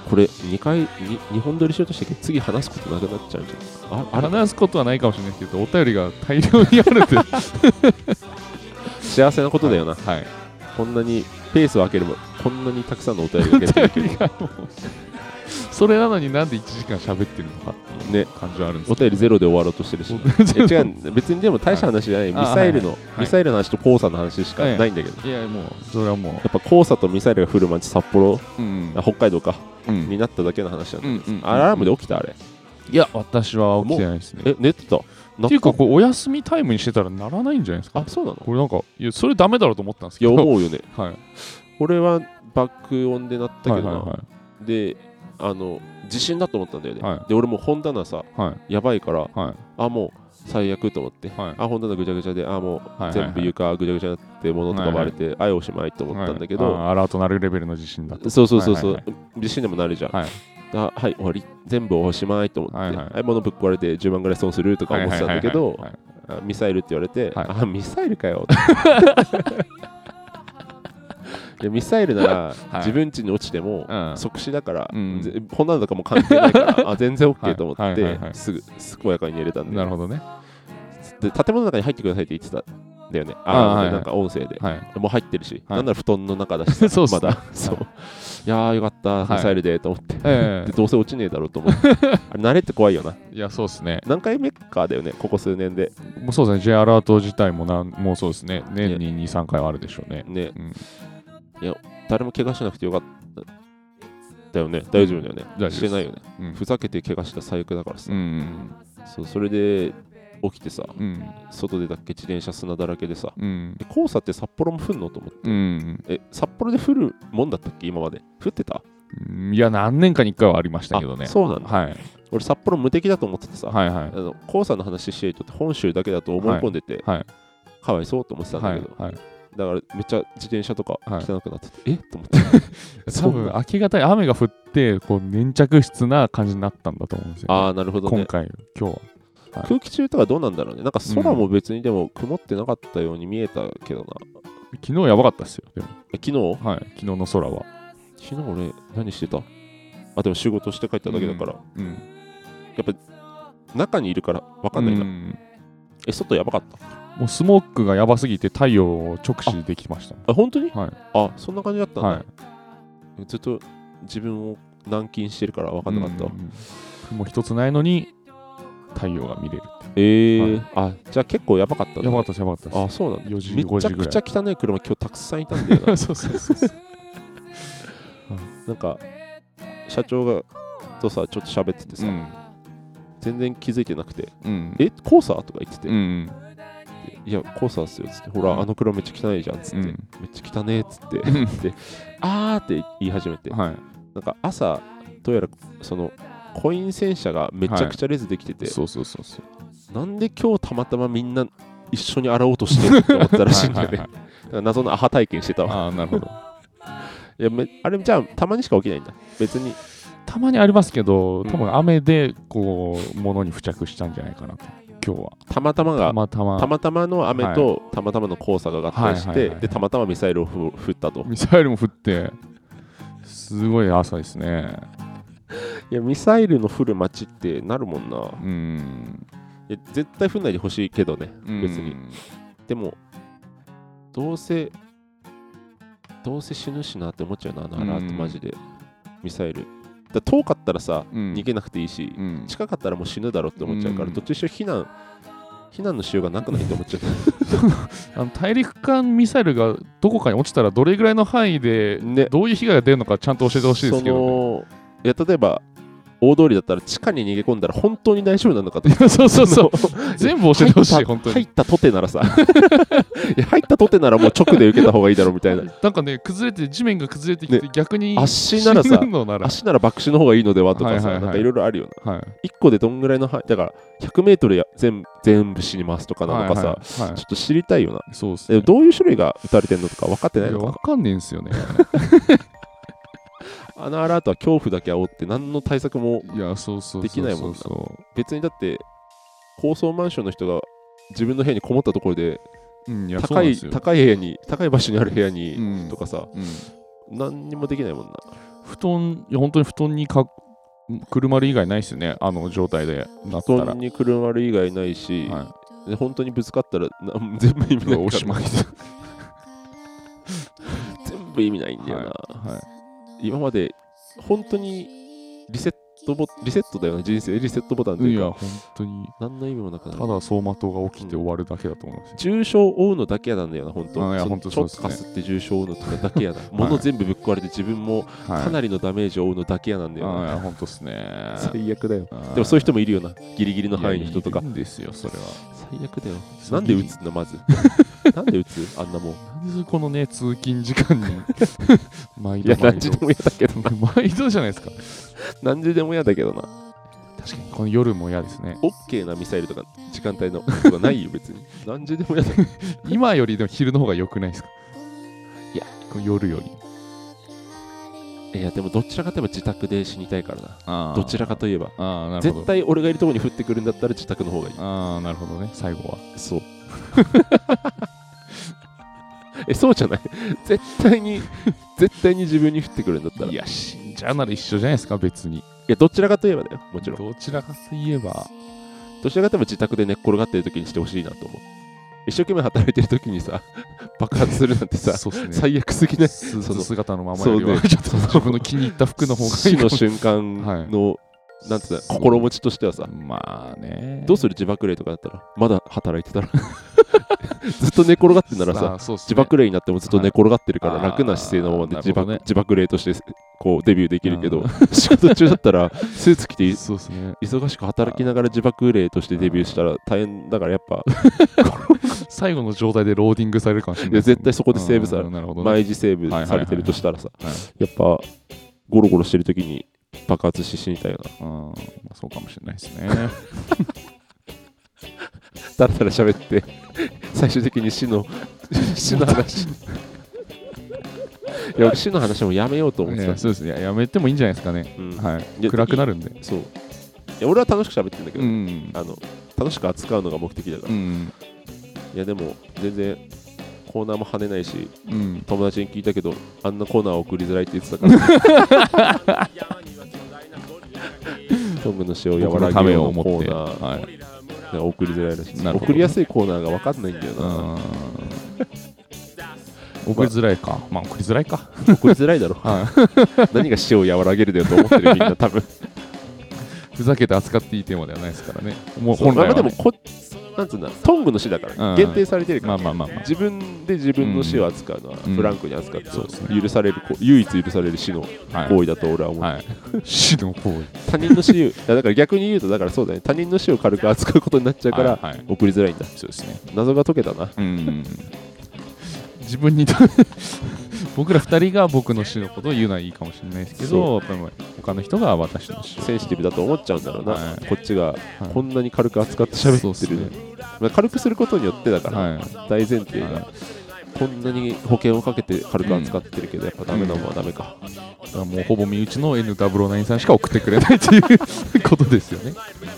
Speaker 1: これ2回に2本撮りしようとして次話すことなくなっちゃうんじゃんああら
Speaker 2: 話すことはないかもしれないけど、お便りが大量にあるって。
Speaker 1: 幸せなことだよな、
Speaker 2: はい。
Speaker 1: こんなにペースを空ければこんなにたくさんのお便りが出てくる
Speaker 2: お便りがもうそれなのになんで1時間喋ってるのかっていう
Speaker 1: ね
Speaker 2: 感じはあるんです
Speaker 1: お
Speaker 2: け
Speaker 1: 便りゼロで終わろうとしてるし、ね、 え違う別にでも大した話じゃない、
Speaker 2: はい
Speaker 1: ミサイルの、
Speaker 2: あはい
Speaker 1: ミサイルの話と黄砂の話しかないんだけど、
Speaker 2: どいやもうそれはも
Speaker 1: やっぱ黄砂とミサイルが降る街札幌、
Speaker 2: ううん
Speaker 1: あ北海道か、
Speaker 2: うん
Speaker 1: になっただけの話なんだけど、
Speaker 2: うんうんうん
Speaker 1: アラームで起きたあれ
Speaker 2: いや私は起きてないですね
Speaker 1: え寝てたな
Speaker 2: っていうかこれお休みタイムにしてたらならないんじゃないですか
Speaker 1: あそうなの
Speaker 2: これなんかいやそれダメだろうと思ったんです
Speaker 1: い
Speaker 2: け
Speaker 1: や
Speaker 2: ど
Speaker 1: 思う よね
Speaker 2: はい
Speaker 1: 俺は爆音で鳴った
Speaker 2: は
Speaker 1: け
Speaker 2: い
Speaker 1: どな、
Speaker 2: は
Speaker 1: であの地震だと思ったんだよね、
Speaker 2: は
Speaker 1: で俺もう本棚さ
Speaker 2: いはいはい
Speaker 1: やばいから
Speaker 2: はい
Speaker 1: あもう最悪と思って、
Speaker 2: はい
Speaker 1: あ本棚ぐちゃぐちゃであも
Speaker 2: は
Speaker 1: う
Speaker 2: い
Speaker 1: 全部床ぐちゃぐちゃになって物とか割れて、あいおしまいと思ったんだけど、
Speaker 2: はいあーアラートなるレベルの地震だと
Speaker 1: そうそうそうそう、
Speaker 2: はい
Speaker 1: 地震でもなるじゃん、
Speaker 2: はい
Speaker 1: あはい終わり全部おしまいと思って、
Speaker 2: はいはい
Speaker 1: あ物ぶっ壊れて10万ぐらい損するとか思ってたんだけど、
Speaker 2: はいはいはいはい
Speaker 1: あミサイルって言われて、
Speaker 2: はい
Speaker 1: あミサイル かよいやミサイルなら、
Speaker 2: い
Speaker 1: 自分家に落ちても、
Speaker 2: うん
Speaker 1: 即死だから、
Speaker 2: うん
Speaker 1: ぜこんなのとかも関係ないから あ全然 OK と思って、
Speaker 2: はいはいはいはい
Speaker 1: すぐ健やかに寝れたんで
Speaker 2: なるほどね
Speaker 1: で建物の中に入ってくださいって言ってたんだよねあ
Speaker 2: あはいはい
Speaker 1: でなんか音声で、
Speaker 2: はい
Speaker 1: もう入ってるし、
Speaker 2: はい
Speaker 1: なんなら布団の中だしさ
Speaker 2: そうっすね
Speaker 1: まだ、そういやーよかった、
Speaker 2: はい
Speaker 1: ミサイルでと思って、
Speaker 2: え
Speaker 1: でどうせ落ちねえだろうと思って あれ慣れって怖いよない
Speaker 2: やそうですね
Speaker 1: 何回目かだよねここ数年で
Speaker 2: もうそうですね J アラート自体もなんもうそうですね年に23回はあるでしょうね
Speaker 1: ね、
Speaker 2: うん
Speaker 1: いや誰も怪我しなくてよかっただよね大丈夫だよね、
Speaker 2: 大丈夫です
Speaker 1: してないよね
Speaker 2: うん
Speaker 1: ふざけて怪我したら最悪だからさ、
Speaker 2: うん
Speaker 1: そうそれで起きてさ
Speaker 2: うん
Speaker 1: 外でだっけ自転車砂だらけでさ
Speaker 2: うん
Speaker 1: で黄砂って札幌も降んのと思って
Speaker 2: うん
Speaker 1: え札幌で降るもんだったっけ今まで降ってた
Speaker 2: うんいや何年かに1回はありましたけどね
Speaker 1: あそうなんだ
Speaker 2: はい
Speaker 1: 俺札幌無敵だと思っててさ、
Speaker 2: はいはい
Speaker 1: あの黄砂の話してる人って本州だけだと思い込んでて、
Speaker 2: はい
Speaker 1: かわいそうと思ってたんだ
Speaker 2: は
Speaker 1: け
Speaker 2: い
Speaker 1: ど、
Speaker 2: はい
Speaker 1: だからめっちゃ自転車とか
Speaker 2: はい
Speaker 1: 汚くなってて、えっと思って
Speaker 2: 多分明け方に雨が降ってこう粘着質な感じになったんだと思うんですよ、
Speaker 1: ああなるほど
Speaker 2: 今
Speaker 1: ね
Speaker 2: 回今日ははい
Speaker 1: 空気中とかどうなんだろうねなんか空も別にでも曇ってなかったように見えたけどな、
Speaker 2: 昨日やばかったですよでも
Speaker 1: え昨日
Speaker 2: はい昨日の空は
Speaker 1: 昨日俺何してたあでも仕事して帰っただけだから、
Speaker 2: うん
Speaker 1: やっぱ中にいるから分かんないな、
Speaker 2: うん
Speaker 1: え外やばかった
Speaker 2: もうスモークがやばすぎて太陽を直視できまし
Speaker 1: あ本当に、
Speaker 2: はい
Speaker 1: あそんな感じだった
Speaker 2: た
Speaker 1: んだ、
Speaker 2: はい
Speaker 1: ずっと自分を軟禁してるから分かんなかったわ、
Speaker 2: うん雲一つないのに太陽が見れるって
Speaker 1: えーあじゃあ結構やばかったんだ
Speaker 2: やばかったですやばかったです
Speaker 1: あそうなんだ
Speaker 2: 4時
Speaker 1: め
Speaker 2: 5
Speaker 1: ちゃ
Speaker 2: 時ぐ
Speaker 1: く
Speaker 2: ら
Speaker 1: ちゃ
Speaker 2: い
Speaker 1: 汚い車今日たくさんいたんだよな
Speaker 2: そうそうそうそう
Speaker 1: なんか社長がとさちょっと喋っててさ、
Speaker 2: うん
Speaker 1: 全然気づいてなくて
Speaker 2: うん
Speaker 1: 「え黄砂?」とか言ってて「
Speaker 2: うん
Speaker 1: いや黄砂っすよ」っつって「ほら、
Speaker 2: うん
Speaker 1: あの車めっちゃ汚いじゃん」っつって、
Speaker 2: うん
Speaker 1: めっちゃ汚ねえ」っつ って
Speaker 2: うん
Speaker 1: で「あー」って言い始めて、
Speaker 2: はい
Speaker 1: なんか朝どうやらそのコイン洗車がめちゃくちゃ列できてて、
Speaker 2: そうそうそうそう
Speaker 1: なんで今日たまたまみんな一緒に洗おうとしてるって思ったらしいんだよね
Speaker 2: はいはいはい
Speaker 1: だから謎のアハ体験してたわ
Speaker 2: ああなるほど
Speaker 1: いやめあれじゃあたまにしか起きないんだ別に
Speaker 2: たまにありますけど、
Speaker 1: うん
Speaker 2: 多分雨でこう物に付着したんじゃないかなと今日は
Speaker 1: たまたまが
Speaker 2: たまたま
Speaker 1: たまたまの雨とたまたまの黄砂が合体して、
Speaker 2: はいはいはい
Speaker 1: でたまたまミサイルをふ降ったと
Speaker 2: ミサイルも降ってすごい朝ですね
Speaker 1: いやミサイルの降る街ってなるもんな
Speaker 2: うん
Speaker 1: いや絶対降んないでほしいけどね別にでもどうせどうせ死ぬしなって思っちゃうなあのアラート
Speaker 2: うん
Speaker 1: マジでミサイルだ遠かったらさ
Speaker 2: うん
Speaker 1: 逃げなくていいし、
Speaker 2: うん
Speaker 1: 近かったらもう死ぬだろって思っちゃうから、
Speaker 2: うん
Speaker 1: どっちにしろ避難避難のしようがなくないって思っちゃう
Speaker 2: あの大陸間ミサイルがどこかに落ちたらどれぐらいの範囲で
Speaker 1: ね
Speaker 2: どういう被害が出るのかちゃんと教えてほしいですけど、ね、
Speaker 1: そのいや例えば大通りだったら地下に逃げ込んだら本当に大丈夫なのかと
Speaker 2: そうそうそう 全部教えてほし
Speaker 1: 入
Speaker 2: い
Speaker 1: った
Speaker 2: 本当
Speaker 1: 入っ
Speaker 2: に
Speaker 1: たとてならさ いや入ったとてならもう直で受けた方がいいだろうみ たいな
Speaker 2: なんかね崩れて地面が崩れてきて逆に
Speaker 1: 足ならさ
Speaker 2: 死ぬのなら
Speaker 1: 足なら爆死の方がいいのではとかさ、
Speaker 2: はいはいはい
Speaker 1: なんかいろいろあるよな
Speaker 2: はい
Speaker 1: 1個でどんぐらいの範囲だから 100m や全全部死にますとかなのかさ、
Speaker 2: はいはいは、
Speaker 1: ちょっと知りたいよない
Speaker 2: そうです
Speaker 1: で
Speaker 2: ね
Speaker 1: もどういう種類が撃たれてるのとか分かってない
Speaker 2: いや
Speaker 1: のか
Speaker 2: わ
Speaker 1: な
Speaker 2: かんねえんす よね
Speaker 1: あのアラートは恐怖だけ煽って何の対策も
Speaker 2: いや、そうそうそうそうそう。
Speaker 1: できないもんな
Speaker 2: そ
Speaker 1: 別にだって高層マンションの人が自分の部屋にこもったところで
Speaker 2: う。うん、いや、そう
Speaker 1: 高
Speaker 2: なんで
Speaker 1: い
Speaker 2: すよ。
Speaker 1: 高い部屋に高い場所にある部屋に、
Speaker 2: うん
Speaker 1: とかさ
Speaker 2: うん
Speaker 1: 何にもできないもんな
Speaker 2: 布団、いや、本当に布団にか車る以外ないっすよね、あの状態でなった
Speaker 1: 布
Speaker 2: ら。
Speaker 1: 団にくるまる以外ないし、
Speaker 2: は
Speaker 1: で本当にぶつかったらな全部意味な
Speaker 2: い、うわ
Speaker 1: い
Speaker 2: お
Speaker 1: か
Speaker 2: しまいだ。
Speaker 1: ら全部意味ないんだよな、
Speaker 2: は
Speaker 1: 今まで本当にリセットボリセットだよね人生リセットボタンと
Speaker 2: い
Speaker 1: いう
Speaker 2: や、
Speaker 1: か
Speaker 2: 本当に。
Speaker 1: 何の意味もなくな
Speaker 2: た
Speaker 1: る
Speaker 2: だ走馬灯が起きて終わるだけだと思いますよ。
Speaker 1: 重傷を負うのだけやなんだよな本当
Speaker 2: あいや
Speaker 1: そ
Speaker 2: 本当そうです
Speaker 1: ち
Speaker 2: ね
Speaker 1: ょっとかすって重傷を負うのとかだけやな、物全部ぶっ壊れて自分も
Speaker 2: はい。
Speaker 1: かなりのダメージを負うのだけやなんだよ
Speaker 2: あ
Speaker 1: な、
Speaker 2: いや、本当っすね。
Speaker 1: 最悪だよ
Speaker 2: あー
Speaker 1: でもそういう人もいるよなギリギリの範囲の人とか
Speaker 2: いやいるんですよ、それは。
Speaker 1: 最悪だよなんで打つんだま ずなんで打つあんなもん
Speaker 2: なんでこのね、通勤時間 に、毎
Speaker 1: いや
Speaker 2: 度毎
Speaker 1: 何時で
Speaker 2: 度。
Speaker 1: も嫌だけどな
Speaker 2: 毎度じゃないですか。
Speaker 1: 何時でも嫌だけどな
Speaker 2: 確かに、この夜も嫌ですね。
Speaker 1: オッケーなミサイルとか時間帯のとかないよ別に何時でも嫌だけ ど
Speaker 2: 今よりでも昼の方が良くないですかいや、こう夜より。
Speaker 1: いやでもどちらかといえば自宅で死にたいからな
Speaker 2: あ
Speaker 1: どちらかといえば
Speaker 2: ああ、なるほ
Speaker 1: 絶
Speaker 2: ど。
Speaker 1: 対俺がいるところに降ってくるんだったら自宅の方がいい
Speaker 2: ああ、なるほどね、最後は。
Speaker 1: そう えそうじゃない 絶対に絶対に自分に降ってくるんだったらい
Speaker 2: い
Speaker 1: や
Speaker 2: や、死んじゃうなら一緒じゃないですか、別に。
Speaker 1: どちらかといえばだよもちろん
Speaker 2: どちらかといえば、
Speaker 1: どちらかといえば自宅で寝っ転がってる時にしてほしいなと思う一生懸命働いてる時にさ 爆発するなんてさ
Speaker 2: そうですね。
Speaker 1: 最悪すぎない
Speaker 2: スー
Speaker 1: その
Speaker 2: ツ姿のままよりは、
Speaker 1: そうね
Speaker 2: ちょっと自分の気に入った服の方がいい
Speaker 1: 死
Speaker 2: か
Speaker 1: の
Speaker 2: もしれ
Speaker 1: 瞬間の、なんていうの心持ちとしてはさ
Speaker 2: ない。まあね。
Speaker 1: どうする自爆霊とかだったらまだ働いてたら ずっと寝転がってんならさ、
Speaker 2: あー、そうっすね
Speaker 1: 自爆霊になってもずっと寝転がってるから
Speaker 2: はい
Speaker 1: 楽な姿勢のままで
Speaker 2: あー
Speaker 1: 自爆,、
Speaker 2: なるほどね
Speaker 1: 自爆霊としてこうデビューできるけど、
Speaker 2: う
Speaker 1: 仕事中だったらスーツ着てい
Speaker 2: そうですね。
Speaker 1: 忙しく働きながら自爆霊としてデビューしたら大変だからやっぱ
Speaker 2: 最後の状態でローディングされるかもしれない
Speaker 1: いや絶対そこでセーブされる
Speaker 2: うんなるほどね。
Speaker 1: 毎時セーブされてるとしたらさ
Speaker 2: はい
Speaker 1: やっぱゴロゴロしてる時に爆発して死にたいよな
Speaker 2: うんまあそうかもしれないですね。
Speaker 1: だらだら喋 って最終的に死の死の話いや俺死の話もやめようと思っ
Speaker 2: い
Speaker 1: て
Speaker 2: や
Speaker 1: た、
Speaker 2: そうですね。いややめてもいいんじゃないですかね。
Speaker 1: うんい
Speaker 2: はい。
Speaker 1: や
Speaker 2: 暗くなるんで。
Speaker 1: そういや俺は楽しく喋ってるんだけ
Speaker 2: う
Speaker 1: ど、
Speaker 2: ん。
Speaker 1: あの楽しく扱うのが目的だから、
Speaker 2: う
Speaker 1: い
Speaker 2: ん。
Speaker 1: やでも全然コーナーも跳ねないし
Speaker 2: うん。
Speaker 1: 友達に聞いたけどあんなコーナー送りづらいって言ってたからトングの死を和
Speaker 2: 僕
Speaker 1: ら
Speaker 2: の
Speaker 1: げ
Speaker 2: ため
Speaker 1: よ
Speaker 2: を
Speaker 1: うの
Speaker 2: 思っ
Speaker 1: コ
Speaker 2: て。
Speaker 1: ーナー
Speaker 2: はい。
Speaker 1: が送りづらいらしい
Speaker 2: なるほど
Speaker 1: 送りやすいコーナーが分かんないんだよ
Speaker 2: う
Speaker 1: な、
Speaker 2: ん。送りづらいか。まあ送りづらいか。
Speaker 1: 送りづらいだろ
Speaker 2: は
Speaker 1: 何が死を和らげるだよと思ってるみんな多分
Speaker 2: い。ふざけて扱っていいテーマではないですからね。も う
Speaker 1: そう
Speaker 2: 本来
Speaker 1: まあ
Speaker 2: は
Speaker 1: で
Speaker 2: ね
Speaker 1: もこなんつうんだトングの死だから、
Speaker 2: うん
Speaker 1: 限定されてるか
Speaker 2: ま
Speaker 1: ら、
Speaker 2: あまあまあまあ。
Speaker 1: 自分で自分の死を扱うのは
Speaker 2: うん
Speaker 1: フランクに扱って、
Speaker 2: そうです
Speaker 1: 許されるこう唯一許される死の
Speaker 2: はい
Speaker 1: 行為だと俺は思う、
Speaker 2: はい。 死の行為。
Speaker 1: 他人の死をいやだから逆に言うとだからそうだね他人の死を軽く扱うことになっちゃうから、
Speaker 2: はいはい
Speaker 1: 送りづらいんだ
Speaker 2: そうですね。
Speaker 1: 謎が解けたな
Speaker 2: うん自分にと僕ら2人が僕の死のことを言うのはいいかもしれないですけど、やっぱり他の人が私の死を。
Speaker 1: センシティブだと思っちゃうんだろうな、
Speaker 2: はい
Speaker 1: こっちがこんなに軽く扱って喋
Speaker 2: そうっ
Speaker 1: って
Speaker 2: す
Speaker 1: る、
Speaker 2: ね
Speaker 1: まあ軽くすることによってだから、
Speaker 2: はい
Speaker 1: 大前提が、
Speaker 2: は
Speaker 1: こんなに保険をかけて軽く扱ってるけど、やっぱダメなもんはダメか、
Speaker 2: だからもうほぼ身内の N009 さんしか送ってくれないっていうことですよね。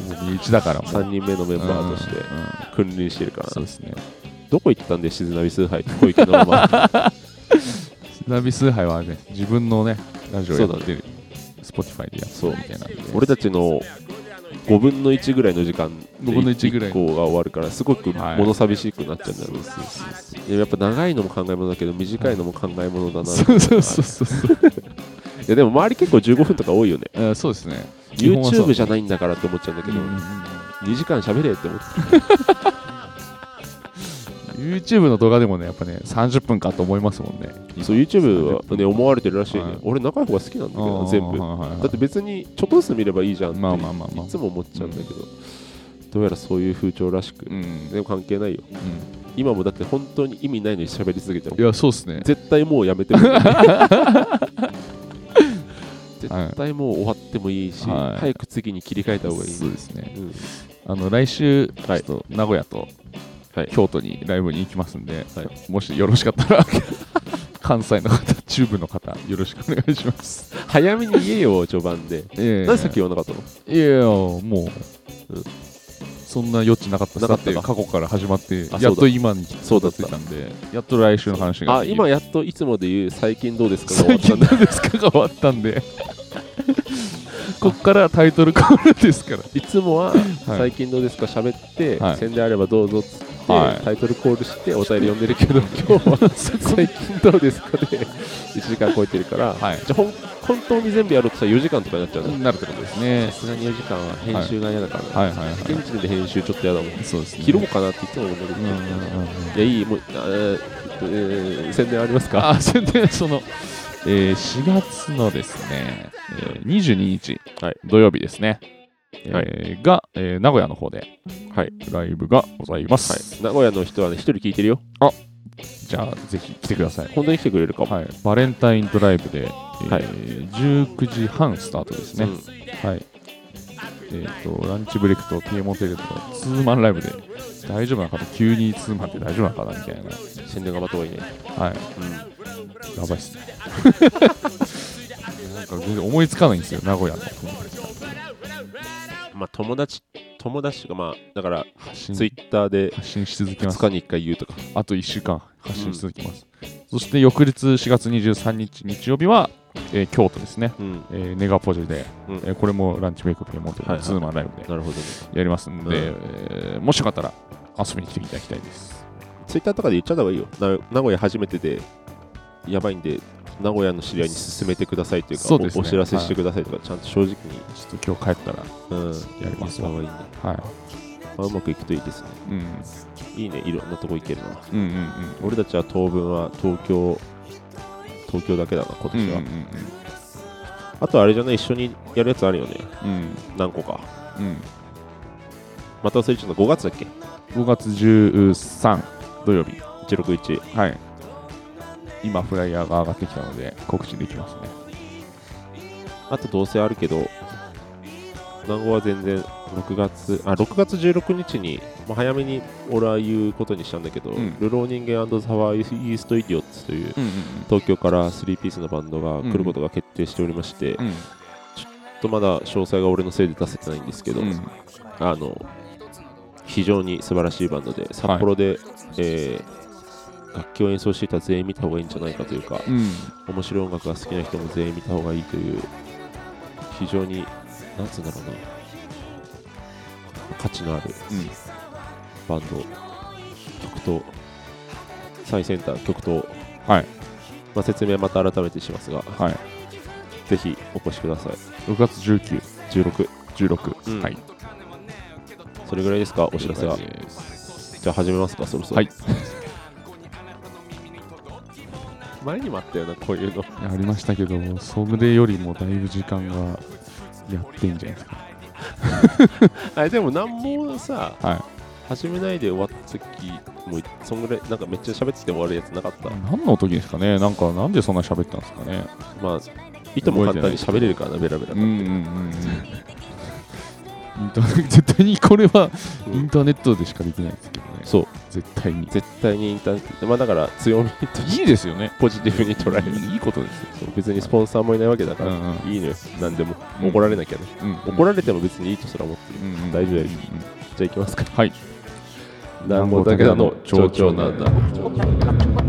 Speaker 2: ほぼ身内だからもう。
Speaker 1: 3人目のメンバーとして
Speaker 2: うんうん
Speaker 1: 君臨してるから
Speaker 2: そ
Speaker 1: な
Speaker 2: うですね。
Speaker 1: どこ行ったんで静波崇拝って小池のま ま
Speaker 2: ナビ崇拝はね、自分のね、ラジオやってる、Spotify でやって
Speaker 1: そう
Speaker 2: るみたいなんで。
Speaker 1: 俺たちの5分の1ぐらいの時間
Speaker 2: 5分の1ぐら
Speaker 1: 1
Speaker 2: い
Speaker 1: 個が終わるからすごく
Speaker 2: はい
Speaker 1: 物寂しくなっちゃうんだよね、でもやっぱ長いのも考え物だけど短いのも考え物だな、い、
Speaker 2: そうそうそうそうそう
Speaker 1: やでも周り結構15分とか多いよね
Speaker 2: うん。そうですね。基本はそう
Speaker 1: YouTube じゃないんだからって思っちゃうんだけど、
Speaker 2: うんうんうん
Speaker 1: 2時間喋れって思って
Speaker 2: YouTube の動画でもね、やっぱね、30分かと思いますもんね。
Speaker 1: そう YouTube はね思われてるらしいね、
Speaker 2: はい
Speaker 1: 俺長い方が好きなんだけどな全部
Speaker 2: はいはいはい
Speaker 1: だって別にちょっとずつ見ればいいじゃんって
Speaker 2: まあまあまあまあ
Speaker 1: いつも思っちゃうんだけど、どうやらそういう風潮らしく、
Speaker 2: うん、
Speaker 1: でも関係ないよ
Speaker 2: うん
Speaker 1: 今もだって本当に意味ないのに喋りすぎても
Speaker 2: いやそうですね
Speaker 1: 絶対もうやめて もいい
Speaker 2: はい
Speaker 1: 絶対もう終わってもいいし、
Speaker 2: はい
Speaker 1: 早く次に切り替えた方がいい、
Speaker 2: そうですね
Speaker 1: うん
Speaker 2: あの来週ちょ
Speaker 1: はい
Speaker 2: っと名古屋と
Speaker 1: はい
Speaker 2: 京都にライブに行きますんで、
Speaker 1: は
Speaker 2: もしよろしか ったら関西の方中部の方よろしくお願いします
Speaker 1: 早めに言えよ序盤で
Speaker 2: ええ
Speaker 1: 何さっき言わなかったの
Speaker 2: いやいやもう、
Speaker 1: うん
Speaker 2: そんな余地なかったっす
Speaker 1: なかったか
Speaker 2: だて過去から始まって
Speaker 1: あそうだ
Speaker 2: やっと今につ
Speaker 1: そうだった
Speaker 2: いたんでやっと来週の話が
Speaker 1: あ
Speaker 2: できる
Speaker 1: 今やっといつもで言う最近どうですかが終わ
Speaker 2: 最
Speaker 1: った
Speaker 2: 近
Speaker 1: んだ
Speaker 2: なんですかが終わったんで こっからタイトル変わるんですから
Speaker 1: いつもは最近どうですか喋って、
Speaker 2: はい
Speaker 1: 宣伝あればどうぞっつって、して、
Speaker 2: はい
Speaker 1: タイトルコールしてお便り読んでるけ ど今日は最近どうですかで1時間超えてるから、
Speaker 2: はい
Speaker 1: じゃあほん本当に全部やろうとしたら4時間とかになっちゃうね
Speaker 2: なるってことですね
Speaker 1: さ。すがに4時間は編集が嫌だから、ね
Speaker 2: はいはいはい。
Speaker 1: 現時点で編集ちょっと嫌だもん
Speaker 2: そうですね。
Speaker 1: 切ろうかなっていつも思うけど、
Speaker 2: うんうんうんうん
Speaker 1: いやいいもう、あーえっとえー宣伝ありますか
Speaker 2: あ、宣伝、その、えー、4月のですね、えー、22日、
Speaker 1: はい
Speaker 2: 土曜日ですね、えー
Speaker 1: は
Speaker 2: が、えー名古屋の方で、
Speaker 1: はい
Speaker 2: ライブがございます。
Speaker 1: はい、名古屋の人はね、一人聞いてるよ。
Speaker 2: じゃあ、ぜひ来てください。
Speaker 1: 本当に来てくれるかも。
Speaker 2: はい、バレンタインドライブで、えー
Speaker 1: はい
Speaker 2: 19時半スタートですね。
Speaker 1: うん
Speaker 2: はい。えっ、と、ランチブレイクとピエモンテレビのツーマンライブで、大丈夫なのかな急にツーマンって大丈夫なのかなみたいな。
Speaker 1: 宣伝頑張った方がいいね。
Speaker 2: はい。
Speaker 1: う
Speaker 2: やばいっすね。 なんか全然思いつかないんですよ、名古屋の。
Speaker 1: ん、まあ、友達、友達とか、まあ、だから、
Speaker 2: 発信
Speaker 1: ツイッターで
Speaker 2: 発信し続けま
Speaker 1: 2
Speaker 2: す。
Speaker 1: 日に1回言うとか。
Speaker 2: あと1週間発信し続けます。そして翌日4月23日日曜日は、えー京都ですね。
Speaker 1: うん。
Speaker 2: えーネガポジで、
Speaker 1: うん
Speaker 2: えーこれもランチメイクピエモンテレ
Speaker 1: はいは
Speaker 2: ビ
Speaker 1: い
Speaker 2: ツーマンライブで
Speaker 1: なるほどね。
Speaker 2: やりますので、
Speaker 1: うん
Speaker 2: えーもしよかったら遊びに来ていただきたいです。
Speaker 1: ツイッターとかで言っちゃった方がいいよ。な名古屋初めてで、やばいんで、名古屋の知り合いに勧めてくださいというか、
Speaker 2: そうですね
Speaker 1: おお知らせしてくださいとか、ちゃんと正直に、
Speaker 2: ちょっと今日帰ったら、
Speaker 1: うん、
Speaker 2: やります
Speaker 1: 言
Speaker 2: わ
Speaker 1: った方がいいね。
Speaker 2: はい。
Speaker 1: まあ、うまくいくといいですね。
Speaker 2: うん、
Speaker 1: いいね、いろんなとこ行けるな。
Speaker 2: うん、うん、
Speaker 1: 俺たちは当分は東京、東京だけだな、今
Speaker 2: うん、うん、
Speaker 1: 年は。
Speaker 2: うん、
Speaker 1: あとあれじゃない、一緒にやるやつあるよね。
Speaker 2: うん、
Speaker 1: 何個か。
Speaker 2: うん。
Speaker 1: また忘れちゃった。5月だっけ
Speaker 2: 5月13土曜日、
Speaker 1: ?161。
Speaker 2: はい、今、フライヤーが上がってきたので、告知できますね。
Speaker 1: あとどうせあるけど、南郷は全然6月、あ、6月16日に、まあ、早めに俺は言うことにしたんだけど、
Speaker 2: うん
Speaker 1: ルロー人間サワーイーストイディオッツという
Speaker 2: うん、
Speaker 1: 東京から3ピースのバンドが来ることが決定しておりまして、ちょ
Speaker 2: うん、
Speaker 1: っとまだ詳細が俺のせいで出せてないんですけど、
Speaker 2: うん、
Speaker 1: あの非常に素晴らしいバンドで札幌で、えー楽器を演奏していた全員見た方がいいんじゃないかというか
Speaker 2: うん、
Speaker 1: 面白い音楽が好きな人も全員見た方がいいという非常になんつうんだろうな価値のある
Speaker 2: うん、
Speaker 1: バンド曲と最先端曲と、
Speaker 2: はい、
Speaker 1: まあ、説明はまた改めてしますが
Speaker 2: はい、
Speaker 1: ぜひお越しください
Speaker 2: 6月19、
Speaker 1: 16
Speaker 2: 16、
Speaker 1: うん
Speaker 2: はい、
Speaker 1: それぐらいですかお知らせは
Speaker 2: 了解です
Speaker 1: じゃあ始めますかそろそろ
Speaker 2: はい、
Speaker 1: 前にもあったよなこういうの
Speaker 2: ありましたけど、ソムデよりもだいぶ時間がやってんじゃないですか。
Speaker 1: あれでも何もさ
Speaker 2: は
Speaker 1: 始めないで終わった時もそんぐらいなんかめっちゃ喋ってて終わるやつなかった、
Speaker 2: い、何の時ですかね、なんか、なんでそんな喋ったんですかね。
Speaker 1: まあいとも簡単に喋れるからなベラベラ、
Speaker 2: うん、うん、うん、うん。インターネット 絶対にこれは
Speaker 1: うん
Speaker 2: インターネットでしかできないですけどね、
Speaker 1: そう
Speaker 2: 絶対に。
Speaker 1: 絶対にインターネットまあだから強みと
Speaker 2: いいですよね。
Speaker 1: ポジティブに捉える
Speaker 2: いいことですよ。
Speaker 1: そう別にスポンサーもいないわけだ
Speaker 2: う
Speaker 1: か
Speaker 2: ん
Speaker 1: ら、
Speaker 2: うん
Speaker 1: いいのよ何でも
Speaker 2: うん
Speaker 1: 怒られなきゃね、
Speaker 2: うん
Speaker 1: 怒られても別にいいとすら思ってる、
Speaker 2: うんうん
Speaker 1: 大丈夫だよ
Speaker 2: うんうん
Speaker 1: じゃあ行きますか
Speaker 2: はい。
Speaker 1: 南郷武田の町長なんだ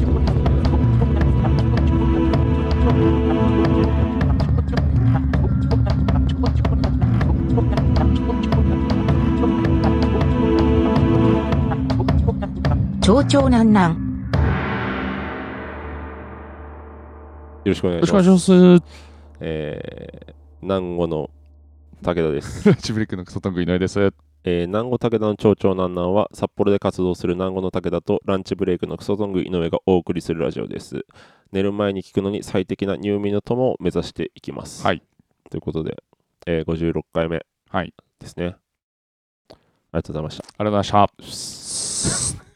Speaker 3: 町長なんなん。
Speaker 1: よろしくお願
Speaker 2: よ
Speaker 1: い
Speaker 2: ろし
Speaker 1: し
Speaker 2: くお
Speaker 1: ま
Speaker 2: 願い
Speaker 1: す
Speaker 2: します。
Speaker 1: えー、南郷の武田です
Speaker 2: ラ チブレックのクソトング井上です。よ
Speaker 1: えー南後武田の町長なんなんは札幌で活動する南後の武田とランチブレイクのクソソング井上がお送りするラジオです寝る前に聞くのに最適な入眠の友を目指していきます
Speaker 2: はい
Speaker 1: ということで、えー56回目
Speaker 2: はい
Speaker 1: ですね、ありがとうございました
Speaker 2: ありがとうございました。